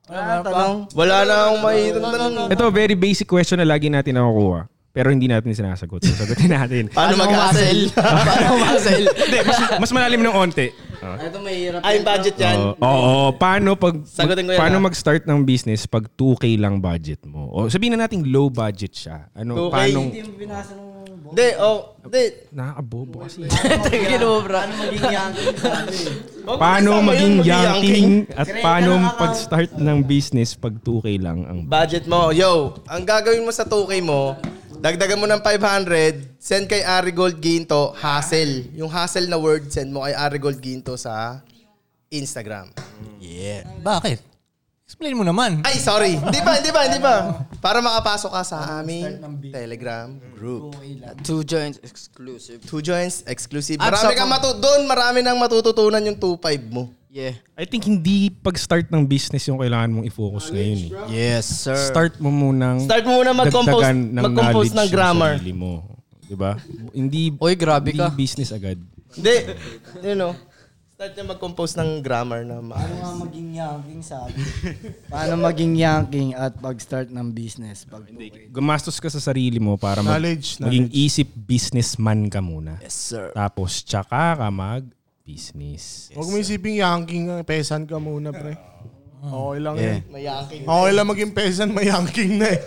Wala na tanong. Wala na akong mahitanong. Ito, very basic question na lagi natin nakukuha. Pero hindi natin sinasagot. So, Sagutin natin. Ano? Paano mag-hustle? Paano mag-hustle? Hindi, mas, mas malalim ng onte. Ito mahirap. Ay, budget yan. Oo, oo. paano pag Sagutin ko yan, paano ah. mag-start ng business pag 2k lang budget mo? O sabihin na nating low budget siya. Ano 2K. paano Yung binasa ng Hindi, oh, hindi. nakakabobo kasi. Ano maging yankee? Ano eh. Huwag Paano kasama yun, maging mag-yanking. yanking at Kaya paano ka ah. nakaka- pag-start ng business pag 2k lang ang Budget mo. Yo, ang gagawin mo sa 2K mo, dagdagan mo ng 500, send kay Arigold Ginto, hassle. Yung hassle na word, send mo kay Arigold Ginto sa Instagram. Bakit? Explain mo naman. Ay, sorry. Hindi ba, hindi ba, hindi ba. Para makapasok ka sa aming Telegram group. Two joints exclusive. Two joints, exclusive. At Marami sa- kang matu- doon, marami nang matututunan yung 2.5 mo. Yeah. I think hindi pag-start ng business yung kailangan mong i-focus ngayon. Eh. Yes, sir. Start mo munang Start mo muna mag-compose- dagdagan ng, mag-compose knowledge ng sa grammar. sarili mo. Diba? Hindi, Oy, grabe hindi ka. business agad. Hindi, you know, start na mag-compose ng grammar na maayos. Paano maging yanking sabi? Paano maging yanking at pag-start ng business? Pag Gumastos ka sa sarili mo para mag- Knowledge, maging isip businessman ka muna. Yes, sir. Tapos tsaka ka mag-business. Huwag mo isipin yanking nga. Pesan ka muna, pre. Okay lang yan. Mayaking. Okay lang maging pesan, may yanking na eh.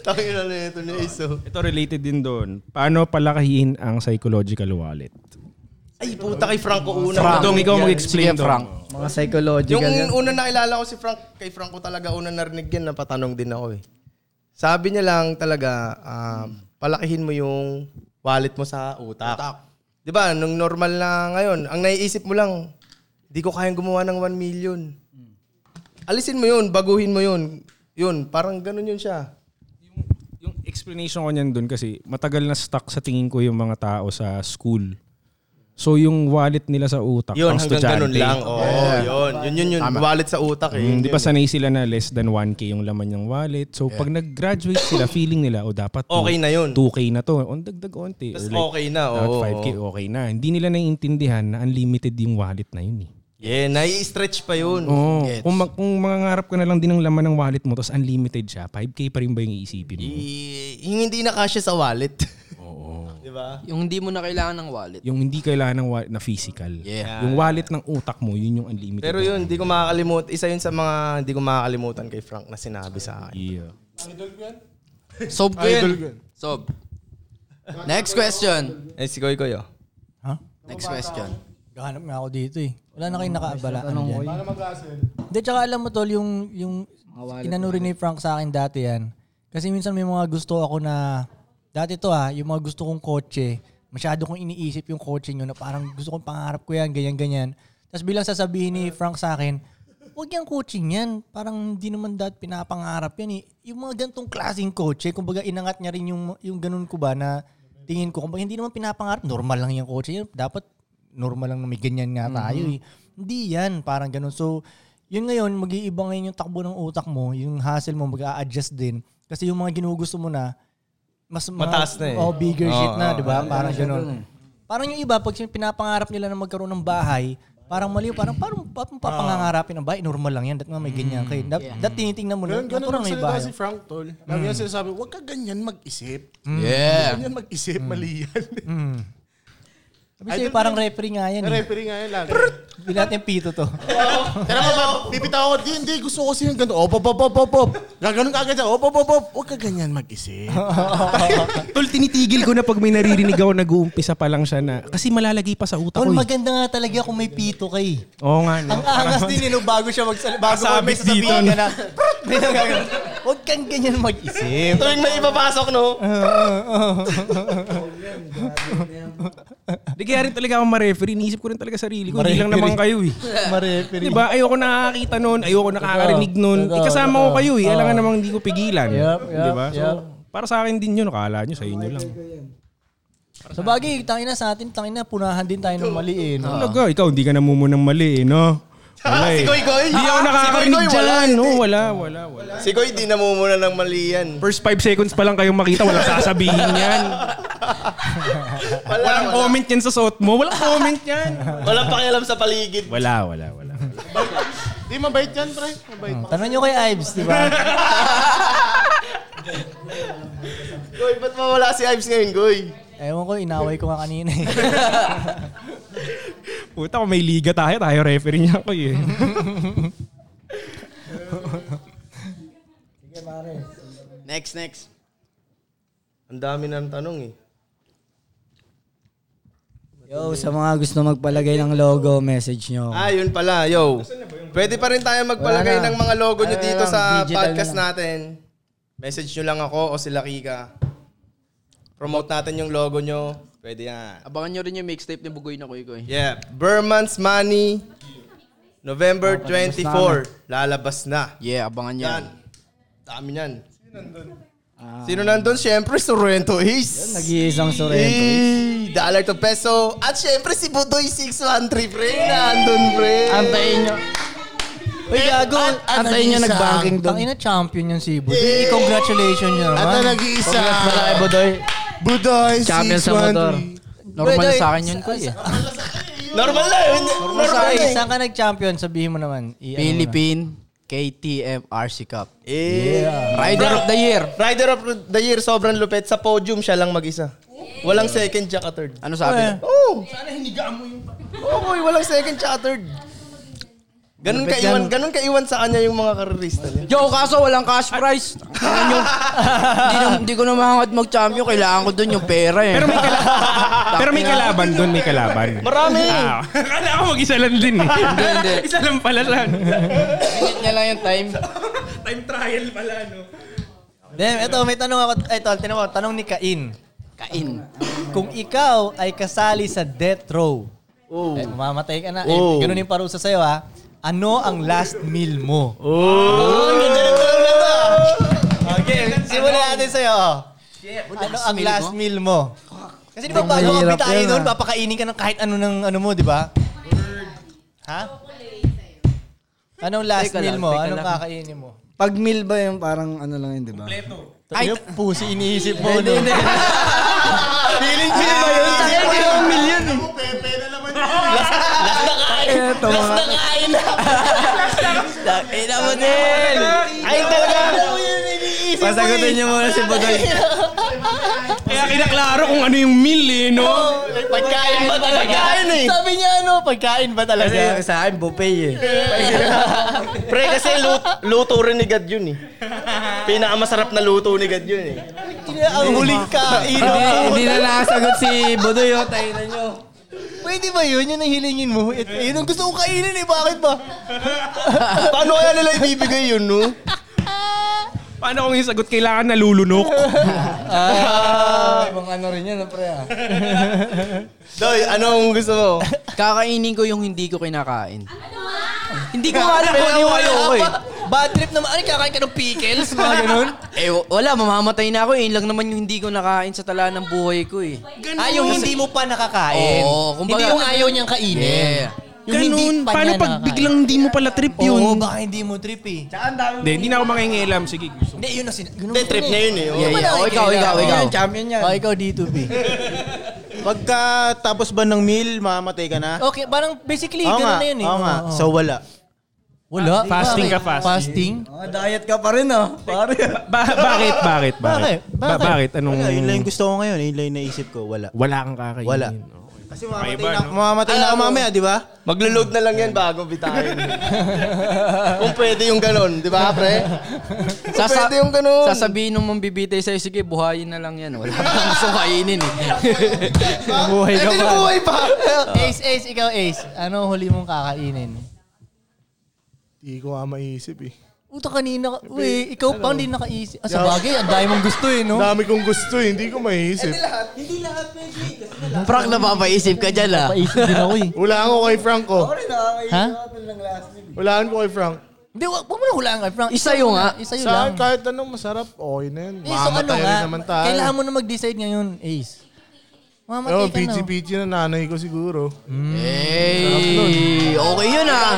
Tangin na na ito ni oh. Iso. Ito related din doon. Paano palakahin ang psychological wallet? Ay, puta kay Franco una. Dong, ikaw mag-explain Sige, doon. Frank. mga Yung psychological yan. una nakilala ko si Frank, kay Franco talaga una narinig yan, napatanong din ako eh. Sabi niya lang talaga, ah, palakihin mo yung wallet mo sa utak. Di ba, nung normal na ngayon, ang naiisip mo lang, di ko kayang gumawa ng 1 million. Alisin mo yun, baguhin mo yun. Yun, parang ganun yun siya. Yung explanation ko niyan doon kasi matagal na stuck sa tingin ko yung mga tao sa school. So yung wallet nila sa utak, Yun, pang hanggang ganun estudyante. lang. Oo, oh, yun. Yun yun yun, wallet sa utak eh. Mm, Yun di ba yun. sanay sila na less than 1K yung laman ng wallet. So pag nag-graduate sila, feeling nila, o dapat Okay na yun. 2K na to. On dagdag onti. Tas Or like, okay na, dapat oo. 5K, okay na. Hindi nila naiintindihan na unlimited yung wallet na yun eh. Yeah, nai-stretch pa yun. Oo. Kung, ma- kung mangangarap ka na lang din ng laman ng wallet mo, tapos unlimited siya, 5K pa rin ba yung iisipin mo? I- yung hindi na kasya sa wallet. Yung hindi mo na kailangan ng wallet. Yung hindi kailangan ng wa- na physical. Yeah. Yung wallet ng utak mo, yun yung unlimited. Pero yun, hindi ko makakalimutan. Isa yun sa mga hindi ko makakalimutan kay Frank na sinabi sa akin. Yeah. Sob ko Idol ko yun. Sob. Next question. Eh, si Koy Koy, oh. Ha? Next question. Gahanap nga ako dito eh. Wala na kayong nakaabala. Ano Tanong ko dyan? yun. Hindi, tsaka alam mo tol, yung, yung inano rin ni Frank sa akin dati yan. Kasi minsan may mga gusto ako na, dati to ha, yung mga gusto kong kotse, masyado kong iniisip yung kotse nyo na parang gusto kong pangarap ko yan, ganyan, ganyan. Tapos bilang sasabihin ni Frank sa akin, huwag yung kotse yan. Parang hindi naman dati pinapangarap yan eh. Yung mga gantong klaseng kotse, kumbaga inangat niya rin yung, yung ganun ko ba na tingin ko, kumbaga hindi naman pinapangarap, normal lang yung kotse yan. Dapat normal lang na may ganyan nga tayo eh. Hindi yan, parang ganun. So, yun ngayon, mag-iiba ngayon yung takbo ng utak mo, yung hustle mo, mag-a-adjust din. Kasi yung mga ginugusto mo na, mas mga- Mataas na eh. Oh, bigger shit na, di ba? Parang ganun. eh. Parang yung iba, pag pinapangarap nila na magkaroon ng bahay, parang mali, parang parang pa- Ah. papangangarapin ng bahay, normal lang yan, dat nga may ganyan kayo. Dat, dat tinitingnan mo Mm. Ganun, na, ganun natural ang may salita bahay. si Frank, tol. Lagi Hmm. niya sinasabi, huwag ka ganyan mag-isip. Yeah. Ganyan mag-isip, Hmm. mali yan. Sabi sa'yo, parang referee nga yan eh. Referee nga yan lagi. Hindi natin pito to. Tara pa, pa, pipita ako. Hindi, hindi. Gusto ko kasi yung ganun. Op, op, op, op, op, op. Gaganon ka agad siya. Op, op, op, op. Huwag ka ganyan mag-isip. Tol, tinitigil ko na pag may naririnig ako, nag-uumpisa pa lang siya na, kasi malalagay pa sa utak Tol, ko. eh. maganda nga talaga kung may pito kay. Oo nga. No? Ang angas din nino bago siya magsalita. Bago ka may Kasabit dito, sasabihin no? ka na, "Prut!" may nagagano. Huwag kang ganyan mag-isip. Tuwing Eh, may ipapasok, no? Ah, Hindi kaya rin talaga ako ma-referee. Iniisip ko rin talaga sarili ko. Hindi lang Ma-referee. naman kayo eh. Ma-referee. Di ba? Ayoko nakakita nun. Ayoko nakakarinig nun. Totoo, Ikasama ko totoo. kayo eh. Alam nga Oo. namang hindi ko pigilan. Yup, yup, Di ba? So, yup. para sa akin din yun. Akala nyo, sa inyo lang. So bagay, tangin na sa atin, tangin na, punahan din tayo ng eh, maliin. Talaga, ikaw, hindi ka namumunang mali eh, no? Ah, Wala eh. si Koy Koy? Ah, Hindi ako Si Koy nakakarinig Koy, wala, eh. dyan. hindi. No, wala, wala, wala. Si Koy, di namumuna ng mali yan. First five seconds pa lang kayong makita, walang sasabihin yan. Wala, Walang wala. comment yan sa suot mo. Walang comment yan. Walang pakialam sa paligid. Wala, wala, wala. wala. Di, mabait yan, pre. Mabait. Tanong nyo kay Ives, di ba? Goy, ba't mawala si Ives ngayon, Goy? Ewan ko, inaway ko nga kanina eh. Puta, kung may liga tayo, tayo referee niya ako eh. Next, next. Ang dami na ng tanong eh. Yo, sa mga gusto magpalagay ng logo, message nyo. ako. Ah, yun pala, yo. Pwede pa rin tayo magpalagay Wala na. ng mga logo nyo Ano na dito lang, sa digital na podcast lang. natin. Message nyo lang ako o sila Kika. Promote natin yung logo nyo. Pwede yan. Abangan nyo rin yung mixtape ni Bugoy na Kuy Kuy. Yeah, Berman's Money, November 24. Lalabas na. Yeah, abangan nyo. Yan. Dami yan. Ah. Sino nandun? Siyempre, Sorrento Ace. Nag-iisang sorento. Hey, dollar to peso. At syempre si Budoy 613, pre. Nandun, pre. Antayin nyo. Uy, gago. Ah, Antayin nyo nag-banking doon. Ang ina champion yung Cebu. Hey, congratulations nyo At ang naman. nag-iisa, Budoy. Budoy Champion sa motor. 613. Normal Budoy, sa akin yun, Kuy. eh. Normal na yun. Normal eh. Saan ka nag-champion? Sabihin mo naman. I- ano mo na. Philippine KTM RC Cup. Eh, Rider of the year. Rider of the year, sobrang lupet. Sa podium siya lang mag-isa. Walang second tsaka third. Ano sabi? niya? Oh! Sana hinigaan mo yung... Oo, boy, walang second tsaka third. Ganun kaiwan, ganun kaiwan sa kanya yung mga karerista niya. Yo, kaso walang cash prize. Tingnan nyo. Hindi na- Hindi ko na mahangat mag-champion. Kailangan ko dun yung pera eh. Pero may, kala- pero may kalaban doon, may kalaban. Marami! Ah, Akala ko mag-isa lang din eh. hindi. Isa lang pala siya. Init niya lang yung time. Time trial pala, no? Dem, eto, may tanong ako. Eto, tinan mo, tanong ni Kain. Kain. Kung ikaw ay kasali sa death row, eh, mamamatay ka na, eh, ganun yung parusa sa'yo ha, ano ang last meal mo? Oh! ah. okay, simulan natin sa'yo. oh. Ano ang last meal mo? Kasi di ba bago ka Mahirap bitain yun, nun, ah. papakainin ka ng kahit ano ng ano mo, di ba? Ha? Anong last Teka meal lang, mo? teka Anong lang. kakainin mo? Pag meal ba yung parang ano lang yun, di ba? Ay, yung pusi iniisip mo. no? Feeling ko ba yun? Ito mga... Ina mo din! Ay, talaga! Pasagutin niyo muna si Budoy. Kaya kinaklaro kung ano yung meal eh, no? Pagkain ba talaga? Pagkain eh! Sabi niya ano, pagkain ba talaga? Kasi sa akin, buffet eh. Pre, kasi luto, luto rin ni God yun eh. Pinakamasarap na luto ni God yun eh. Kaya ang huling kain. Hindi, hindi na nakasagot si Budoy. Oh, tayo na nyo. Pwede ba yun? Yun ang hilingin mo. It, yun ang gusto kong kainin eh. Bakit ba? Paano kaya nila ibibigay yun, no? Paano kung yung sagot kailangan nalulunok? Ah, ibang ano rin yun, ah, pre. ah. Doy, anong ano gusto mo? Kakainin ko yung hindi ko kinakain. Hindi ko alam kung ano yung ayoko eh. Bad trip naman. Ano, kakain ka ng pickles? Mga ganun. Eh, w- wala, mamamatay na ako eh. Yun lang naman yung hindi ko nakain sa tala ng buhay ko eh. Ah, yung hindi mo pa nakakain. Oo, kumbaga- hindi yung ayaw niyang kainin. Yeah. Yung hindi pa paano niya pag nakakain. biglang hindi mo pala trip yun? Oo, baka hindi mo trip eh. Hindi, hindi na ako mangingilam. Sige, gusto ko. Hindi, yun na sin... Ganun Hindi, trip niya yun eh. Yeah, yeah. Oh, ikaw, ikaw, ikaw. Champion yan. Oh, ikaw D2B. Pagka tapos ba ng meal, mamamatay ka na? Okay, parang basically, Oo ganun nga, na yun eh. oo nga. Oo, oo. So wala. Wala. Fasting ka, Bakit? fasting. Ah, diet ka pa rin, oh. Pare. Ba- bakit, bakit, bakit? Bakit? Ba- bakit? Anong... Wala, yun lang yung gusto ko ngayon. Yun lang yung naisip ko. Wala. Wala kang kakainin. Wala. Okay. Kasi mamamatay Kakaiba, na, no? mamamatay na ako mamaya, di ba? Maglo-load na lang yan bago bitawan. Kung pwede yung ganun, di ba, pre? Kung Sasa- pwede yung ganun. Sasabihin nung mambibitay sa'yo, sige, buhayin na lang yan. Wala kang gusto kainin eh. buhay ka pa. buhay pa. Ace, Ace, ikaw Ace. Ano huli mong kakainin? Hindi ko nga maisip eh. Uta kanina, ka- uy, ikaw Ano? pa hindi nakaisip. Ah, sa bagay, ang dami mong gusto eh, no? Dami kong gusto eh. Hindi ko maisip. Prank na papaisip ka dyan ah. Napaisip din ako eh. Hulaan ko kay Frank ko. Ha? Hulaan ko kay Frank. Hindi, wag wag mo na hulaan ka, Frank. Isa yung nga. Isa yun Sa lang. kahit anong masarap, okay na yun. Eh, so ano Mamamatay nga, rin naman tayo. kailangan mo oh. na mag-decide ngayon, Ace. Mamatay Oo, ka na. pichi-pichi na nanay ko siguro. Hey, okay yun ah.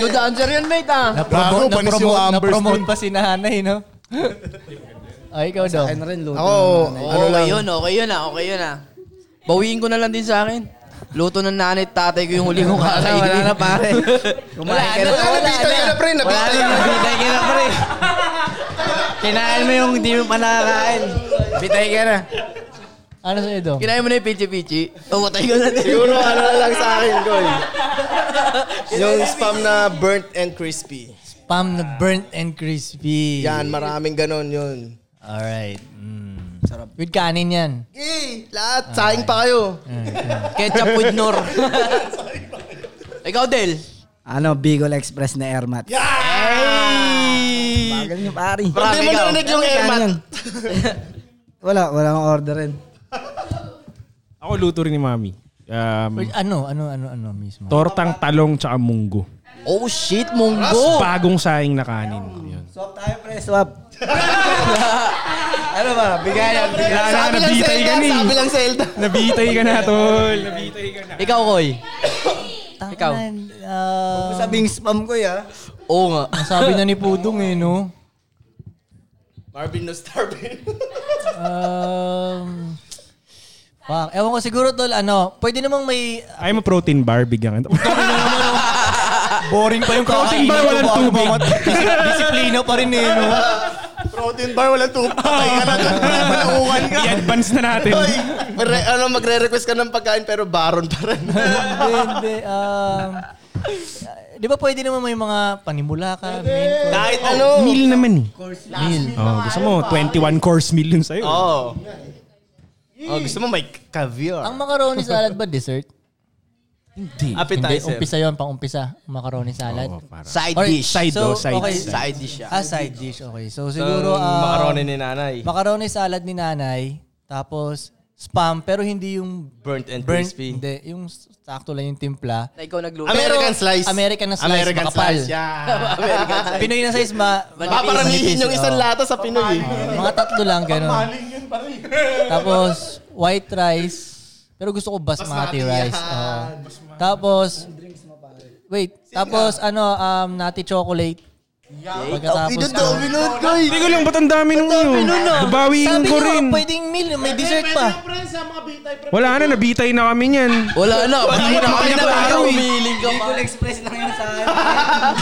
Good answer yun, mate ah. Gago, Napromote, panis yung napromote, Amber's napromote pa si nanay, no? Ay, ikaw daw. Akin rin, luto. Ako, ano Oh, okay lang. yun, okay yun ah, okay yun ah. Bawiin ko na lang din sa akin. Luto ng nanay at tatay ko yung huli kong kakainin. Wala na pare. Kumain ka na. Wala na, bitay ka na, pre. Nabitay ka na. Nabitay ka na pre. Kinain mo yung hindi mo pa nakakain. Bitay ka na. Ano sa'yo, Dong? Kinain mo na yung pichi-pichi. Umatay ka na din. Siguro ano na lang sa akin, Koy. Yung spam na burnt and crispy. Spam na burnt and crispy. Yan, maraming ganon yun. Alright. Mm. Sarap. With kanin yan. Eh, lahat. Saing pa kayo. Ketchup with nor. Ikaw, Del. Ano, Bicol Express na airmat. Yeah! Bagal niyo, pari. Hindi mo narinig yung airmat. Wala, wala akong orderin. Ako luto rin ni Mami. Um, With ano, ano, ano, ano mismo? tortang talong tsaka munggo. Oh shit, munggo. Bagong saing na kanin. Yun. Swap tayo, pre. Swap. Ano ba? Bigayan. Wala na, nabitay ka ni. Sabi lang sa Elda. Nabitay ka na, tol. Nabitay ka na. Ikaw, Koy. Tama Ikaw. na, ah, Sabing spam ko, ya. Oo nga. sabi na ni Pudong eh, no? Marvin no starving. Um, fuck. Ewan ko siguro, tol, ano, pwede namang may... Ay, mo protein bar, bigyan ka. Boring pa yung Protein bar, walang tubig. Disiplina pa rin eh, no? Protein bar, walang tubig. Patay ka na. Malauhan ka. I-advance na natin. Koy, magre- ano, magre-request ka ng pagkain pero baron pa rin. Hindi, hindi. Um, di ba pwede naman may mga panimula ka, main course? Kahit ano. Meal naman eh. Meal. Oh, gusto mo, 21 course Oh. meal yun sa'yo. Oo. Oh, gusto mo may caviar. Ang macaroni salad ba dessert? Hindi. Hindi, Appetizer. umpisa yon pang umpisa. Macaroni salad. Oo, para. Side Or- dish. Side, So, oh, side. okay. Side dish siya. Ah, side dish. Okay. So, Siguro, siguro... um, macaroni ni nanay. Macaroni salad ni nanay. Tapos, spam. Pero hindi yung Burnt and burnt. crispy. Hindi. Yung sakto lang yung timpla. Na ikaw nagluto. American slice. American na slice, American makapal. slice, yeah. American slice. Pinoy na size ma... Paparamihin yung isang lahat. lata sa Pinoy. Mga tatlo lang, gano'n. yun pa rin. Tapos, white rice. Pero gusto ko basmati, rice. Oo. Tapos, wait. Tapos, ano, um, nati chocolate. Pagkatapos, ano, Pinod, Koy. Hindi ko lang ba't ang dami ah. nung yun? Babawiin sabi ko ko rin. nga, pwedeng meal, may dessert pa. Wala na, nabitay na kami niyan. Wala na. Hindi na kami makakaraw. nagpaparo eh. Umiling ka pa.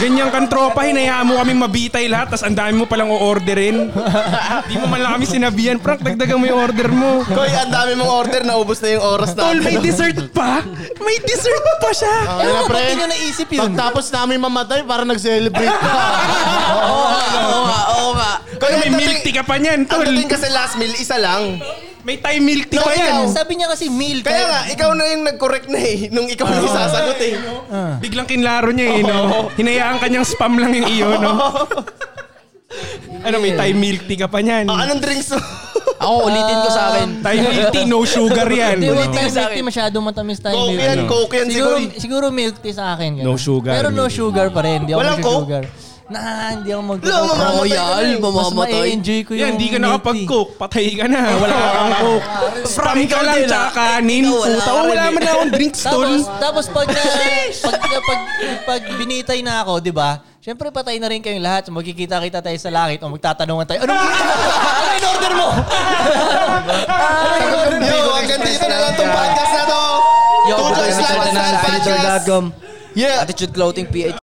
Ganyan kang tropa, hinayaan mo kami mabitay lahat, tas ang dami mo palang o-orderin. Di mo man lang kami sinabihan, Frank, dagdagan mo yung order mo. Koy, ang dami mong order. Naubos na yung oras Tol, may natin. dessert pa? May dessert pa siya! Ano na, pre? Ba't di nyo naisip yun? Pagtapos namin mamatay, para nag-celebrate pa. Oo nga, oo nga, oo nga. Koy, May ang milk dating- tea ka pa niyan, Ang tol. dating kasi last meal, isa lang. May Thai milk tea pa yan. Kaya, sabi niya kasi meal. Kaya nga, ikaw na yung nag-correct na eh. Nung ikaw na yung sasagot eh. Ano? Biglang kinlaro niya eh, no? Hinayaan kanyang spam lang yung iyo, no? ano, may Thai milk tea ka pa niyan. ano? Ah, anong drinks mo? Ako, ulitin ko sa akin. Thai milk tea, no sugar yan. Hindi, wait, no? tayo sa milk akin. tea masyadong matamis tayo. Coke milk yan, tea. coke yan si Siguro, Koy. siguro milk tea sa akin. No ganun. sugar, Pero no milk tea. sugar pa rin. Hindi ako Walang Coke? sugar. Nah, hindi ako mag Wala, mamamatay ka Royal, na eh. Mas mamamatay. ma-enjoy ko yung Yan, di ka milk tea. Ah, nakapag-cook. Patay ka na. Wala ka kang cook. Spam ka lang, tsaka kanin. Ikaw, wala Puta, ka rin wala eh. man lang akong drinks, tol. Tapos, tapos pag, na, pag, pag, pag, pag binitay na ako, di ba? Siyempre, patay na rin kayong lahat. So, magkikita-kita tayo sa langit o magtatanungan tayo, anong ano in order mo? Ano Yo, hanggang dito na lang tong podcast na to. Yo, Two bukod Joys sa Live and Style na sa Podcast. attitude.com. Yeah. Attitude Clothing PH.